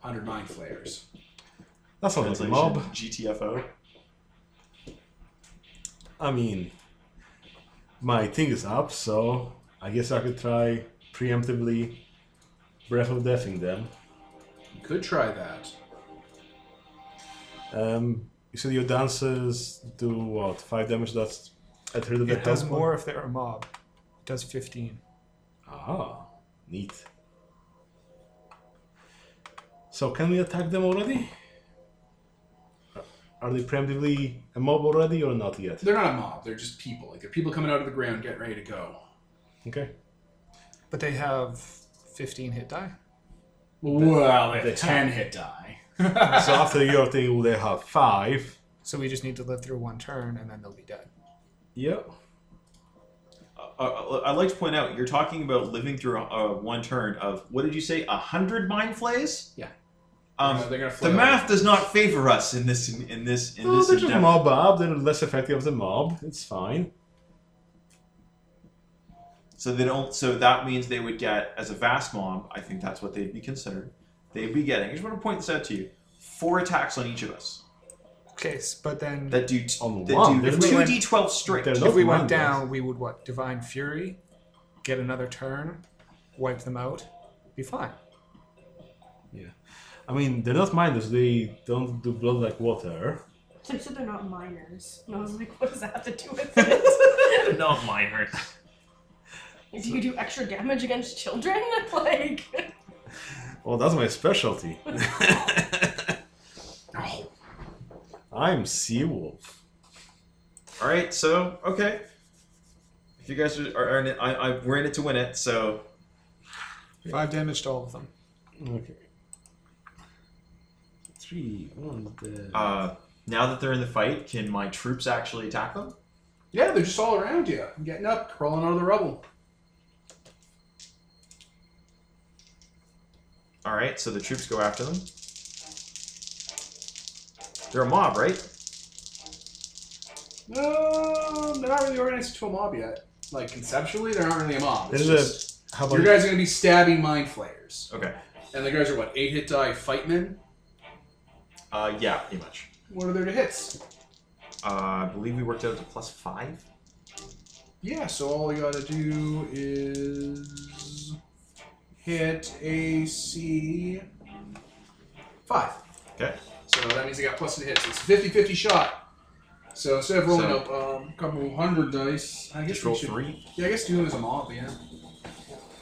Speaker 1: hundred mind flayers.
Speaker 4: that sounds like a mob.
Speaker 5: GTFO.
Speaker 4: I mean, my thing is up, so I guess I could try preemptively Breath of Deathing them.
Speaker 1: You could try that.
Speaker 4: Um, you said your dancers do what? Five damage? That's a third of the
Speaker 3: It does
Speaker 4: health
Speaker 3: more if they're a mob. It does 15.
Speaker 4: point? Aha, neat. So can we attack them already? Are they preemptively a mob already or not yet?
Speaker 1: They're not a mob. They're just people. Like they're people coming out of the ground, getting ready to go.
Speaker 4: Okay.
Speaker 3: But they have 15 hit die.
Speaker 1: Well, they
Speaker 4: they
Speaker 1: have ten hit die.
Speaker 4: so after your thing, they have five.
Speaker 3: So we just need to live through one turn and then they'll be dead.
Speaker 4: Yep.
Speaker 5: Uh, uh, I'd like to point out, you're talking about living through uh, one turn of what did you say, a hundred mind flays?
Speaker 1: Yeah.
Speaker 5: Um,
Speaker 1: Uh, they're gonna flail.
Speaker 5: the math does not favor us in this in, in this in
Speaker 4: No,
Speaker 5: this
Speaker 4: Oh, they're just
Speaker 5: endeavor.
Speaker 4: mob up. They're less effective as a mob. It's fine.
Speaker 5: So they don't. So that means they would get as a vast mob. I think that's what they'd be considered. They'd be getting. I just want to point this out to you. Four attacks on each of us
Speaker 3: Okay, s- but then
Speaker 5: that do t-
Speaker 4: On
Speaker 5: that
Speaker 4: one,
Speaker 5: do
Speaker 4: they're
Speaker 5: two
Speaker 4: not-
Speaker 5: d twelve straight.
Speaker 4: they're not
Speaker 3: if we
Speaker 4: one,
Speaker 3: went
Speaker 4: though.
Speaker 3: down, we would what? Divine Fury, get another turn, wipe them out, be fine.
Speaker 4: I mean, they're not minders. They don't do blood like water.
Speaker 6: They said they're not minors. And I was like, what does that have to do with it?
Speaker 5: not minors.
Speaker 6: do you do extra damage against children? like,
Speaker 4: Well, Oh, that's my specialty.
Speaker 1: Oh,
Speaker 4: I'm Seawolf.
Speaker 5: All right. So okay. If you guys are, are in it, I, I we're in it to win it. So
Speaker 3: Five damage to all of them.
Speaker 4: Okay. Three on the.
Speaker 5: uh, now that they're in the fight, can my troops actually attack them?
Speaker 1: yeah, they're just all around you, getting up, crawling out of the rubble.
Speaker 5: All right. So the troops go after them. They're a mob, right?
Speaker 1: No, they're not really organized into a mob yet. Like conceptually, they're not really a mob. It's
Speaker 4: There's a-
Speaker 1: just,
Speaker 4: How
Speaker 1: your
Speaker 4: about
Speaker 1: guys are gonna be stabbing mind flayers,
Speaker 5: Okay.
Speaker 1: and the guys are what eight hit die fight men.
Speaker 5: Uh, yeah, pretty much.
Speaker 1: What are their to hits?
Speaker 5: Uh, I believe we worked out to plus five.
Speaker 1: Yeah, so all you gotta do is hit AC five.
Speaker 5: Okay.
Speaker 1: So that means they got plus to hits. It's a 50 50 shot. So instead of rolling
Speaker 5: So-
Speaker 1: up um, a couple hundred dice, I guess
Speaker 5: Just
Speaker 1: we
Speaker 5: roll
Speaker 1: should.
Speaker 5: three.
Speaker 1: Yeah, I guess do them as a mob, yeah.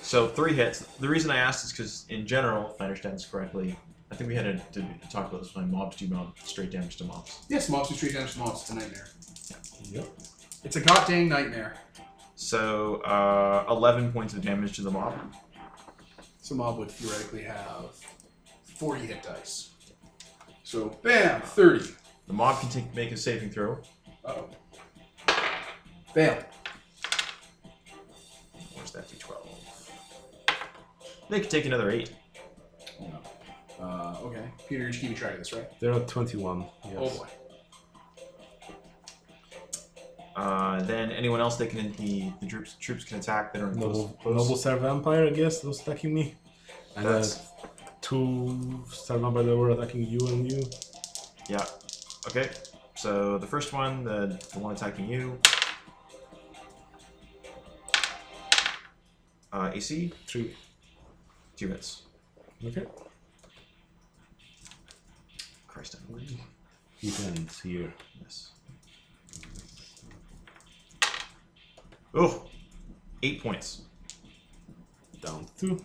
Speaker 5: So three hits. The reason I asked is because in general, if I understand this correctly, I think we had to, to talk about this when mobs do mob straight damage to mobs.
Speaker 1: Yes, mobs do treat damage to mobs. It's a nightmare.
Speaker 4: Yep.
Speaker 1: It's a goddamn nightmare.
Speaker 5: So uh, eleven points of damage to the mob.
Speaker 1: So mob would theoretically have 40 hit dice. So bam, 30.
Speaker 5: The mob can take, make a saving throw.
Speaker 1: Uh oh. Bam.
Speaker 5: Where's that d12? They could take another eight.
Speaker 1: No. Uh, okay. Peter, you're just keeping track of this, right?
Speaker 4: They're at 21. Yes.
Speaker 1: Oh boy.
Speaker 5: Uh, then anyone else they can the the troops troops can attack that are in close.
Speaker 4: Noble, noble Star Vampire, I guess, was attacking me. And uh,
Speaker 5: That's
Speaker 4: two Star Vampire that were attacking you and you.
Speaker 5: yeah. Okay. So the first one, the the one attacking you. Uh, AC
Speaker 4: Three.
Speaker 5: two hits.
Speaker 4: Okay.
Speaker 5: Christ, I'm losing.
Speaker 4: Defense here.
Speaker 5: Yes. Oh, eight points.
Speaker 4: Down two.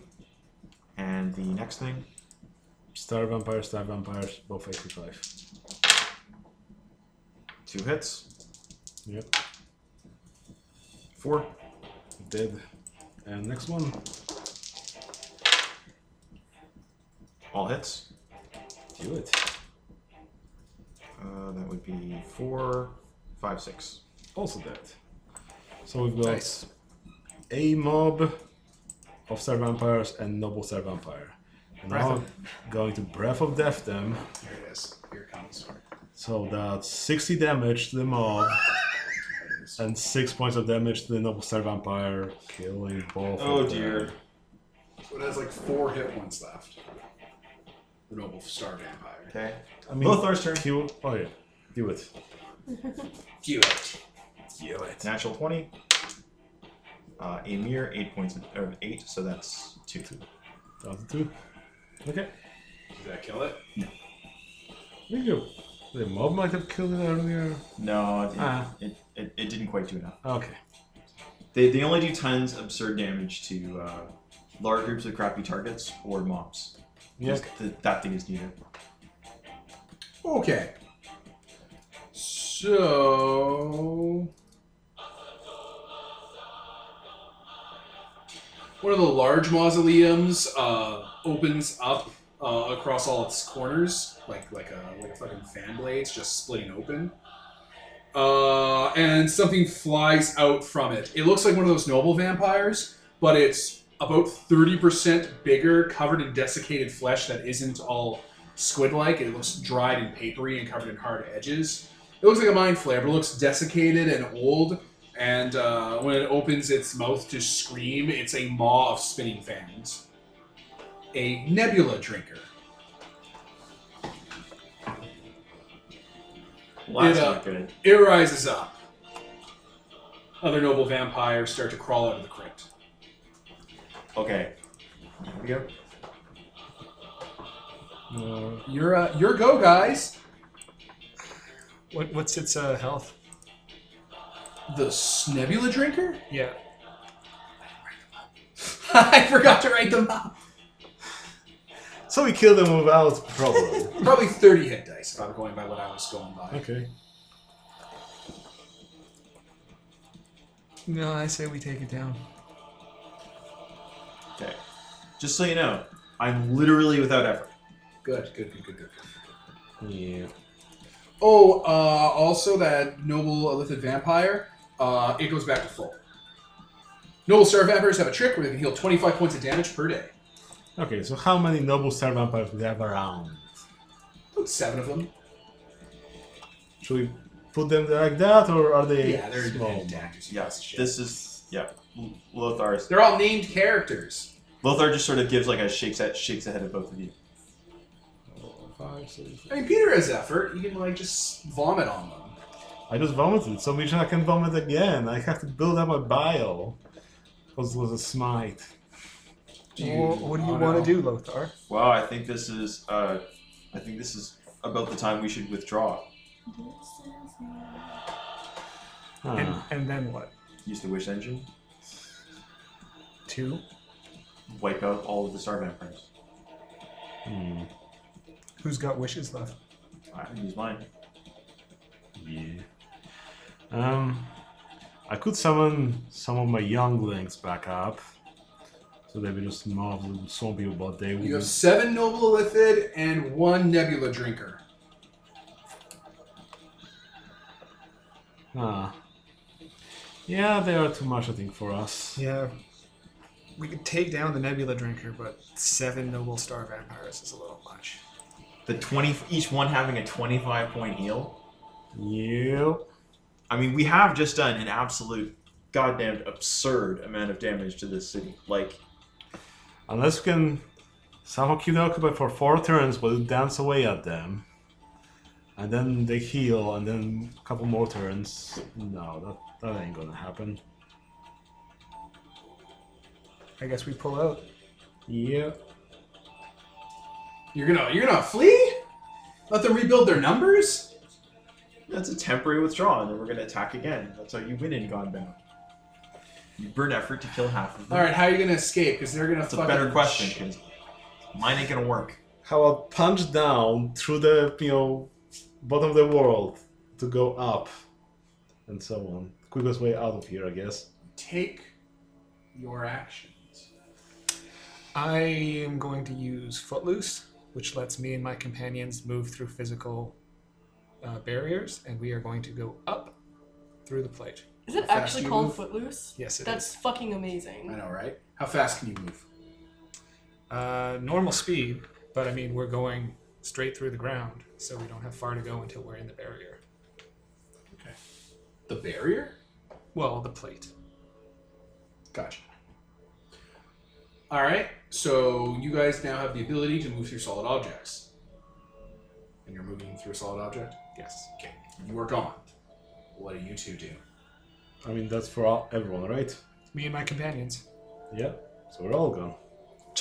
Speaker 5: And the next thing,
Speaker 4: Star Vampire, Star Vampires, both 85.
Speaker 5: two hits,
Speaker 4: Yep.
Speaker 5: four.
Speaker 4: Dead. And next one.
Speaker 5: All hits.
Speaker 4: Do it.
Speaker 5: Uh, that would be four, five, six.
Speaker 4: Also dead. So we've got
Speaker 3: Nice.
Speaker 4: a mob of Star Vampires and Noble Star Vampire. And
Speaker 3: Breath
Speaker 4: now
Speaker 3: of-
Speaker 4: I'm going to Breath of Death them.
Speaker 1: Here it is. Here it comes.
Speaker 4: So that's 60 damage to the mob and 6 points of damage to the Noble Star Vampire, killing both.
Speaker 5: Oh,
Speaker 4: of them.
Speaker 1: So it has like four hit ones left. The noble star vampire.
Speaker 5: Okay.
Speaker 4: I mean,
Speaker 5: Lothar's turn.
Speaker 4: Kill. Oh, yeah. Do it.
Speaker 1: Do it.
Speaker 4: Do it.
Speaker 5: Natural twenty. Uh, a mere eight points of, or eight, so that's two.
Speaker 4: That's two. Okay.
Speaker 1: Did that kill it?
Speaker 4: I think you- the mob might have killed it earlier.
Speaker 5: No, it,
Speaker 4: Ah.
Speaker 5: it, it, it didn't quite do enough.
Speaker 4: Okay.
Speaker 5: They, they only do tons of absurd damage to uh, large groups of crappy targets or mobs.
Speaker 4: Yeah.
Speaker 5: Th- that thing is needed.
Speaker 1: Okay. So. One of the large mausoleums uh, opens up uh, across all its corners, like like a like a fucking fan blade, it's just splitting open. Uh, and something flies out from it. It looks like one of those noble vampires, but it's about thirty percent bigger, covered in desiccated flesh that isn't all squid like. It looks dried and papery and covered in hard edges. It looks like a mind flare, but it looks desiccated and old. And uh, when it opens its mouth to scream, it's a maw of spinning fangs. A nebula drinker.
Speaker 5: Well, that's
Speaker 1: It, uh,
Speaker 5: not good.
Speaker 1: It rises up. Other noble vampires start to crawl out of the crypt.
Speaker 5: Okay. There we go.
Speaker 4: No.
Speaker 1: You're, uh, you're go, guys.
Speaker 3: What, what's its uh, health?
Speaker 1: The s- nebula drinker?
Speaker 3: Yeah.
Speaker 1: I forgot to write them up.
Speaker 4: So we kill them without problem.
Speaker 1: Probably 30 hit dice if I'm going by what I was going by.
Speaker 4: okay.
Speaker 3: No, I say we take it down.
Speaker 5: Okay. Just so you know, I'm literally without effort.
Speaker 1: Good, good, good, good, good.
Speaker 4: Yeah.
Speaker 1: Oh, uh, also that noble Elithid vampire, uh, it goes back to full. Noble star vampires have a trick where they can heal 25 points of damage per day.
Speaker 4: Okay, so how many noble star vampires we have around?
Speaker 1: About seven of them.
Speaker 4: Should we put them there like that, or are they
Speaker 1: yeah, they're
Speaker 4: small?
Speaker 1: independent actors.
Speaker 5: Yeah,
Speaker 1: Yes,
Speaker 5: this is yeah. L- Lothar is
Speaker 1: They're all named characters.
Speaker 5: Lothar just sort of gives like a shakes at shakes the head of both of you.
Speaker 1: I mean, Peter has effort. You can like just vomit on them.
Speaker 4: I just vomited, so maybe I can vomit again. I have to build up my bile. Because it was a smite.
Speaker 1: Do you
Speaker 3: Wha- what do you
Speaker 1: wanna-
Speaker 3: want to do, Lothar?
Speaker 5: Wow, I think this is uh, I think this is about the time we should withdraw.
Speaker 4: Ah.
Speaker 3: And, and then what?
Speaker 5: Use the wish engine,
Speaker 3: Two?
Speaker 5: wipe out all of the star vampires.
Speaker 4: Hmm.
Speaker 3: Who's got wishes left?
Speaker 5: I can use mine.
Speaker 4: Yeah. Um, I could summon some of my younglings back up, so they would just mob the zombie, but they would.
Speaker 1: You have seven noble Elithid and one Nebula drinker.
Speaker 4: Ah. Yeah, they are too much, I think, for us.
Speaker 3: Yeah. We could take down the Nebula Drinker, but seven Noble Star Vampires is a little much.
Speaker 5: The twenty, each one having a twenty-five point heal.
Speaker 4: Yep.
Speaker 5: I mean, we have just done an absolute, goddamn absurd amount of damage to this city. Like,
Speaker 4: Unless we can somehow keep them occupied for four turns, but it dance away at them. And then they heal, and then a couple more turns. No, that, that ain't gonna happen.
Speaker 3: I guess we pull out.
Speaker 4: Yeah.
Speaker 1: You're gonna you're gonna flee? Let them rebuild their numbers?
Speaker 5: that's a temporary withdrawal, and then we're gonna attack again. That's how you win in Godbound. You burn effort to kill half of them.
Speaker 1: All right, how are you gonna escape? Because they're gonna.
Speaker 5: that's a
Speaker 1: fucking
Speaker 5: better question because mine ain't gonna work.
Speaker 4: How I'll punch down through the you know bottom of the world to go up, and so on. Quickest way out of here, I guess.
Speaker 1: Take your actions.
Speaker 3: I am going to use Footloose, which lets me and my companions move through physical uh, barriers, and we are going to go up through the plate.
Speaker 2: Is it
Speaker 1: Fast
Speaker 2: actually
Speaker 1: you
Speaker 2: called
Speaker 1: move.
Speaker 2: Footloose?
Speaker 3: Yes, it is.
Speaker 2: That's fucking
Speaker 1: I
Speaker 2: amazing.
Speaker 1: know, right? How fast can you move?
Speaker 3: Uh, normal speed, but I mean, we're going straight through the ground, so we don't have far to go until we're in the barrier.
Speaker 1: The barrier?
Speaker 3: Well, the plate.
Speaker 1: Gotcha. All right, so you guys now have the ability to move through solid objects. And you're moving through a solid object?
Speaker 3: Yes.
Speaker 1: Okay. You are gone. What do you two do?
Speaker 4: I mean that's for all, everyone, right?
Speaker 3: Me and my companions.
Speaker 4: Yeah. So we're all gone.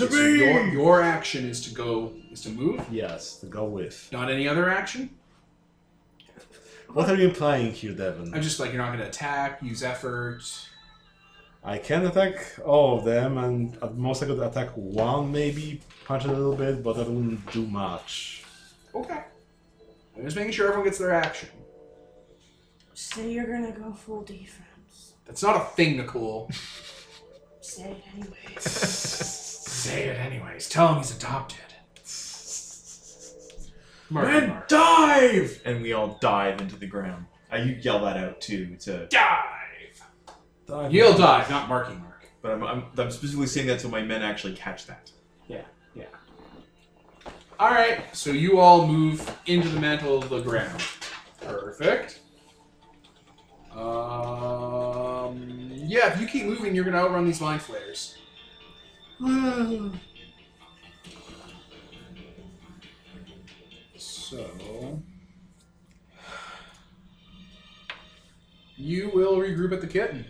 Speaker 1: Okay, so your, your action is to go, is to move,
Speaker 4: Yes, to go with.
Speaker 1: not any other action?
Speaker 4: What are you implying here, Devon?
Speaker 1: I'm just like, you're not going to attack, use effort.
Speaker 4: I can attack all of them, and at most I could attack one, maybe punch it a little bit, but that wouldn't do much.
Speaker 1: Okay. I'm just making sure everyone gets their action.
Speaker 6: Say you're gonna go full defense.
Speaker 1: That's not a thing, Nicole.
Speaker 6: Say it anyway.
Speaker 1: Say it anyways. Tell him he's adopted. Mark,
Speaker 5: Man,
Speaker 1: Mark.
Speaker 5: dive! And we all dive into the ground. Uh, you yell that out too, to,
Speaker 1: dive.
Speaker 4: Dive.
Speaker 1: You'll dive, not Marky Mark.
Speaker 5: but I'm, I'm, I'm specifically saying that so my men actually catch that.
Speaker 1: All right, so you all move into the mantle of the ground. Perfect. Um, yeah, if you keep moving, you're gonna outrun these mind flayers. so you will regroup at the kitten.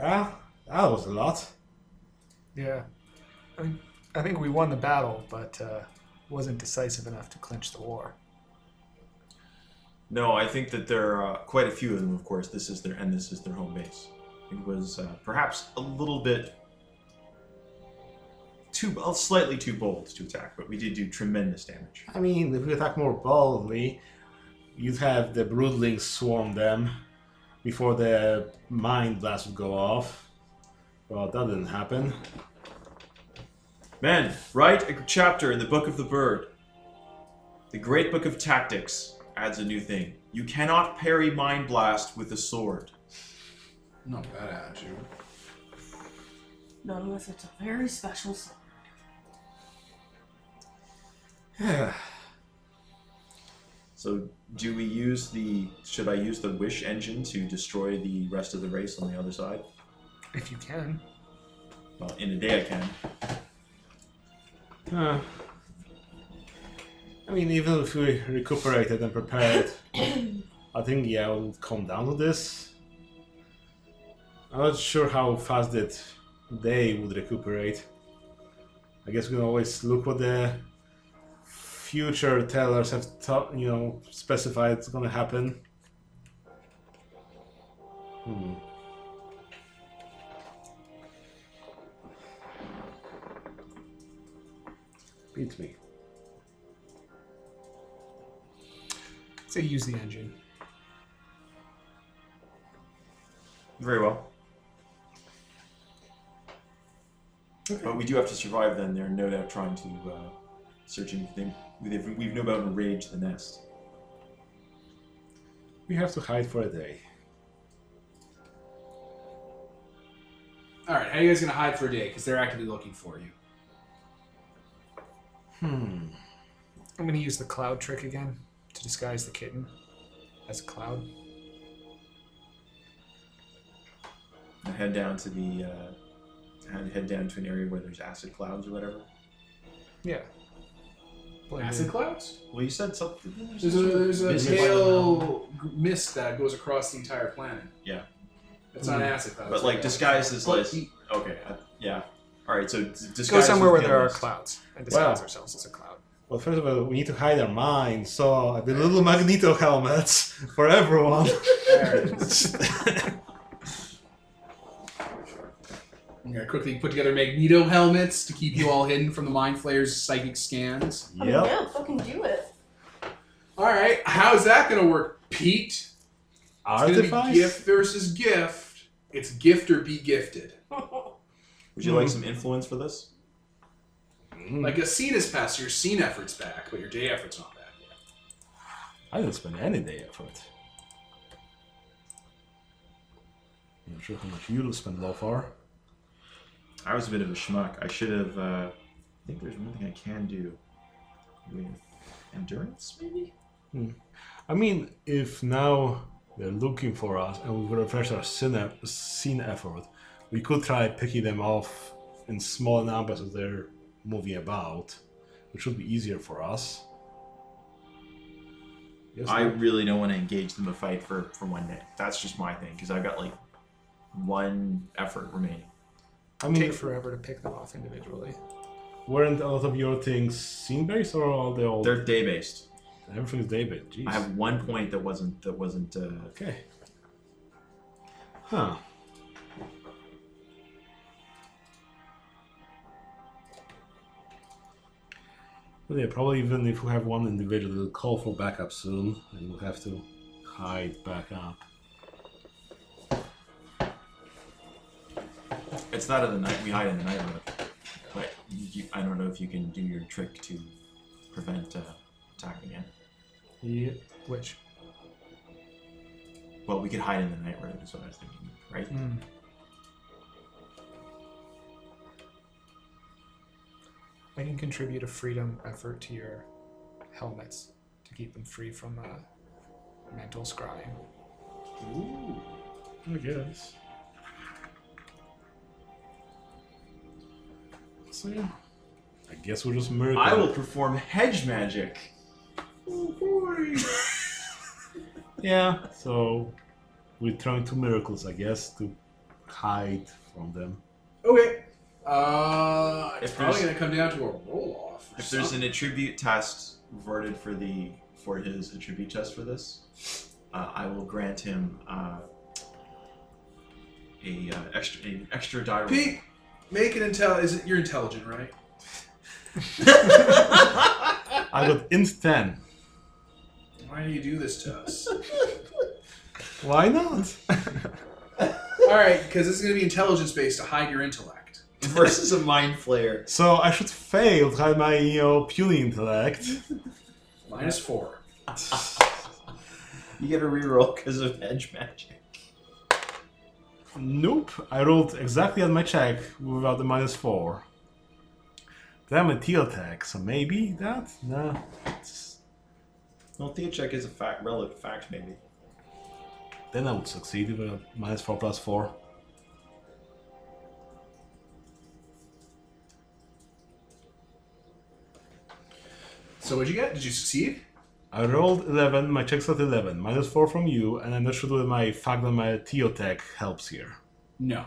Speaker 4: Ah, that was a lot.
Speaker 3: Yeah. I mean, I think we won the battle, but uh, wasn't decisive enough to clinch the war.
Speaker 5: No, I think that there are uh, quite a few of them, of course. This is their, and this is their home base. It was uh, perhaps a little bit too, uh, slightly too bold to attack, but we did do tremendous damage.
Speaker 4: I mean, if we attack more boldly, you'd have the broodlings swarm them before the mind blast would go off. Well, that didn't happen.
Speaker 5: Men, write a chapter in the Book of the Bird. The Great Book of Tactics adds a new thing. You cannot parry Mind Blast with a sword.
Speaker 1: Not bad at you.
Speaker 6: Not unless it's a very special song.
Speaker 5: So, do we use the. Should I use the Wish engine to destroy the rest of the race on the other side?
Speaker 3: If you can.
Speaker 5: Well, in a day I can.
Speaker 4: Huh. Ah. I mean, even if we recuperated and prepared, I think, yeah, we'll come down to this. I'm not sure how fast that they would recuperate. I guess we can always look what the future tellers have, to- you know, specified it's gonna happen. Hmm. Beats me.
Speaker 3: Say use the engine.
Speaker 5: Very well. But we do have to survive then. They're no doubt trying to uh, search anything. We've, we've no doubt enraged the nest.
Speaker 4: We have to hide for a day.
Speaker 1: All right, how are you guys gonna hide for a day? Because they're actively looking for you.
Speaker 4: Hmm.
Speaker 3: I'm going to use the cloud trick again to disguise the kitten as a cloud.
Speaker 5: I head down to the. Uh, head, head down to an area where there's acid clouds or whatever.
Speaker 3: Yeah. Blend
Speaker 1: Acid
Speaker 3: in.
Speaker 1: clouds.
Speaker 5: Well, you said something.
Speaker 1: There's a, there's a
Speaker 5: Business.
Speaker 1: pale g- mist that goes across the entire planet.
Speaker 5: Yeah.
Speaker 1: It's not acid clouds.
Speaker 5: But like disguised as like
Speaker 1: Hmm. But-
Speaker 5: okay, I, yeah. All right, so d- disguise.
Speaker 3: Go somewhere where
Speaker 5: with the
Speaker 3: there are
Speaker 5: others.
Speaker 3: clouds and disguise
Speaker 4: Wow.
Speaker 3: ourselves as a cloud.
Speaker 4: Well, first of all, we need to hide our minds, so the little Magneto helmets for everyone.
Speaker 1: There it is. I'm gonna quickly put together Magneto helmets to keep you all hidden from the Mind Flayer's psychic scans.
Speaker 6: I mean, yeah, fucking do it.
Speaker 1: All right, how's that gonna work, Pete? It's gonna be
Speaker 4: Artifice?
Speaker 1: gift versus gift. It's gift or be gifted.
Speaker 5: Would you
Speaker 3: Mm-hmm.
Speaker 5: like some influence for this?
Speaker 4: Mm,
Speaker 1: Like a scene is passed, so your scene effort's back, but your day effort's not back yet.
Speaker 4: I didn't spend any day effort. I'm not sure how much you'll spend, Lofar.
Speaker 5: I was a bit of a schmuck. I should have. Uh, I think there's one thing I can do with endurance, maybe.
Speaker 4: I mean, if now they're looking for us and we've refreshed our scene, eff- scene effort, we could try picking them off in small numbers as they're moving about, which would be easier for us. Yes,
Speaker 5: I
Speaker 4: no?
Speaker 5: really don't want to engage them in a fight for for one day. That's just my thing because I've got like one effort remaining.
Speaker 4: I
Speaker 3: Take
Speaker 4: mean,
Speaker 3: forever to pick them off individually.
Speaker 4: weren't a lot of your things scene based or are they all?
Speaker 5: They're day based.
Speaker 4: Everything's David. Jeez.
Speaker 5: I have one point that wasn't that wasn't. Uh,
Speaker 4: Okay. Huh. Well, yeah, probably even if we have one individual, they'll call for backup soon, and we'll have to hide back up.
Speaker 5: it's not in the night. We hide in the night mode, but you, I don't know if you can do your trick to prevent uh, attack again.
Speaker 4: Yeah.
Speaker 3: Which?
Speaker 5: Well, we could hide in the night road, is what I was thinking, right?
Speaker 3: Hmm. I can contribute a freedom effort to your helmets to keep them free from uh, mental scrying.
Speaker 4: Ooh. I guess. So yeah. I guess we'll just murder.
Speaker 5: I will perform hedge magic.
Speaker 4: Yeah. So we're trying two miracles, I guess, to hide from them.
Speaker 1: Okay. Uh, it's
Speaker 5: If
Speaker 1: probably gonna
Speaker 5: there's-
Speaker 1: come down to a roll off.
Speaker 5: If there's an attribute test reverted for the for his attribute test for this, uh, I will grant him uh, a uh, extra an extra die roll.
Speaker 1: Pete, make an intel. Is it you're intelligent, right?
Speaker 4: I got int ten.
Speaker 1: Why do you do this to us?
Speaker 4: Why not?
Speaker 1: All right, because this is gonna be intelligence based to hide your intellect.
Speaker 5: versus a mind flayer.
Speaker 4: So I should fail to hide my you know, puny intellect.
Speaker 1: Minus four.
Speaker 5: You get a reroll because of hedge magic.
Speaker 4: Nope. I rolled exactly on my check without the minus four. Then I'm a teal tech, so maybe that? No. It's-
Speaker 5: Well, Thea check is a fact, relevant fact, maybe.
Speaker 4: Then I would succeed with a minus four plus four.
Speaker 1: So what'd you get? Did you succeed?
Speaker 4: I rolled 11, my check's at 11, minus 4 from you, and I'm not sure whether my fact that my Teotech helps here.
Speaker 1: No.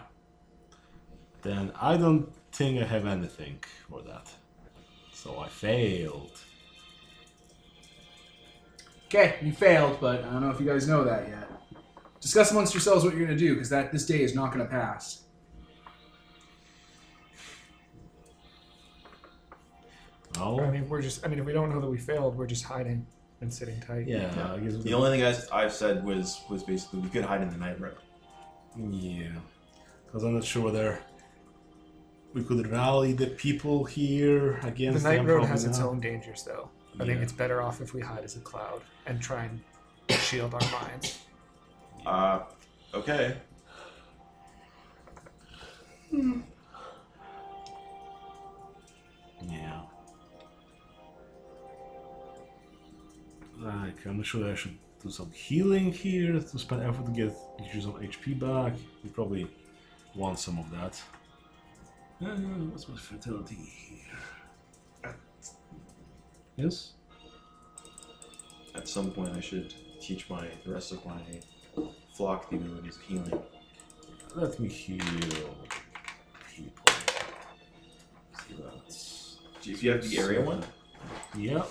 Speaker 4: Then I don't think I have anything for that. So I failed.
Speaker 1: Okay, you failed, but I don't know if you guys know that yet. Discuss amongst yourselves what you're gonna do, because that this day is not gonna pass.
Speaker 3: I
Speaker 4: No?
Speaker 3: mean, we're just. I mean, if we don't know that we failed, we're just hiding and sitting tight.
Speaker 4: Yeah, I guess.
Speaker 5: The only thing I, I've said was was basically we could hide in the night road.
Speaker 4: Yeah. Because I'm not sure whether we could rally the people here
Speaker 3: The
Speaker 4: against
Speaker 3: night
Speaker 4: them,
Speaker 3: road
Speaker 4: probably
Speaker 3: has its
Speaker 4: not.
Speaker 3: own dangers, though. I think
Speaker 4: Yeah.
Speaker 3: it's better off if we hide as a cloud and try and shield our minds.
Speaker 5: Uh, okay.
Speaker 4: Yeah. Like, I'm not sure I should do some healing here to spend effort to get you some HP back. You probably want some of that. Uh, what's my fertility here? Yes?
Speaker 5: At some point, I should teach my the rest of my flock the abilities of healing.
Speaker 4: Let me heal people. See that's.
Speaker 5: Do you have the area one?
Speaker 4: Yeah.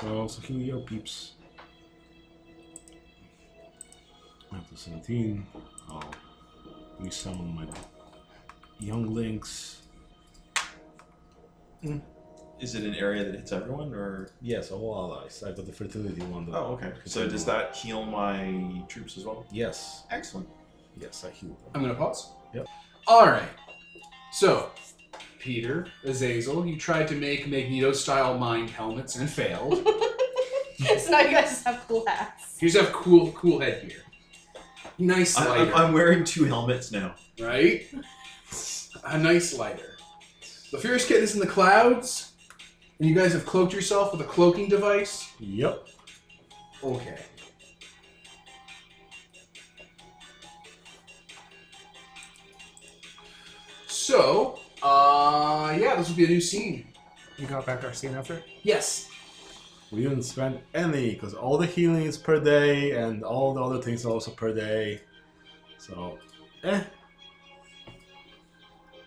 Speaker 4: So, so here your peeps. After 17, I'll resummon my younglings.
Speaker 5: Uh, Is it an area that hits everyone, or?
Speaker 4: Yes, all allies. I got the fertility one. that-
Speaker 5: Oh, okay. So does that heal my troops as well?
Speaker 4: Yes,
Speaker 5: Excellent.
Speaker 4: yes, I healed them.
Speaker 1: I'm gonna pause.
Speaker 4: Yep.
Speaker 1: All right. So, Peter Azazel, you tried to make Magneto-style mind helmets and failed.
Speaker 6: so now you guys just have glass.
Speaker 1: Here's have cool, cool headgear. Nice
Speaker 5: I,
Speaker 1: lighter,
Speaker 5: I'm, I'm wearing two helmets now.
Speaker 1: right? A nice lighter. The Furious Kid is in the clouds, and you guys have cloaked yourself with a cloaking device.
Speaker 4: Yep.
Speaker 1: Okay. So, uh, yeah, this will be a new scene.
Speaker 3: We got back our scene effort.
Speaker 1: Yes.
Speaker 4: We didn't spend any because all the healing is per day and all the other things are also per day. So, eh.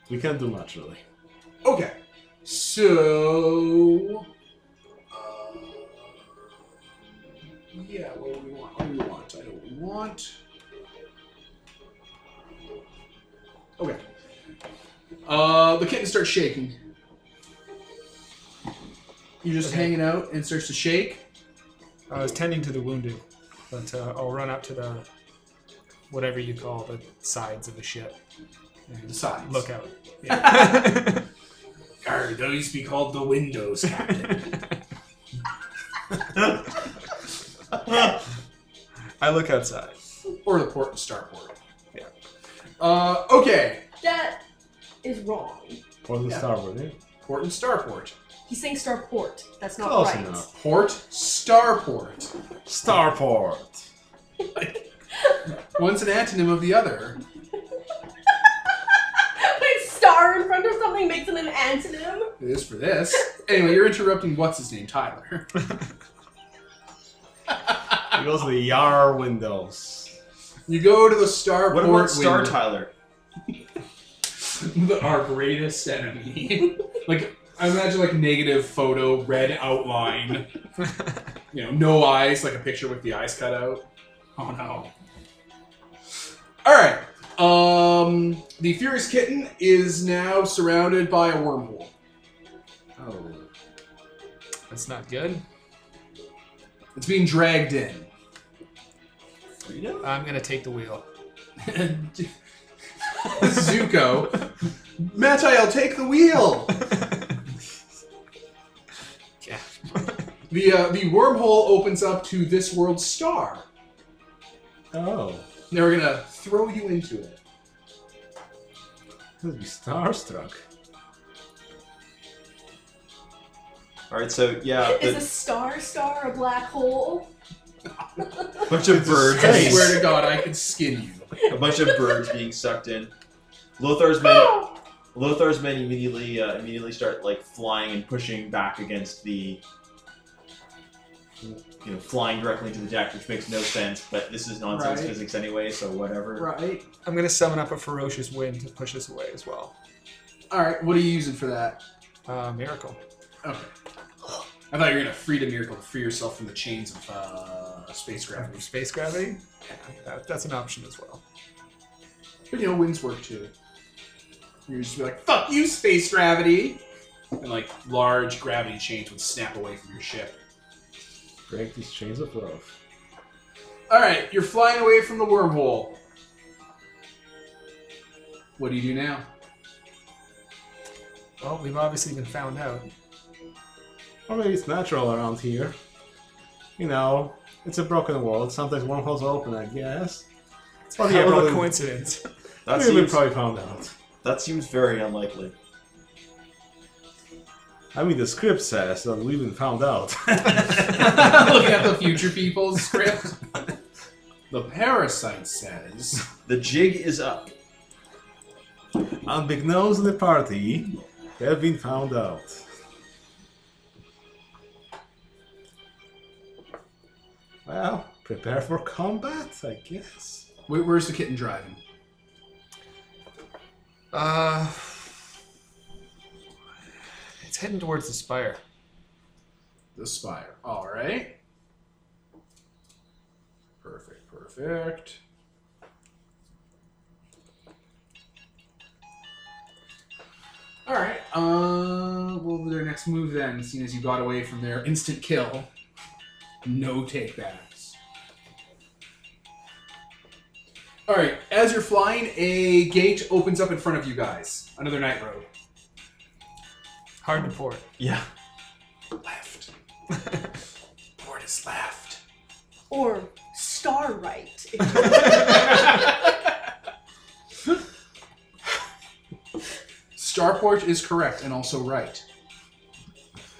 Speaker 4: We can't do much really.
Speaker 1: Okay. So, uh, want? Okay. Uh, the kitten starts shaking. You're just
Speaker 3: Okay.
Speaker 1: hanging out and it starts to shake.
Speaker 3: I was tending to the wounded, but uh, I'll run up to the whatever you call the sides of the ship.
Speaker 1: The
Speaker 3: And
Speaker 1: sides.
Speaker 3: look out.
Speaker 1: Are those be called the windows, Captain?
Speaker 3: I look outside.
Speaker 1: or the port and starboard.
Speaker 3: Yeah.
Speaker 1: Uh, okay.
Speaker 2: That is wrong.
Speaker 4: For the
Speaker 1: Yeah.
Speaker 4: starboard, eh?
Speaker 1: Port and starport.
Speaker 2: He's saying starport. That's not
Speaker 4: Close
Speaker 2: right.
Speaker 4: enough.
Speaker 1: Port, starport.
Speaker 4: Starport.
Speaker 1: One's an antonym of the other.
Speaker 2: Putting star in front of something makes it an antonym.
Speaker 1: It is for this. Anyway, you're interrupting what's his name, Tyler.
Speaker 4: He goes to the Yar windows.
Speaker 1: You go to the starport.
Speaker 5: What about Star
Speaker 1: window.
Speaker 5: Tyler?
Speaker 1: The- our greatest enemy. like I imagine like negative photo, red outline. you know, no eyes, like a picture with the eyes cut out. Oh no. Alright. Um the Furious Kitten is now surrounded by a wormhole.
Speaker 4: Oh.
Speaker 3: That's not good.
Speaker 1: It's being dragged in.
Speaker 5: Freedom?
Speaker 3: I'm gonna take the wheel.
Speaker 1: Zuko. Matai, I'll take the wheel!
Speaker 3: Yeah.
Speaker 1: The uh, the wormhole opens up to this world's star.
Speaker 4: Oh.
Speaker 1: Now we're gonna throw you into it.
Speaker 4: He'll be starstruck.
Speaker 5: Alright, so yeah,
Speaker 2: Is
Speaker 5: the
Speaker 2: a star star a black hole?
Speaker 5: bunch of birds.
Speaker 1: I swear to God, I could skin you.
Speaker 5: a bunch of birds being sucked in. Lothar's men, Lothar's men immediately uh, immediately start like flying and pushing back against the, you know, flying directly into the deck, which makes no sense. But this is nonsense
Speaker 1: Right.
Speaker 5: physics anyway, so whatever.
Speaker 1: Right.
Speaker 3: I'm gonna summon up a ferocious wind to push us away as well.
Speaker 1: All right. What are you using for that?
Speaker 3: Uh, miracle.
Speaker 1: Okay. I thought you were gonna free the miracle to free yourself from the chains of uh, space gravity.
Speaker 3: Space gravity. Yeah, that, that's an option as well.
Speaker 1: But you know, winds work too. You're just be like, "Fuck you, space gravity," and like large gravity chains would snap away from your ship.
Speaker 4: Break these chains of love.
Speaker 1: All right, you're flying away from the wormhole. What do you do now?
Speaker 3: Well, we've obviously been found out.
Speaker 4: Or maybe it's natural around here. You know, it's a broken world. Sometimes wormholes open, I guess.
Speaker 3: It's
Speaker 4: Oh,
Speaker 3: probably
Speaker 4: yeah,
Speaker 3: hell of
Speaker 4: probably-
Speaker 3: a coincidence.
Speaker 5: That
Speaker 4: Maybe we
Speaker 5: seems
Speaker 4: probably found out.
Speaker 5: that seems very unlikely.
Speaker 4: I mean, the script says that we even found out.
Speaker 1: Looking at the future people's script. The parasite says.
Speaker 5: The jig is up.
Speaker 4: Unbeknownst to the party, they've been found out. Well, prepare for combat, I guess.
Speaker 1: Wait, where's the kitten driving?
Speaker 3: Uh, it's heading towards the spire.
Speaker 1: The spire. All right. Perfect. Perfect. All right. Uh, what will be their next move then? Seeing as you got away from their instant kill, no takebacks. All right. As you're flying, a gate opens up in front of you guys. Another night road.
Speaker 3: Hard to port.
Speaker 5: Yeah.
Speaker 1: Left. Port is left.
Speaker 2: Or star right?
Speaker 1: Starport is correct and also right.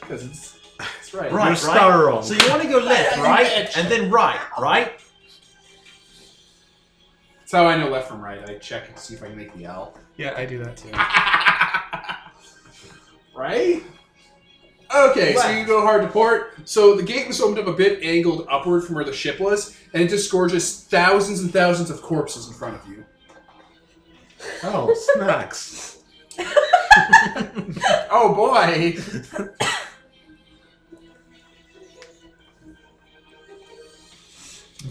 Speaker 1: Because it's, it's right.
Speaker 5: Right,
Speaker 4: You're star
Speaker 5: right.
Speaker 4: wrong.
Speaker 5: So you want to go left, right, and then right, right.
Speaker 1: That's how I know left from right. I check and see if I can make the L.
Speaker 3: Yeah, I do that too.
Speaker 1: right? Okay, so
Speaker 5: Left.
Speaker 1: you go hard to port. So the gate was opened up a bit angled upward from where the ship was, and it disgorges thousands and thousands of corpses in front of you.
Speaker 4: Oh, snacks.
Speaker 1: Oh boy!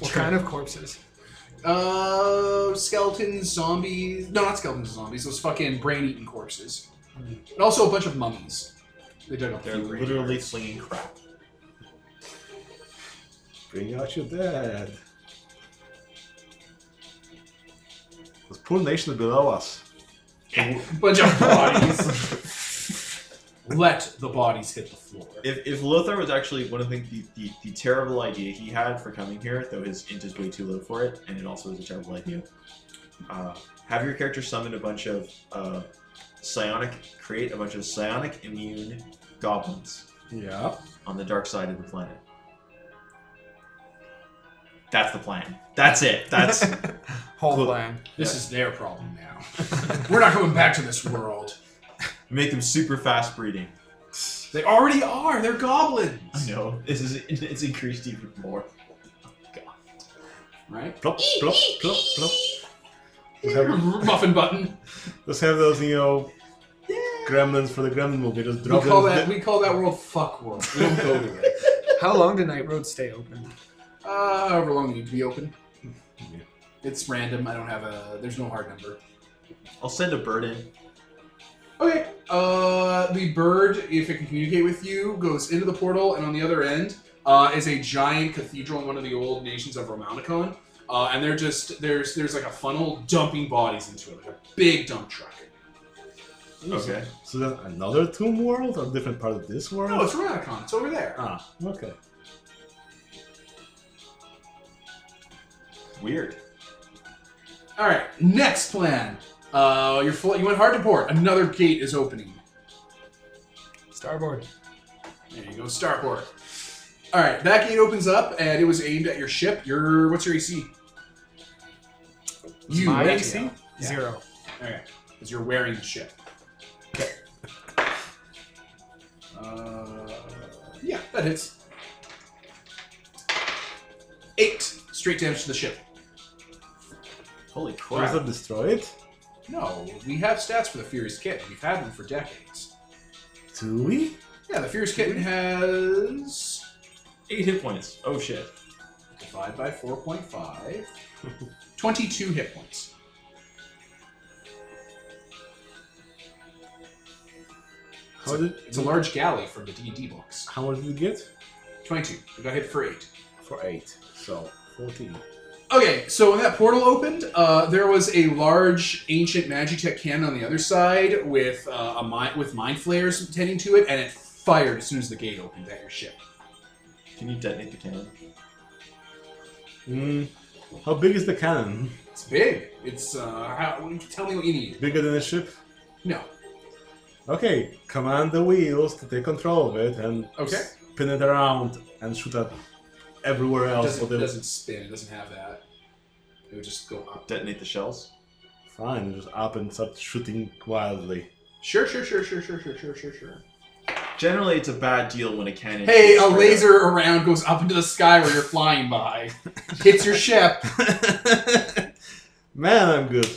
Speaker 3: What kind of corpses?
Speaker 1: Uh, skeletons, zombies. No, not skeletons and zombies. Those fucking brain-eating corpses. And also a bunch of mummies. They dug up a
Speaker 5: They're
Speaker 1: few brain
Speaker 5: literally
Speaker 1: parts.
Speaker 5: slinging crap.
Speaker 4: Bring out your dead. This poor nation below us.
Speaker 1: bunch of bodies. Let the bodies hit the floor.
Speaker 5: If, if Lothar was actually one of the, the, the, the terrible idea he had for coming here, though his int is way too low for it, and it also is a terrible idea, uh, have your character summon a bunch of uh, psionic, create a bunch of psionic immune goblins
Speaker 4: Yeah.
Speaker 5: on the dark side of the planet. That's the plan. That's it. That's
Speaker 3: Whole
Speaker 5: Cool.
Speaker 3: plan.
Speaker 1: This is their problem now. We're not going back to this world.
Speaker 5: make them super fast breeding.
Speaker 1: They already are. They're goblins.
Speaker 5: I know this is it's increased even more.
Speaker 1: Right?
Speaker 4: Plop, plop, plop, plop. Let's have,
Speaker 1: Muffin button.
Speaker 4: let's have those, you know, gremlins for the gremlin movie. Just
Speaker 1: We
Speaker 4: drop
Speaker 1: call
Speaker 4: them-
Speaker 1: that we call that world fuck world. We don't go there.
Speaker 3: How long did Night Road stay open?
Speaker 1: Uh, however long you need to be open. It's random. I don't have a. There's no hard number.
Speaker 5: I'll send a bird in.
Speaker 1: Okay. Uh, the bird, if it can communicate with you, goes into the portal, and on the other end uh, is a giant cathedral in one of the old nations of Romanicon. Uh, and they're just there's there's like a funnel dumping bodies into it, like a big dump truck.
Speaker 5: Okay.
Speaker 4: So that's another tomb world? A different part of this world?
Speaker 1: No, Oh, it's Romanicon. It's over there. Uh,
Speaker 4: ah, okay.
Speaker 5: Weird.
Speaker 1: All right. Next plan. Uh, you're full, you went hard to port. Another gate is opening.
Speaker 3: Starboard.
Speaker 1: There you go, starboard. All right, that gate opens up, and it was aimed at your ship. Your what's your AC? You
Speaker 3: My
Speaker 1: right?
Speaker 3: AC?
Speaker 1: Yeah.
Speaker 3: Zero.
Speaker 1: Okay, because you're wearing the ship. Uh, yeah, that hits. Eight straight damage to the ship.
Speaker 5: Holy
Speaker 4: Was
Speaker 5: crap.
Speaker 4: that destroyed?
Speaker 1: No, we have stats for the Furious Kitten. We've had them for decades.
Speaker 4: Do we?
Speaker 1: Yeah, the Furious Kitten has
Speaker 5: Eight hit points. Oh shit.
Speaker 1: divide by 4.5 22 hit points
Speaker 4: How did
Speaker 1: it's a large galley from the d&d books
Speaker 4: how much did you get?
Speaker 1: 22 we got hit for 8
Speaker 4: For eight. So fourteen.
Speaker 1: okay so when that portal opened uh, there was a large ancient magitech cannon on the other side with uh, a mi- with mind flares tending to it and it fired as soon as the gate opened at your ship
Speaker 5: Can you detonate the cannon?
Speaker 4: Mm. How big is the cannon?
Speaker 1: it's big it's uh, how, tell me what you need
Speaker 4: Bigger than a ship?
Speaker 1: no
Speaker 4: Okay, command the wheels to take control of it and
Speaker 1: Okay.
Speaker 4: spin it around and shoot at everywhere
Speaker 1: it
Speaker 4: else.
Speaker 1: doesn't,
Speaker 4: Whatever.
Speaker 1: it doesn't spin it doesn't have that it would just go up
Speaker 5: Detonate the shells?
Speaker 4: Fine, just up and start shooting wildly.
Speaker 1: sure sure sure sure sure sure sure sure sure
Speaker 5: Generally, it's a bad deal when a cannon.
Speaker 1: Hey,
Speaker 5: shoots
Speaker 1: a
Speaker 5: straight
Speaker 1: laser around goes up into the sky where you're flying by, hits your ship.
Speaker 4: Man, I'm good.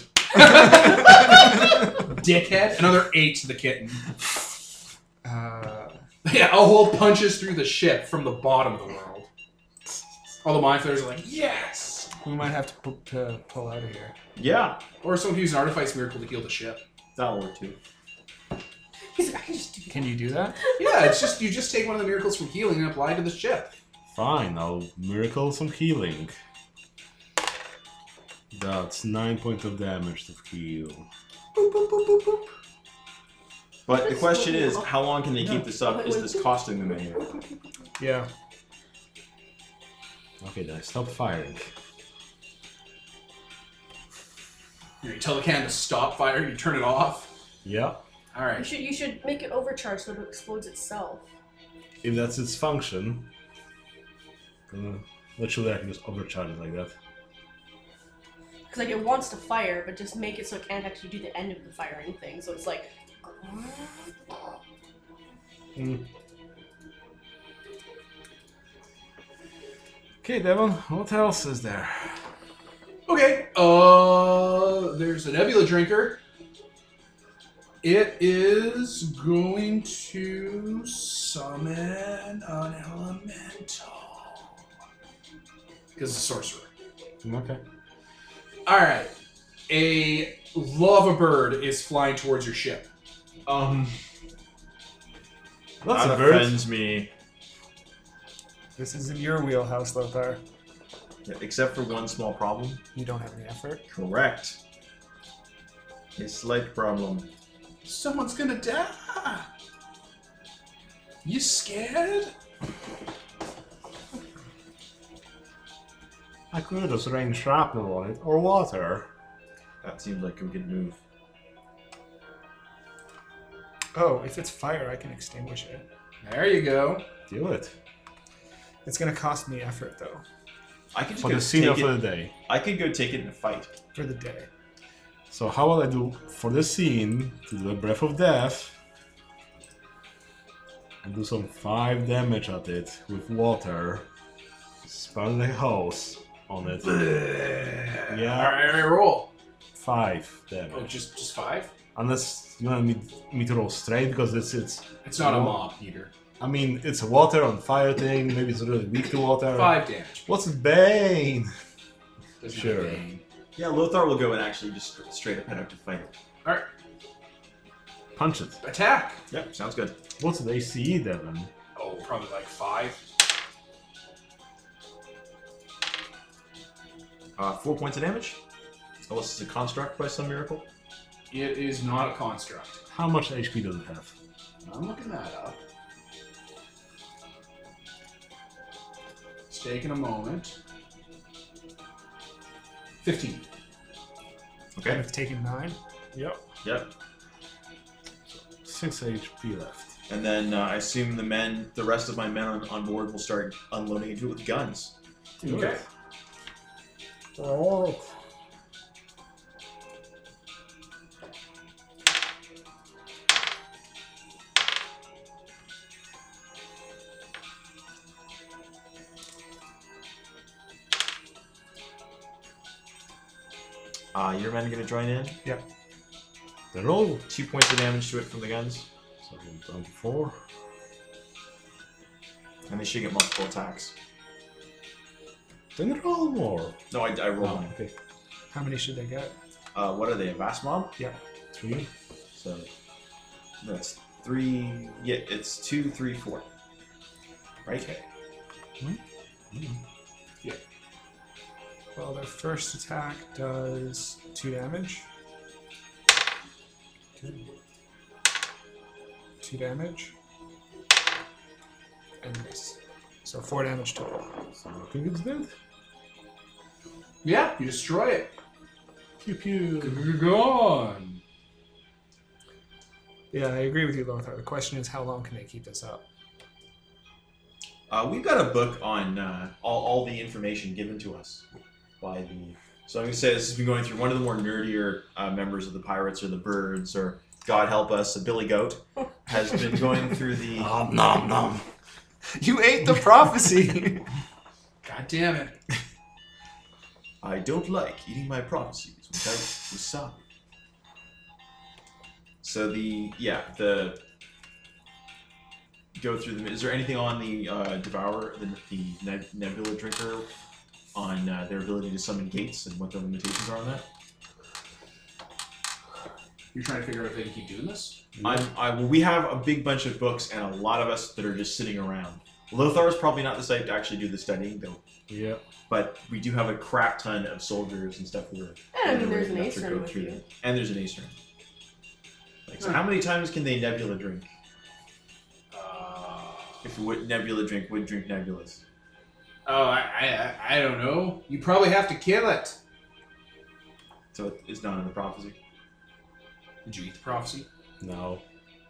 Speaker 1: Dickhead. Another eight to the kitten.
Speaker 3: Uh,
Speaker 1: Yeah, a hole punches through the ship from the bottom of the world. All the mind flayers are like, yes!
Speaker 3: we might have to, pu- to pull out of here.
Speaker 5: up. Yeah,
Speaker 1: Or someone uses an artifice miracle to heal the ship.
Speaker 5: that'll work too.
Speaker 6: He's like, I can just do
Speaker 3: Can you do that?
Speaker 1: Yeah, it's just, you just take one of the miracles from healing and apply it to the ship.
Speaker 4: Fine, I'll miracle some healing. That's nine points of damage to heal.
Speaker 5: But the question is, how long can they keep this up? Is this costing them anything?
Speaker 3: Yeah.
Speaker 4: Okay, then I stop firing.
Speaker 1: You, know, you tell the cannon to stop firing, you turn it off.
Speaker 4: Yeah.
Speaker 2: You
Speaker 1: Alright.
Speaker 2: should you should make it overcharge so it explodes itself.
Speaker 4: If that's its function, then uh, literally I can just overcharge it like that.
Speaker 2: Because like it wants to fire, but just make it so it can't actually do the end of the firing thing. So it's like
Speaker 4: Okay, Devon, what else is there?
Speaker 1: Okay, uh, there's a Nebula Drinker. It is going to summon an elemental. Because it's a sorcerer.
Speaker 4: Okay.
Speaker 1: All right. A lava bird is flying towards your ship.
Speaker 5: Um,
Speaker 4: That's
Speaker 5: that
Speaker 4: a bird.
Speaker 5: offends me.
Speaker 3: This is in your wheelhouse, Lothar.
Speaker 5: Yeah, except for one small problem.
Speaker 3: You don't have any effort.
Speaker 5: Correct. A slight problem.
Speaker 1: Someone's gonna die. You scared?
Speaker 4: I could have just rained shrapnel on it or water.
Speaker 5: That seems like a good move.
Speaker 3: Oh, if it's fire, I can extinguish it.
Speaker 1: There you go.
Speaker 4: Do it.
Speaker 3: It's gonna cost me effort though
Speaker 5: I could just
Speaker 4: For
Speaker 5: go
Speaker 4: the scene of
Speaker 5: take it.
Speaker 4: the day.
Speaker 5: I could go take it in a fight.
Speaker 3: for the day.
Speaker 4: So how will I do for the scene to do a breath of death? And do some five damage at it with water. Spell the house on it.
Speaker 1: All
Speaker 4: yeah,
Speaker 1: right, all right, roll.
Speaker 4: five
Speaker 1: Oh,
Speaker 4: damage.
Speaker 1: just just five.
Speaker 4: Unless you want me, me to roll straight because it's it's.
Speaker 1: It's not a mob, Peter.
Speaker 4: I mean, it's a water on fire thing. Maybe it's really weak to water.
Speaker 1: Five damage.
Speaker 4: What's bane?
Speaker 1: Doesn't
Speaker 4: Sure.
Speaker 1: have bane.
Speaker 5: Yeah, Lothar will go and actually just straight up head out to fight it.
Speaker 4: Punch it.
Speaker 1: Attack.
Speaker 5: Yep, sounds good.
Speaker 4: What's the ACE, E, Devin?
Speaker 1: Oh, probably like five.
Speaker 5: Uh, four points of damage. Unless it's a construct by some miracle.
Speaker 1: It is not a construct.
Speaker 4: How much HP does it have?
Speaker 1: I'm looking that up. It's taking a moment. 15.
Speaker 3: And
Speaker 5: Okay.
Speaker 3: I've taken nine.
Speaker 4: Yep.
Speaker 5: Yep.
Speaker 4: Six HP left.
Speaker 5: And then uh, I assume the men, the rest of my men on, on board, will start unloading into it with guns.
Speaker 1: Do Okay.
Speaker 4: Alright.
Speaker 5: Uh, your men are going to join in.
Speaker 4: The roll.
Speaker 5: Two points of damage to it from the guns,
Speaker 4: So I'm down to four.
Speaker 5: and they should get multiple attacks.
Speaker 4: Then roll more. Ah,
Speaker 5: No, I, I rolled. mine.
Speaker 4: okay.
Speaker 3: How many should they get?
Speaker 5: Uh, what are they? A vast mob?
Speaker 4: Three.
Speaker 5: So that's three. Yeah, it's two, three, four. Right. Okay.
Speaker 3: Well, their first attack does two damage. Two damage. And this. So four damage total.
Speaker 4: So I think it's dead.
Speaker 1: Yeah, you destroy it.
Speaker 4: Pew pew.
Speaker 1: Gone.
Speaker 3: Yeah, I agree with you, Lothar. The question is, how long can they keep this up?
Speaker 5: Uh, we've got a book on uh, all, all the information given to us by the. So I'm going to say this has been going through one of the more nerdier uh, members of the Pirates or the Birds or God help us, the Billy Goat has been going through the.
Speaker 4: Nom nom nom.
Speaker 3: You ate the prophecy.
Speaker 1: God damn it.
Speaker 5: I don't like eating my prophecies without wasabi. So the yeah the go through them. Is there anything on the uh, devourer the, the neb- nebula drinker on uh, their ability to summon gates and what the limitations are on that?
Speaker 1: You're trying to figure out if they can keep doing this?
Speaker 5: I'm, I, we have a big bunch of books and a lot of us that are just sitting around. Lothar is probably not the site to actually do the studying, though.
Speaker 4: Yeah.
Speaker 5: But we do have a crap ton of soldiers and stuff who are.
Speaker 2: Yeah, I mean, there's an
Speaker 5: enough
Speaker 2: ace
Speaker 5: to
Speaker 2: room
Speaker 5: go
Speaker 2: with
Speaker 5: through
Speaker 2: you.
Speaker 5: them. And there's an ace room. Like, so
Speaker 1: Hmm.
Speaker 5: how many times can they nebula drink?
Speaker 1: Uh,
Speaker 5: If would nebula drink would drink nebulas.
Speaker 1: oh, I, I, I don't know. You probably have to kill it.
Speaker 5: So it- it's not in the prophecy.
Speaker 1: Did you eat the prophecy?
Speaker 4: No.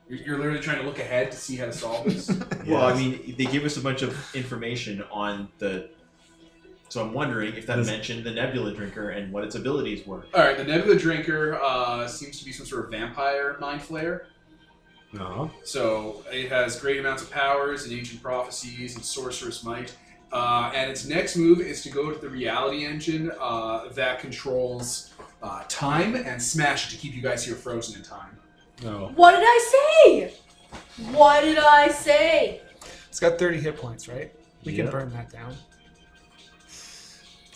Speaker 1: You're, you're literally trying to look ahead to see how to solve this.
Speaker 5: Well, I
Speaker 4: Yes.
Speaker 5: mean, they give us a bunch of information on the. So I'm wondering if that
Speaker 4: Does-
Speaker 5: mentioned the nebula drinker and what its abilities were.
Speaker 1: All right, the Nebula Drinker uh, seems to be some sort of vampire mind flayer.
Speaker 4: No.
Speaker 1: So it has great amounts of powers and ancient prophecies and sorceress might. Uh, and its next move is to go to the reality engine uh, that controls uh, time and smash it to keep you guys here frozen in time.
Speaker 4: No.
Speaker 2: What did I say? What did I say?
Speaker 3: it's got 30 hit points, right? We
Speaker 4: Yeah.
Speaker 3: can burn that down.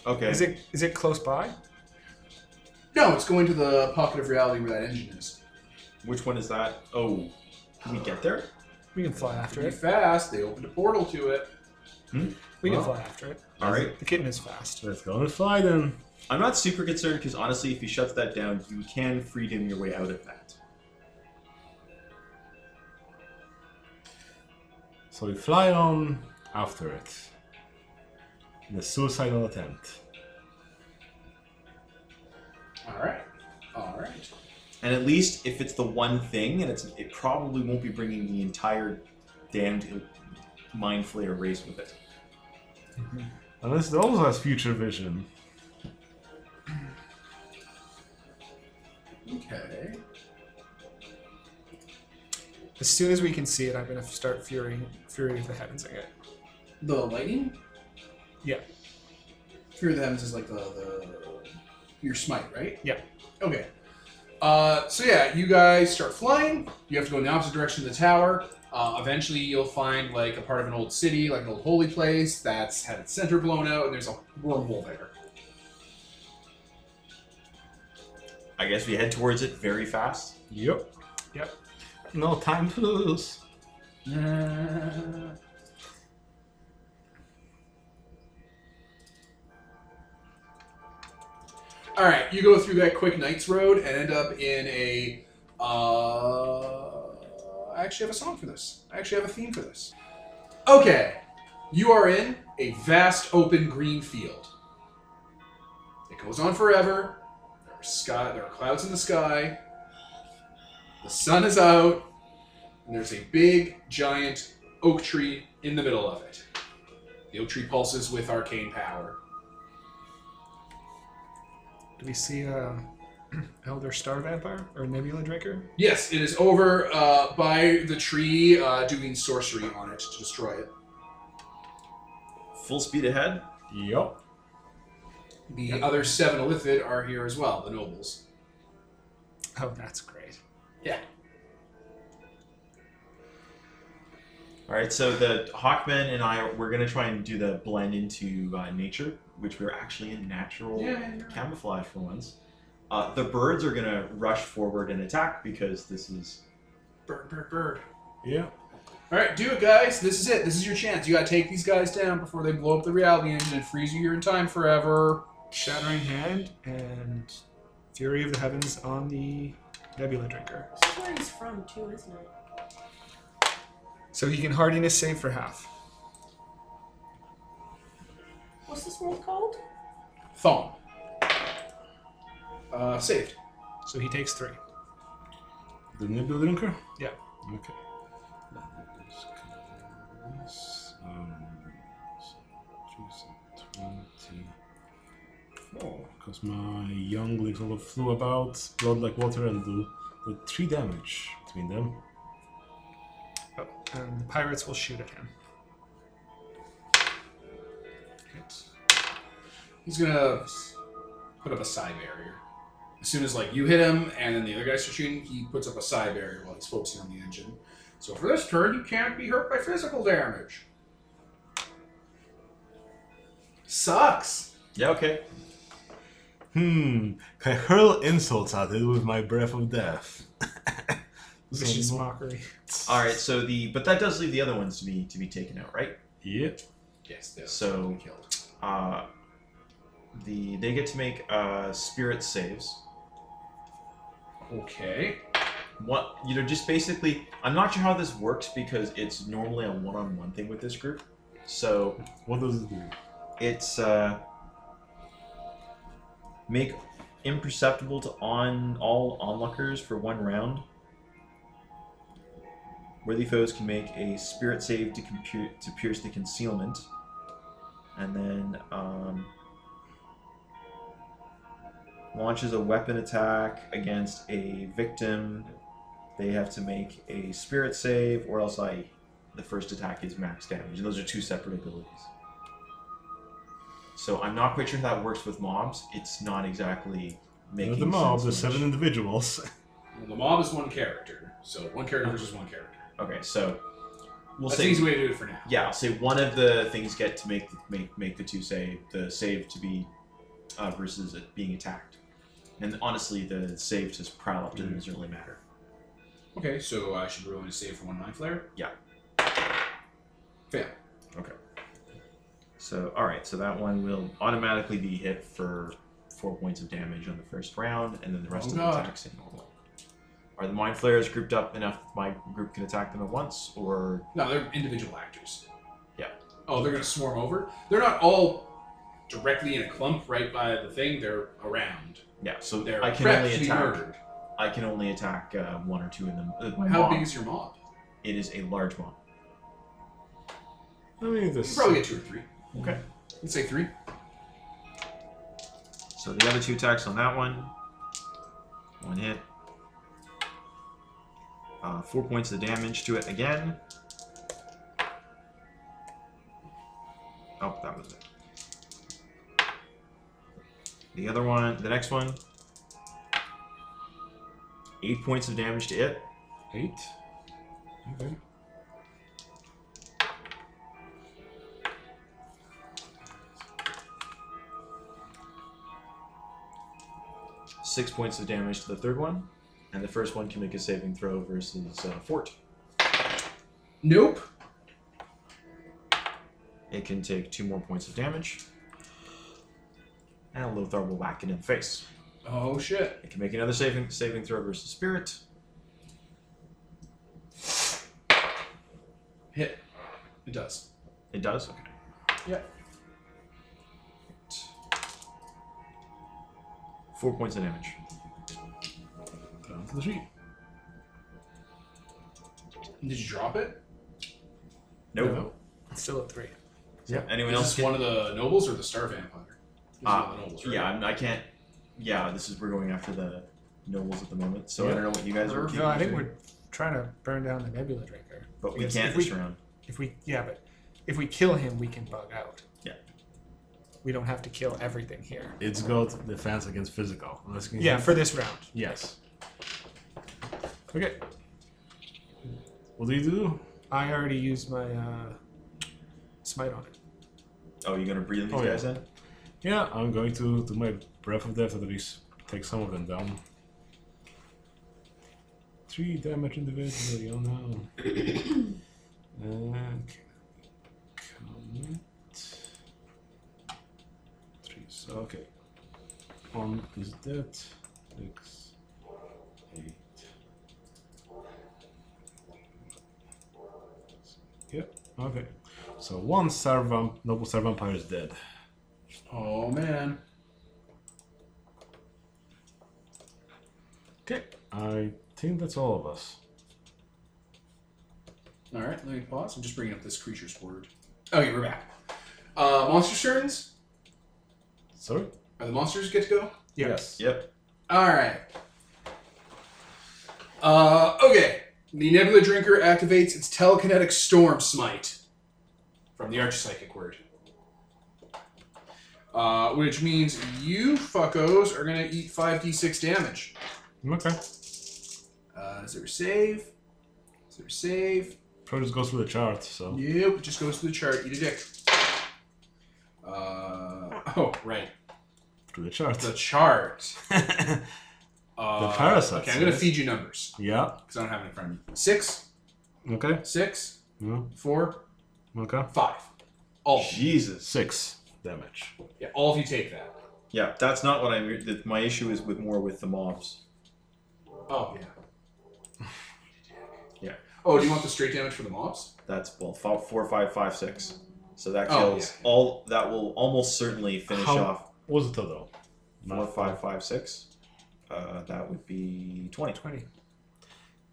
Speaker 5: Okay.
Speaker 3: Is it is it close by?
Speaker 1: No, it's going to the pocket of reality where that engine is.
Speaker 5: Which one is that? Oh, can we get there?
Speaker 3: We can fly after
Speaker 1: Pretty
Speaker 3: it.
Speaker 1: fast. They opened a portal to it.
Speaker 3: We can
Speaker 4: Well.
Speaker 3: fly after it.
Speaker 5: All right.
Speaker 3: The kitten is fast.
Speaker 4: Let's go and fly then.
Speaker 5: I'm not super concerned because honestly, if he shuts that down, you can freedom your way out of that.
Speaker 4: So we fly on after it. In a suicidal attempt.
Speaker 1: All right. All right.
Speaker 5: And at least if it's the one thing, and it's it probably won't be bringing the entire damned mind flayer race with it.
Speaker 4: Unless it also has future vision.
Speaker 1: Okay.
Speaker 3: As soon as we can see it, I'm gonna start furying, fury of the heavens at it.
Speaker 1: The lightning?
Speaker 3: Yeah.
Speaker 1: Fear of the Heavens is like the, the your smite, right?
Speaker 3: Yeah.
Speaker 1: Okay. Uh, so yeah, you guys start flying. You have to go in the opposite direction of the tower. Uh, eventually, you'll find like a part of an old city, like an old holy place that's had its center blown out, and there's a wormhole there.
Speaker 5: I guess we head towards it very fast.
Speaker 4: Yep. Yep. No time to lose.
Speaker 1: Uh. All right, you go through that quick night's road and end up in a. Uh, I actually have a song for this. I actually have a theme for this. Okay, you are in a vast open green field. It goes on forever. There are sky. There are clouds in the sky. The sun is out and there's a big, giant oak tree in the middle of it. The oak tree pulses with arcane power.
Speaker 3: Do we see a elder star vampire or nebula drinker?
Speaker 1: Yes, it is over uh, by the tree, uh, doing sorcery on it to destroy it.
Speaker 5: Full speed ahead.
Speaker 4: Yep.
Speaker 1: The other seven Elithid are here as well, the nobles.
Speaker 3: Oh, that's great.
Speaker 5: All right, so the Hawkman and I, we're gonna try and do the blend into uh, nature, which we're actually in natural camouflage for once. Uh, the birds are gonna rush forward and attack because this is
Speaker 1: Bird, bird, bird.
Speaker 4: Yeah.
Speaker 1: All right, do it, guys. This is it. This is your chance. You gotta take these guys down before they blow up the reality engine and freeze you here in time forever.
Speaker 3: Shattering Hand and Fury of the Heavens on the Nebula Drinker.
Speaker 2: This is where he's from, too, isn't it?
Speaker 3: So he can hardiness save for half.
Speaker 2: What's this world called?
Speaker 1: Thong. Uh, saved.
Speaker 3: So he takes three.
Speaker 4: The nibble drinker?
Speaker 3: Yeah.
Speaker 4: Okay. Um, Because my younglings all flew about, blood like water, and do do three damage between them.
Speaker 3: Oh, and the pirates will shoot at him. Hit.
Speaker 1: He's gonna put up a psi barrier. As soon as like you hit him, and then the other guys are shooting, he puts up a psi barrier while he's focusing on the engine. So for this turn, you can't be hurt by physical damage. Sucks.
Speaker 5: yeah okay.
Speaker 4: Hmm. Can I hurl insults at it with my breath of death?
Speaker 3: Vicious
Speaker 4: So-
Speaker 3: mockery.
Speaker 5: All right, so the but that does leave the other ones to be to be taken out, right?
Speaker 4: Yeah.
Speaker 1: Yes. they're
Speaker 5: So-
Speaker 1: killed.
Speaker 5: Uh, the they get to make uh, spirit saves.
Speaker 1: Okay.
Speaker 5: What you know, just basically, I'm not sure how this works because it's normally a one-on-one thing with this group. So
Speaker 4: What does it do?
Speaker 5: it's uh, make imperceptible to on all onlookers for one round. Worthy foes can make a spirit save to compute to pierce the concealment, and then um, launches a weapon attack against a victim. They have to make a spirit save, or else I, the first attack is max damage, and those are two separate abilities. So I'm not quite sure how that works with mobs. It's not exactly making
Speaker 4: the mob, the
Speaker 5: sense much.
Speaker 4: seven individuals.
Speaker 1: Well, the mob is one character, so one character versus one character.
Speaker 5: Okay, so we'll
Speaker 1: That's
Speaker 5: say
Speaker 1: an easy way to do it for now.
Speaker 5: yeah. I'll say one of the things get to make make make the two save the save to be uh, versus it being attacked. And honestly, the save to prowl up
Speaker 1: Mm-hmm.
Speaker 5: doesn't really matter.
Speaker 1: Okay, so I should roll a save for one mind flare.
Speaker 5: Yeah.
Speaker 1: Fail.
Speaker 5: So, all right, so that one will automatically be hit for four points of damage on the first round, and then the rest
Speaker 1: Oh,
Speaker 5: of the
Speaker 1: God.
Speaker 5: attacks hit normal. Are the mind flayers grouped up enough that my group can attack them at once, or
Speaker 1: No, they're individual actors.
Speaker 5: Yeah.
Speaker 1: Oh, they're gonna swarm over. They're not all directly in a clump right by the thing. They're around.
Speaker 5: yeah? So
Speaker 1: They're
Speaker 5: I can only
Speaker 1: practically
Speaker 5: attack.
Speaker 1: murdered.
Speaker 5: I can only attack uh, one or two in them. Uh, my
Speaker 1: How
Speaker 5: mob.
Speaker 1: big is your mob?
Speaker 5: It is a large mob.
Speaker 4: I mean,
Speaker 1: You
Speaker 4: this.
Speaker 1: probably get two or three.
Speaker 5: Okay.
Speaker 1: Let's say three.
Speaker 5: So the other two attacks on that one. One hit. Uh, four points of damage to it again. Oh, that was it. The other one, the next one. Eight points of damage to it.
Speaker 4: Eight. Okay.
Speaker 5: Six points of damage to the third one. And the first one can make a saving throw versus uh, Fort.
Speaker 1: Nope.
Speaker 5: It can take two more points of damage. And Lothar will whack it in the face.
Speaker 1: Oh shit.
Speaker 5: It can make another saving saving throw versus spirit.
Speaker 1: Hit. It does.
Speaker 5: It does. Okay.
Speaker 1: Yep.
Speaker 5: Four points of damage.
Speaker 4: Down to the sheep.
Speaker 1: Did you drop it?
Speaker 5: Nope.
Speaker 1: No.
Speaker 3: It's still at three.
Speaker 5: Yeah. Anyone
Speaker 1: Is
Speaker 5: else?
Speaker 1: this
Speaker 5: Get,
Speaker 1: one of the nobles or the star vampire? This is
Speaker 5: Ah,
Speaker 1: one of the nobles, right?
Speaker 5: yeah, I'm, I can't. Yeah, this is we're going after the nobles at the moment, so I
Speaker 3: Yeah.
Speaker 5: don't know what you guys are.
Speaker 1: No,
Speaker 5: keeping
Speaker 3: No, I think
Speaker 5: to,
Speaker 3: we're trying to burn down the Nebula Drinker.
Speaker 5: But we
Speaker 3: because
Speaker 5: can't
Speaker 3: if we-
Speaker 5: this round.
Speaker 3: If we, yeah, but if we kill him, we can bug out.
Speaker 5: Yeah.
Speaker 3: We don't have to kill everything here.
Speaker 4: It's got defense against physical. Unless you can-
Speaker 3: Yeah, for this round.
Speaker 4: Yes.
Speaker 3: Okay.
Speaker 4: What do you do?
Speaker 3: I already used my uh, smite on it.
Speaker 5: Oh, you're gonna breathe on these
Speaker 4: Oh, yeah.
Speaker 5: guys then?
Speaker 4: Yeah, I'm going to do my breath of death at least take some of them down. Three damage individually. Oh no. uh, commit. Three. So okay. One is dead. Six. Eight. Yep. Okay. So one star vamp- noble star vampire is dead.
Speaker 1: Oh man.
Speaker 4: Okay, I think that's all of us.
Speaker 1: All right, let me pause. I'm just bringing up this creature's word. Okay, we're back. Uh, monsters' turns.
Speaker 4: Sorry?
Speaker 1: Are the monsters good to go?
Speaker 4: Yes.
Speaker 5: Yep.
Speaker 1: All right. Uh, okay. The Nebula Drinker activates its telekinetic storm smite from the Archpsychic word, uh, which means you fuckos are gonna eat five d six damage.
Speaker 4: Okay.
Speaker 1: Uh, is there a save? Is there a save?
Speaker 4: Probably just goes through the chart, so.
Speaker 1: Nope. It just goes to the chart. Eat a dick. Uh, oh, right.
Speaker 4: Through the chart.
Speaker 1: The chart. Uh,
Speaker 4: parasites,
Speaker 1: Okay, I'm gonna
Speaker 4: yes.
Speaker 1: feed you numbers
Speaker 4: yeah.
Speaker 1: because I don't have it in front of me. Six,
Speaker 4: Okay.
Speaker 1: six,
Speaker 4: Yeah.
Speaker 1: four,
Speaker 4: Okay.
Speaker 1: five. All.
Speaker 5: Jesus.
Speaker 4: Six damage.
Speaker 1: Yeah, all of you take that.
Speaker 5: Yeah, that's not what I'm. That my issue is with more with the mobs.
Speaker 1: Oh yeah.
Speaker 5: Yeah.
Speaker 1: Oh, do you want the straight damage for the mobs?
Speaker 5: That's well, fo- four, five, five, six. So that
Speaker 1: Oh,
Speaker 5: kills
Speaker 1: yeah.
Speaker 5: all. That will almost certainly finish
Speaker 4: How-
Speaker 5: off
Speaker 4: What was the total?
Speaker 5: four, five, five, six. Uh, that would be twenty.
Speaker 3: 20.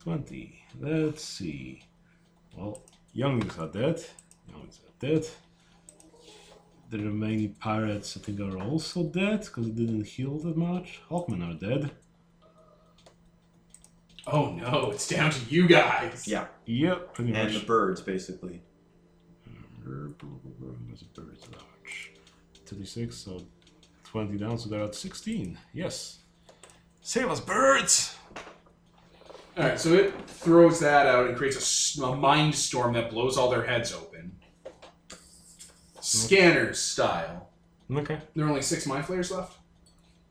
Speaker 4: 20. Let's see. Well, younglings are dead. Younglings are dead. The remaining pirates, I think, are also dead because they didn't heal that much. Hawkmen are dead.
Speaker 1: Oh no, it's down to you guys.
Speaker 5: Yeah.
Speaker 4: Yep, pretty
Speaker 5: and
Speaker 4: much.
Speaker 5: the birds basically.
Speaker 4: That's a very large. 36, so 20 down, so they're at 16. Yes. Save us, birds!
Speaker 1: All right, so it throws that out and creates a s- a, mind storm that blows all their heads open. Scanners style.
Speaker 4: Okay.
Speaker 1: There are only six mind flayers left.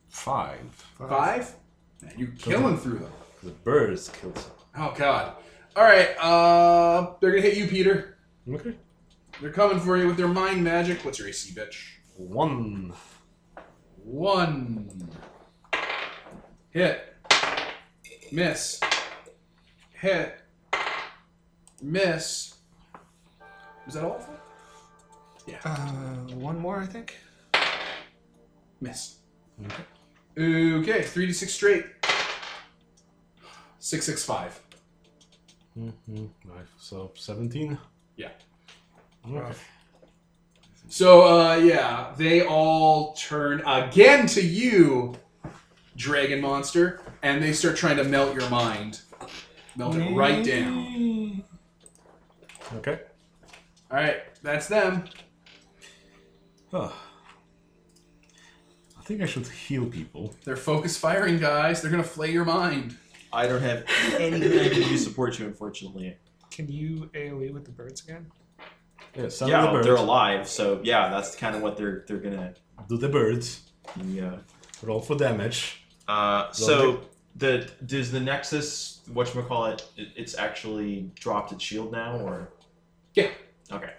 Speaker 4: Five.
Speaker 1: Five? Man, you're killing through them.
Speaker 4: The birds killed some.
Speaker 1: Oh god. All right. Uh, they're gonna hit you, Peter.
Speaker 4: Okay.
Speaker 1: They're coming for you with their mind magic. What's your AC, bitch?
Speaker 4: One.
Speaker 1: One. Hit. Miss. Hit. Miss. Was that all? of them?
Speaker 3: Uh, one more, I think.
Speaker 1: Miss. Okay, three to six straight. Six six five.
Speaker 4: Mm-hmm. So seventeen.
Speaker 1: Yeah.
Speaker 4: Okay.
Speaker 1: So uh yeah, they all turn again to you, dragon monster, and they start trying to melt your mind. Melt it right down.
Speaker 4: Okay.
Speaker 1: Alright, that's them.
Speaker 4: Huh. I think I should heal people.
Speaker 1: They're focus firing guys. They're gonna flay your mind.
Speaker 5: I don't have anything I can do to support you, unfortunately.
Speaker 3: Can you AoE with the birds again?
Speaker 4: Yeah. Some
Speaker 5: yeah,
Speaker 4: of the birds.
Speaker 5: they're alive, so yeah, that's kind of what they're they're gonna. uh,
Speaker 4: Do the birds
Speaker 5: Yeah.
Speaker 4: roll for damage?
Speaker 5: Uh, so the does the Nexus what you call it? It's actually dropped its shield now, or
Speaker 1: Yeah.
Speaker 5: Okay.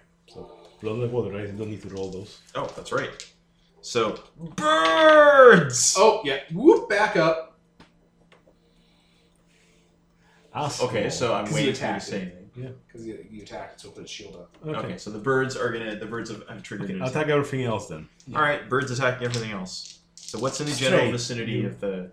Speaker 4: Blood like water, right? You don't need to roll those.
Speaker 5: Oh, that's right. So birds.
Speaker 1: Oh yeah. Whoop back up.
Speaker 4: Ask
Speaker 5: Okay,
Speaker 4: them.
Speaker 5: so I'm
Speaker 1: Because
Speaker 5: waiting
Speaker 1: you
Speaker 5: for you to
Speaker 1: attacked
Speaker 5: say
Speaker 1: it.
Speaker 5: anything.
Speaker 1: Because you, you attacked, so put its shield up.
Speaker 4: Okay.
Speaker 5: Okay, so the birds are gonna the birds have, have triggered.
Speaker 4: Okay,
Speaker 5: an
Speaker 4: I'll
Speaker 5: attack.
Speaker 4: attack everything else then.
Speaker 5: All right, birds attacking everything else. So what's in the general
Speaker 4: Straight.
Speaker 5: vicinity
Speaker 4: Mm.
Speaker 5: of the?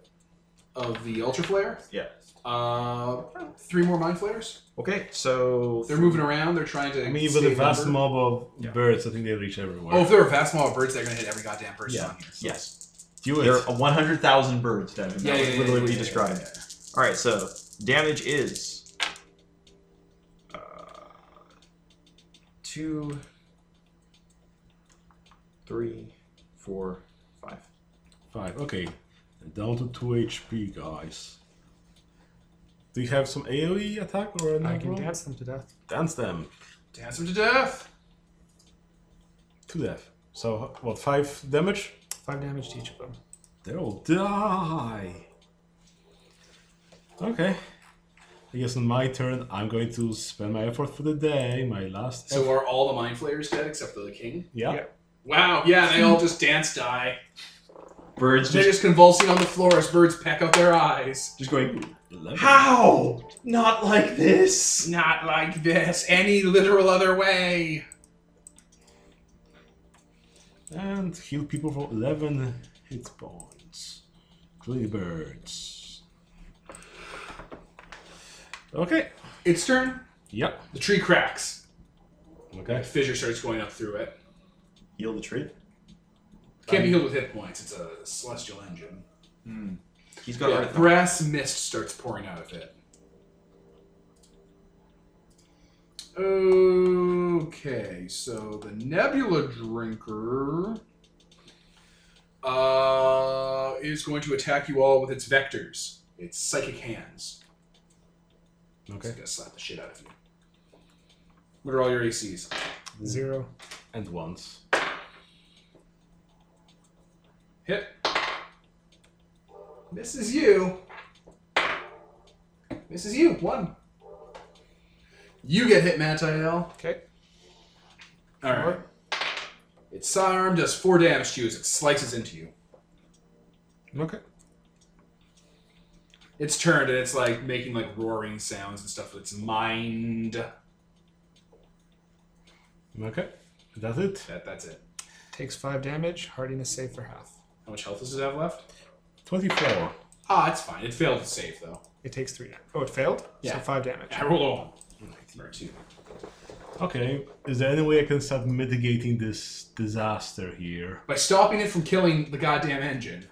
Speaker 1: Of the ultra flare.
Speaker 5: Yeah.
Speaker 1: Uh, three more mind flares.
Speaker 5: Okay, so
Speaker 1: They're moving around. They're trying to.
Speaker 4: I mean,
Speaker 1: save
Speaker 4: with a vast
Speaker 1: number.
Speaker 4: mob of
Speaker 5: Yeah.
Speaker 4: birds, I think they reach everywhere.
Speaker 1: Oh, if there are a vast mob of birds, they're gonna hit every goddamn person
Speaker 4: Yeah.
Speaker 1: on here.
Speaker 5: yes,
Speaker 4: do
Speaker 5: there
Speaker 4: it.
Speaker 5: are 100,000 birds, Devin. that was literally what you described.
Speaker 1: yeah, yeah.
Speaker 5: All right, so damage is uh, two, three, four, five.
Speaker 4: Five. Okay. And down to two HP, guys. Do you have some AOE attack or another
Speaker 3: I can
Speaker 4: roll?
Speaker 3: dance them to death.
Speaker 4: Dance them
Speaker 1: Dance them to death.
Speaker 4: to death. So h- what? Five damage.
Speaker 3: Five damage to each of them.
Speaker 4: They'll die. Okay. I guess on my turn, I'm going to spend my effort for the day. My last.
Speaker 1: So
Speaker 5: Oh.
Speaker 4: effort.
Speaker 1: are all the mind flayers dead except for the king?
Speaker 4: yeah.
Speaker 3: yeah.
Speaker 1: Wow. Yeah, they all just dance die.
Speaker 5: Birds
Speaker 1: They're
Speaker 5: just,
Speaker 1: just convulsing on the floor as birds peck out their eyes.
Speaker 5: just going.
Speaker 4: Eleven.
Speaker 5: How? Not like this.
Speaker 1: Not like this. Any literal other way.
Speaker 4: And heal people for 11 hit points. Three birds. Okay.
Speaker 1: Its turn.
Speaker 4: Yep.
Speaker 1: The tree cracks. A
Speaker 4: Okay.
Speaker 1: fissure starts going up through it.
Speaker 5: Heal the tree.
Speaker 1: Can't be healed with hit points. It's a celestial engine.
Speaker 5: He's got
Speaker 1: Hmm. Yeah,
Speaker 5: rid of them.
Speaker 1: brass mist starts pouring out of it. Okay, so the Nebula Drinker uh, is going to attack you all with its vectors. Its psychic hands.
Speaker 4: Okay.
Speaker 1: It's gonna slap the shit out of you. What are all your ACs?
Speaker 3: Zero.
Speaker 4: And once.
Speaker 1: Hit. Misses you. Misses you. One. You get hit, Matael.
Speaker 3: Okay.
Speaker 1: All right. Its sidearm does four damage to you as it slices into you.
Speaker 3: Okay.
Speaker 1: It's turned and it's like making like roaring sounds and stuff with its mind.
Speaker 4: Okay. That's it.
Speaker 1: That that's it.
Speaker 3: Takes five damage. Hardiness save for half.
Speaker 1: How much health does it have left?
Speaker 4: 24.
Speaker 1: Ah, it's fine. It failed to save though.
Speaker 3: It takes three damage. Oh, it failed?
Speaker 1: Yeah.
Speaker 3: So five damage.
Speaker 1: I rolled a one. Or a two.
Speaker 4: Okay. Is there any way I can start mitigating this disaster here?
Speaker 1: By stopping it from killing the goddamn engine.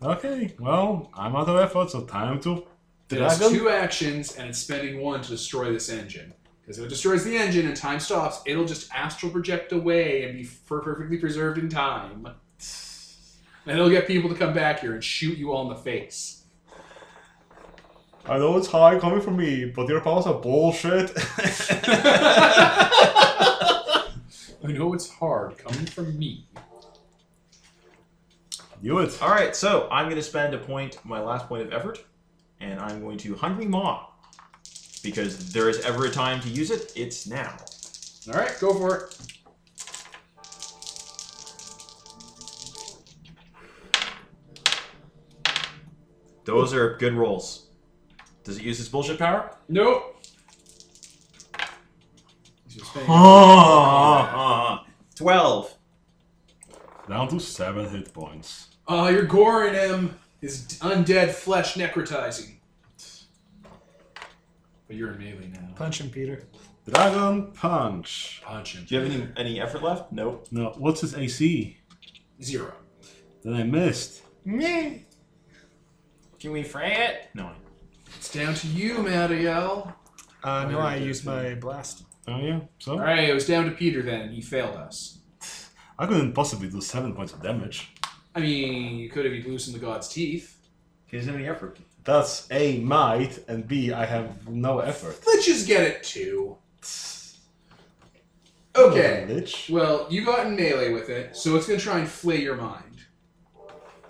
Speaker 4: Okay. Well, I'm out of effort, so time to.
Speaker 1: It has
Speaker 4: Dragon?
Speaker 1: two actions, and it's spending one to destroy this engine. Because if it destroys the engine and time stops, it'll just astral project away and be per- perfectly preserved in time. And it'll get people to come back here and shoot you all in the face.
Speaker 4: I know it's high coming from me, but your powers are bullshit.
Speaker 1: I know it's hard coming from me.
Speaker 4: Do it.
Speaker 5: All right, so I'm going to spend a point, my last point of effort, and I'm going to Hungry Maw. Because there is ever a time to use it, it's now.
Speaker 1: All right, go for it.
Speaker 5: Those are good rolls. Does it use its bullshit power?
Speaker 1: Nope. He's just saying-
Speaker 5: Ah, 12.
Speaker 4: Down to seven hit points.
Speaker 1: Uh, your gore in him is undead flesh necrotizing. But you're in melee now.
Speaker 3: Punch him, Peter.
Speaker 4: Dragon punch.
Speaker 1: Punch him.
Speaker 5: Do you have any, any effort left? Nope.
Speaker 4: No, what's his AC?
Speaker 1: Zero.
Speaker 4: Then I missed.
Speaker 5: Can we fray it? No.
Speaker 1: It's down to you,
Speaker 5: Oh.
Speaker 1: Mariel.
Speaker 3: Uh, no, I used my blast.
Speaker 4: Oh yeah. So
Speaker 1: All right, it was down to Peter then. He failed us.
Speaker 4: I couldn't possibly do seven points of damage.
Speaker 1: I mean, you could have loosened the god's teeth.
Speaker 5: He doesn't have any effort.
Speaker 4: That's A might and B I have no effort.
Speaker 1: Let's just get it two. Okay.
Speaker 4: Lich.
Speaker 1: Well, you got in melee with it, so it's gonna try and flay your mind.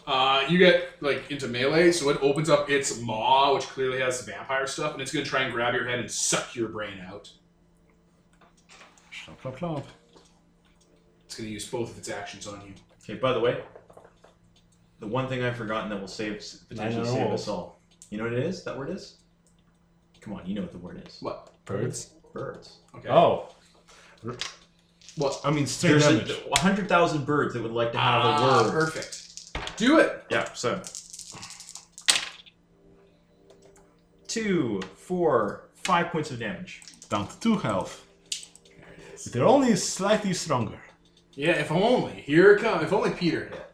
Speaker 1: Uh, you get like into melee, so it opens up its maw, which clearly has vampire stuff, and it's gonna try and grab your head and suck your brain out.
Speaker 4: Clomp, clomp, clomp.
Speaker 1: It's gonna use both of its actions on you.
Speaker 5: Okay, by the way, the one thing I've forgotten that will save potentially
Speaker 4: Minor
Speaker 5: save
Speaker 4: rolls.
Speaker 5: us all. You know what it is? That word is? Come on, you know what the word is.
Speaker 1: What?
Speaker 4: Birds.
Speaker 5: Birds.
Speaker 1: Okay.
Speaker 4: Oh.
Speaker 1: What?
Speaker 4: I mean straight
Speaker 5: There's
Speaker 4: damage.
Speaker 5: a, 100,000 birds that would like to have
Speaker 1: Ah,
Speaker 5: the word.
Speaker 1: perfect. Do it.
Speaker 5: Yeah, so. Two, four, five points of damage.
Speaker 4: Down to two health. They're only slightly stronger.
Speaker 1: Yeah, if only. Here it comes. If only Peter hit.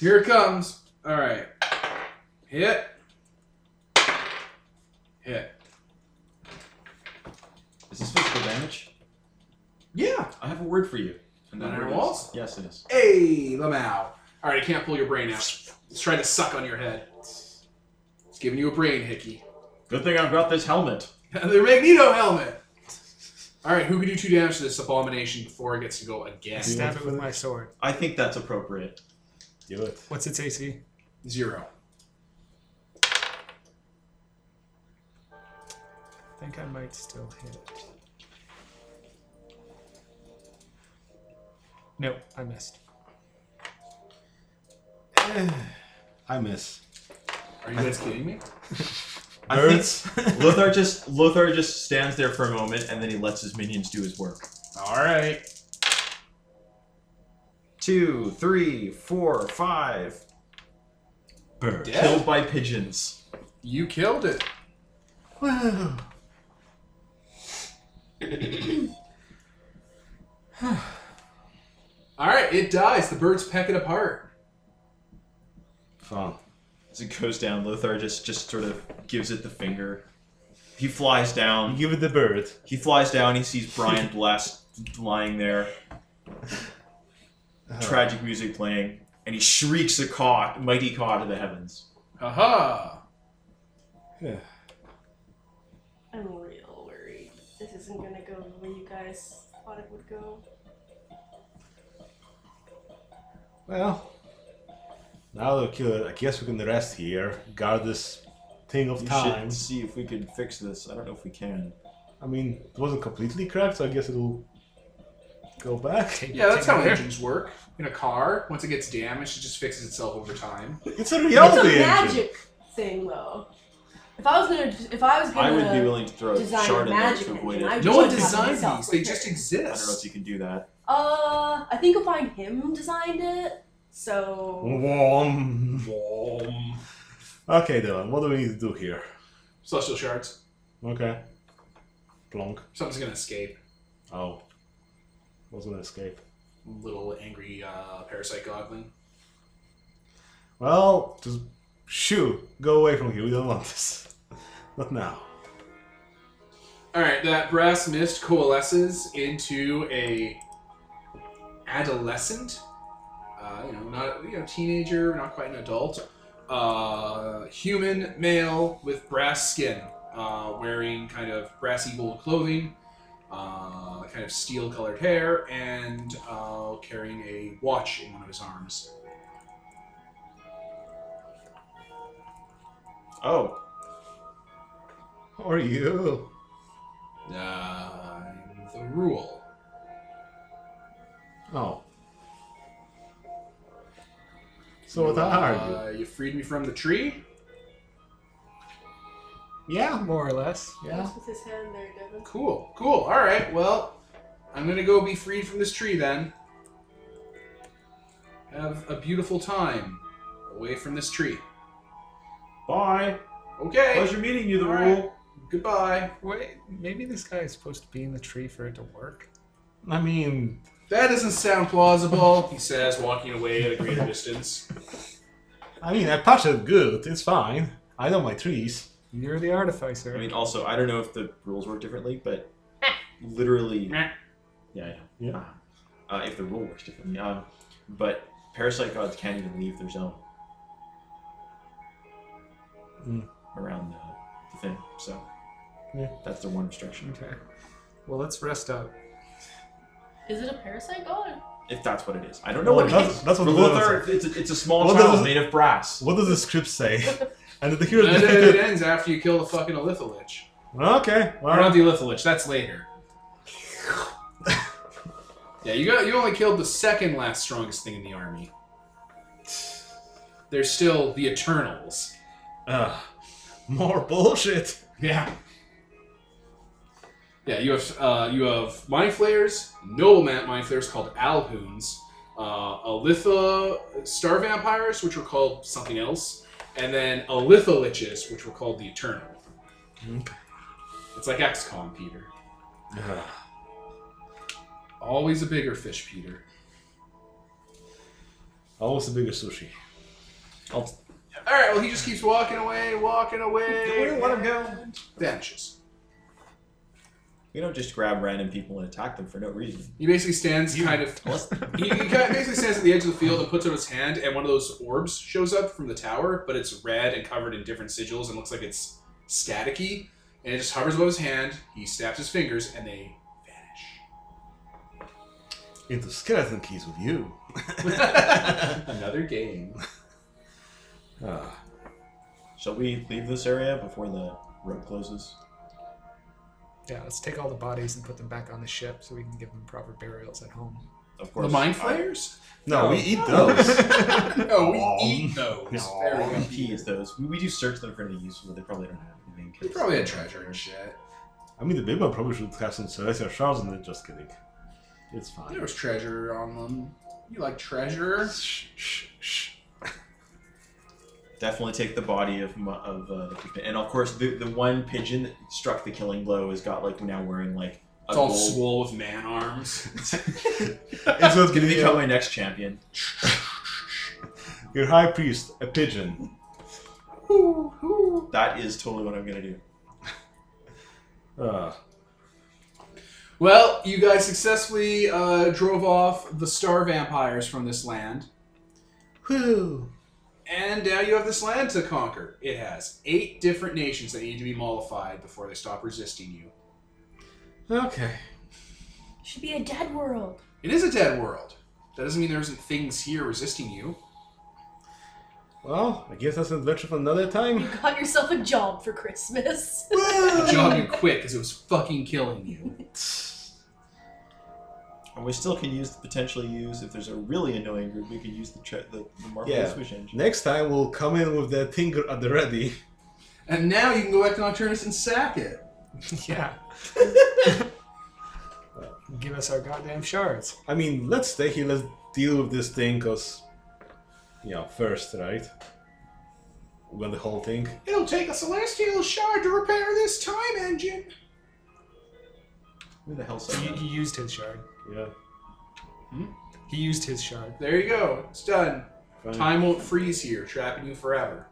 Speaker 1: Here it comes. All right. Hit. Hit.
Speaker 5: Is this physical damage?
Speaker 1: Yeah.
Speaker 5: I have a word for you. And that
Speaker 1: Minor
Speaker 5: word is-
Speaker 1: walls?
Speaker 5: Yes, it is.
Speaker 1: Hey, Lamau. All right, I can't pull your brain out. It's trying to suck on your head. It's giving you a brain hickey.
Speaker 5: Good thing I've got this helmet.
Speaker 1: Their Magneto helmet. All right, who can do two damage to this abomination before it gets to go again?
Speaker 4: Do you
Speaker 3: Stab
Speaker 4: want
Speaker 3: it
Speaker 4: to
Speaker 3: with my
Speaker 4: finish?
Speaker 3: sword.
Speaker 5: I think that's appropriate.
Speaker 4: Do it.
Speaker 3: What's its AC?
Speaker 1: Zero.
Speaker 3: I think I might still hit it. No, I missed.
Speaker 4: I miss.
Speaker 1: Are you guys kidding me?
Speaker 5: I think Lothar just Lothar just stands there for a moment and then he lets his minions do his work.
Speaker 1: All right.
Speaker 5: Two, three, four, five.
Speaker 4: Bird.
Speaker 1: Yeah.
Speaker 5: Killed by pigeons.
Speaker 1: You killed it.
Speaker 4: Wow.
Speaker 1: All right, it dies. The birds peck it apart.
Speaker 4: Fun.
Speaker 5: As it goes down, Lothar just just sort of gives it the finger. He flies down.
Speaker 4: Give it the bird.
Speaker 5: He flies down. He sees Brian Blast lying there.
Speaker 4: Uh-huh.
Speaker 5: Tragic music playing, and he shrieks a caw, mighty caw to the heavens.
Speaker 1: Aha!
Speaker 4: Yeah.
Speaker 6: I'm real worried.
Speaker 2: This isn't gonna go the way you guys thought it would go.
Speaker 4: Well, now they'll kill it. I guess we can rest here, guard this thing of
Speaker 5: We
Speaker 4: time.
Speaker 5: should see if we can fix this. I don't know if we can.
Speaker 4: I mean, it wasn't completely cracked, so I guess it'll go back.
Speaker 1: Yeah, that's how engines work. In a car, once it gets damaged, it just fixes itself over time.
Speaker 4: It's a
Speaker 6: It's a
Speaker 4: reality engine.
Speaker 6: magic thing, though. If I was gonna, if I was gonna,
Speaker 5: I would be willing to throw a
Speaker 6: design
Speaker 5: shard in there
Speaker 6: magic
Speaker 5: to avoid
Speaker 6: engine.
Speaker 5: it.
Speaker 6: I
Speaker 5: I
Speaker 6: would
Speaker 1: No one
Speaker 6: just have
Speaker 1: designed
Speaker 6: myself
Speaker 1: these; they
Speaker 6: repair
Speaker 1: just
Speaker 6: it.
Speaker 5: don't know if
Speaker 1: exist.
Speaker 5: you can do that.
Speaker 6: Uh, I think you'll find him designed it. So
Speaker 4: Wom.
Speaker 1: Wom.
Speaker 4: Okay, Dylan, what do we need to do here?
Speaker 1: Celestial shards.
Speaker 4: Okay. Plonk.
Speaker 1: Something's gonna escape.
Speaker 4: Oh. Wasn't an escape.
Speaker 1: Little angry uh, parasite godling.
Speaker 4: Well, just shoo, go away from here. We don't want this. Not now.
Speaker 1: All right, that brass mist coalesces into a adolescent, uh, you know, not you know, teenager, not quite an adult, uh, human male with brass skin, uh, wearing kind of brassy gold clothing, uh, kind of steel-colored hair, and uh, carrying a watch in one of his arms.
Speaker 5: Oh,
Speaker 4: Or you.
Speaker 1: I'm Uh, the rule.
Speaker 4: Oh. So what are
Speaker 1: Uh, you freed me from the tree?
Speaker 4: you? Yeah.
Speaker 3: More or less.
Speaker 4: Yeah.
Speaker 2: What's with his hand there, Devin?
Speaker 1: Cool, cool. All right, well, I'm gonna go be freed from this tree then. Have a beautiful time away from this tree.
Speaker 5: bye.
Speaker 1: Okay.
Speaker 5: Pleasure meeting you, the
Speaker 1: All
Speaker 5: rule.
Speaker 1: right. Goodbye.
Speaker 3: Wait, maybe this guy is supposed to be in the tree for it to work.
Speaker 4: I mean,
Speaker 1: That doesn't sound plausible, he says, walking away at a greater distance.
Speaker 4: I mean, I patched it good. It's fine. I know my trees.
Speaker 3: You're the artificer.
Speaker 5: I mean, also, I don't know if the rules work differently, but literally, yeah, I know.
Speaker 4: Yeah.
Speaker 5: Uh, if the rule works differently, um, but parasite gods can't even leave their zone
Speaker 4: Hmm.
Speaker 5: around the, the thing. So
Speaker 4: Yeah.
Speaker 5: that's the one restriction,
Speaker 3: Okay. Well, let's rest up.
Speaker 2: Is it a parasite Oh, god?
Speaker 5: if that's what it is. I don't know
Speaker 4: Well,
Speaker 5: what it
Speaker 4: that's-
Speaker 5: is.
Speaker 4: that's what
Speaker 5: For
Speaker 4: the rule
Speaker 5: Lothar, it's a, it's a small
Speaker 4: Well,
Speaker 5: child
Speaker 4: that's-
Speaker 5: made of brass.
Speaker 4: What does the script say? and the
Speaker 1: And then it
Speaker 4: hero.
Speaker 1: ends after you kill the fucking Elitholich.
Speaker 4: okay.
Speaker 1: Or not
Speaker 4: Well,
Speaker 1: the Elitholich, that's later. yeah, you got you only killed the second last strongest thing in the army. There's still the Eternals.
Speaker 4: uh, more bullshit.
Speaker 1: Yeah. Yeah, you have uh, you have mind flayers, noble ma- mind flayers called Alhoons, uh, Alitha star vampires, which were called something else, and then Alitha liches, which were called the Eternal.
Speaker 4: Okay.
Speaker 1: It's like XCOM, Peter.
Speaker 4: Ugh.
Speaker 1: Always a bigger fish, Peter.
Speaker 4: Always a bigger sushi.
Speaker 1: All right. Well, he just keeps walking away, walking away.
Speaker 5: We don't let him go.
Speaker 1: Vanishes.
Speaker 5: We don't just grab random people and attack them for no reason.
Speaker 1: He basically stands kind of. he, he kind of basically stands at the edge of the field and puts out his hand, and one of those orbs shows up from the tower, but it's red and covered in different sigils and looks like it's staticky. And it just hovers above his hand. He snaps his fingers, and they
Speaker 4: Into skeleton keys with you.
Speaker 1: vanish. Another game.
Speaker 4: Ah.
Speaker 5: Shall we leave this area before the road closes?
Speaker 3: Yeah, let's take all the bodies and put them back on the ship so we can give them proper burials at home.
Speaker 5: Of course.
Speaker 1: The mind
Speaker 5: I-
Speaker 1: flayers?
Speaker 4: No,
Speaker 5: No.
Speaker 4: we eat those.
Speaker 1: no, we
Speaker 4: Nom.
Speaker 1: eat those.
Speaker 4: Nom.
Speaker 1: There we
Speaker 5: We
Speaker 1: go.
Speaker 5: tease those. We, we do search them for any useful, but they probably don't have anything. 'cause-
Speaker 1: They probably had treasure and shit.
Speaker 4: I mean, the big one probably should have some celestial shards in it. Just kidding. It's
Speaker 1: There
Speaker 4: fine.
Speaker 1: was treasure on them. You like treasure?
Speaker 4: Shh, shh, shh.
Speaker 5: Definitely take the body of mu- of uh, the pigeon, and of course the the one pigeon that struck the killing blow has got like now wearing like a
Speaker 1: It's all
Speaker 5: gold-
Speaker 1: swole with man arms.
Speaker 4: It's
Speaker 5: It's
Speaker 4: not
Speaker 5: gonna
Speaker 4: gonna
Speaker 5: become my next champion.
Speaker 4: Your high priest, a pigeon.
Speaker 5: That is totally what I'm gonna do.
Speaker 4: Uh,
Speaker 1: Well, you guys successfully uh, drove off the star vampires from this land,
Speaker 4: whoo.
Speaker 1: and now you have this land to conquer. It has eight different nations that need to be mollified before they stop resisting you.
Speaker 4: Okay.
Speaker 6: Should be a dead world.
Speaker 1: It is a dead world. That doesn't mean there isn't things here resisting you.
Speaker 4: Well, I guess that's an adventure for another time.
Speaker 2: You got yourself a job for Christmas.
Speaker 1: The job you quit because it was fucking killing you.
Speaker 5: And we still can use potentially use if there's a really annoying group, we can use the tra- the, the Marvel
Speaker 4: Yeah.
Speaker 5: Switch engine.
Speaker 4: Next time we'll come in with the tinker at the ready.
Speaker 1: And now you can go back to Nocturnus and sack it.
Speaker 3: yeah. give us our goddamn shards.
Speaker 4: I mean, let's stay here. Let's deal with this thing, cause you know, first, right? We got the whole thing.
Speaker 1: It'll take a celestial shard to repair this time engine.
Speaker 5: Who the hell
Speaker 3: So
Speaker 5: said
Speaker 3: he,
Speaker 5: that?
Speaker 3: he used his shard.
Speaker 4: Yeah.
Speaker 3: He used his shard.
Speaker 1: There you go. It's done.
Speaker 4: Fine.
Speaker 1: Time won't freeze here, trapping you forever.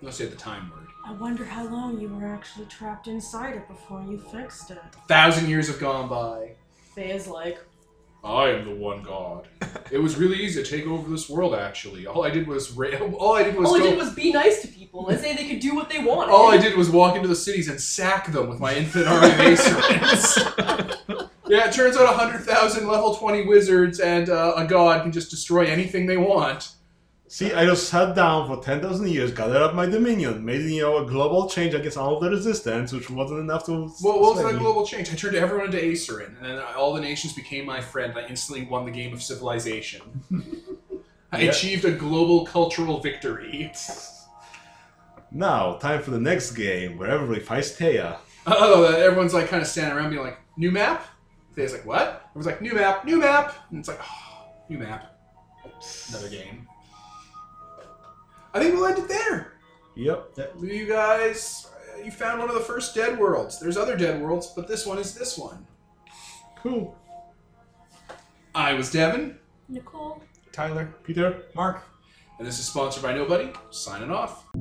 Speaker 1: Unless you had the time word.
Speaker 6: I wonder how long you were actually trapped inside it before you fixed it.
Speaker 1: thousand years have gone by.
Speaker 2: Faye's like,
Speaker 1: I am the one god. it was really easy to take over this world. Actually, all I did was ra- all I did was
Speaker 2: all I
Speaker 1: go-
Speaker 2: did was be nice to people and say they could do what they wanted.
Speaker 1: all I did was walk into the cities and sack them with my infinite army of ace servants. yeah, it turns out hundred thousand level twenty wizards and uh, a god can just destroy anything they want.
Speaker 4: See, I just sat down for 10,000 years, gathered up my dominion, made you know, a global change against all of the resistance, which wasn't enough to.
Speaker 1: What, what was
Speaker 4: sway
Speaker 1: that
Speaker 4: me.
Speaker 1: global change? I turned everyone into Acerin, and then all the nations became my friend. and I instantly won the game of civilization. I
Speaker 4: Yeah.
Speaker 1: achieved a global cultural victory.
Speaker 4: Now, time for the next game where everybody fights Taya.
Speaker 1: Oh, everyone's like kind of standing around, being like, "New map." They's like, "What?" Everyone's like, "New map, new map," and it's like, oh, "New map." Another game. I think we'll end it there.
Speaker 4: Yep.
Speaker 1: You guys, uh, you found one of the first dead worlds. There's other dead worlds, but this one is this one.
Speaker 4: Cool.
Speaker 1: I was Devin,
Speaker 6: Nicole.
Speaker 3: Tyler.
Speaker 4: Peter?
Speaker 5: Mark.
Speaker 1: and this is sponsored by Nobody. Signing off.